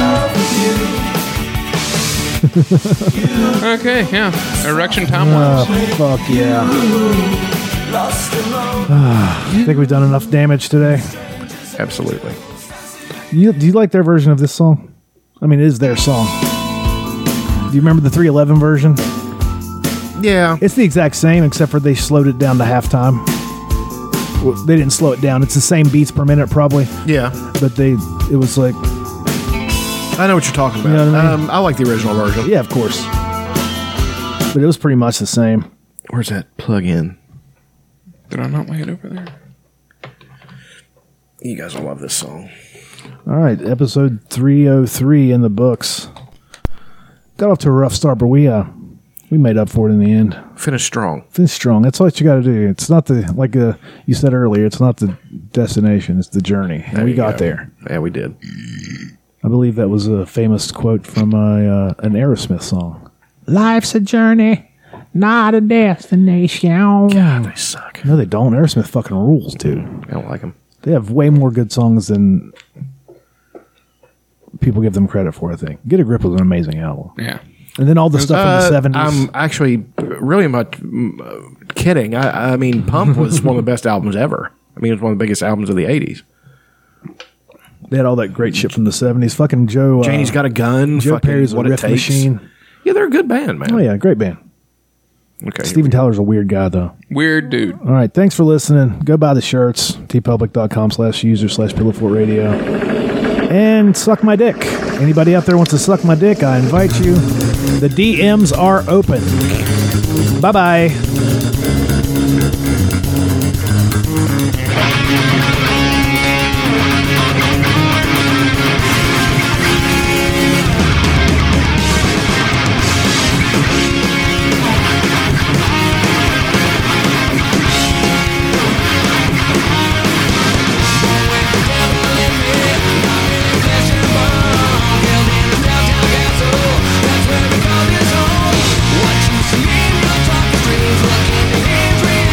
love with you?
Okay, yeah. Erection time lapse.
oh, fuck yeah. [SIGHS]
Lost alone.
I think we've done enough damage today.
Absolutely.
You, do you like their version of this song? I mean, it is their song. Do you remember the 311 version?
Yeah.
It's the exact same, except for they slowed it down to halftime. Well, they didn't slow it down. It's the same beats per minute, probably.
Yeah.
But they, it was like,
I know what you're talking about.
You know what I mean?
um, I like the original version.
yeah, of course. But it was pretty much the same.
Where's that plug in?
Did I not lay it over there?
You guys will love this song.
All right, episode 303 in the books. Got off to a rough start, but we uh we made up for it in the end.
Finish strong.
Finish strong. That's what you got to do. It's not the like uh, you said earlier, it's not the destination, it's the journey. And
There
we
you
got
go.
there.
Yeah, we did.
I believe that was a famous quote from a, uh, an Aerosmith song. Life's a journey, not a destination. God,
they suck.
No, they don't. Aerosmith fucking rules, dude.
I don't like them.
They have way more good songs than people give them credit for, I think. Get a Grip was an amazing album.
Yeah.
And then all the stuff
Uh,
from the 70s.
I'm actually really much mm, uh, kidding. I, I mean, Pump was one of the best albums ever. I mean, it was one of the biggest albums of the 80s.
they had all that great shit from the 70s. Fucking Joe. uh,
Janie's Got a Gun,
Joe
fucking
Perry's
What
a
It
Riff
Takes.
Machine.
Yeah, they're a good band, man.
Oh, yeah. Great band.
Okay.
Steven Tyler's a weird guy, though.
Weird dude.
All right. Thanks for listening. Go buy the shirts. tpublic.com slash user slash pillowfort radio. And suck my dick. Anybody out there wants to suck my dick, I invite you. The DMs are open. Bye bye.
What you see in your darkest dreams, what you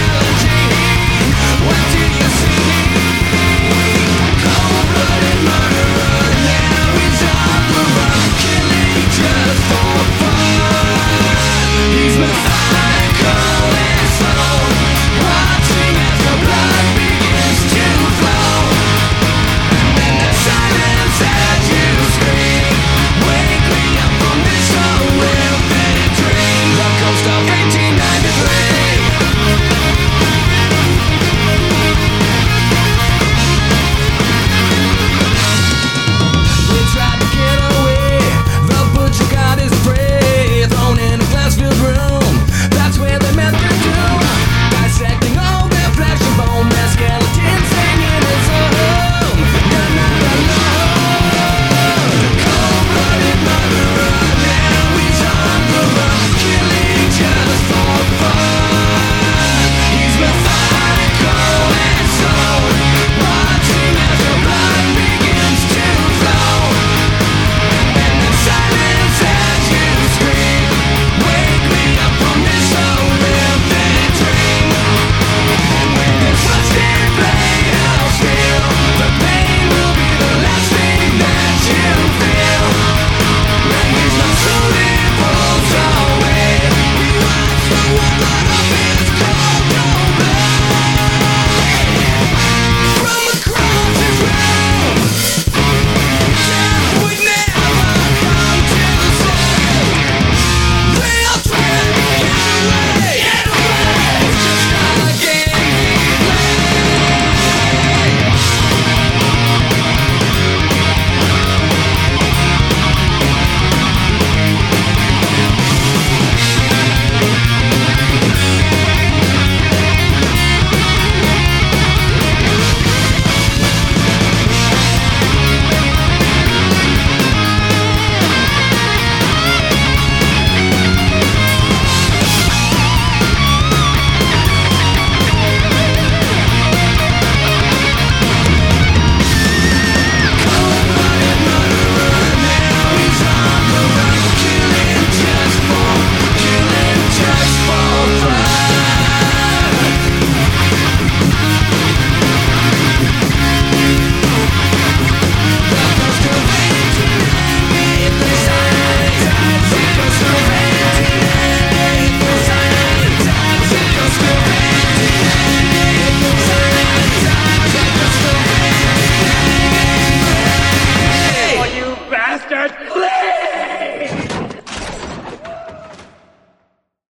that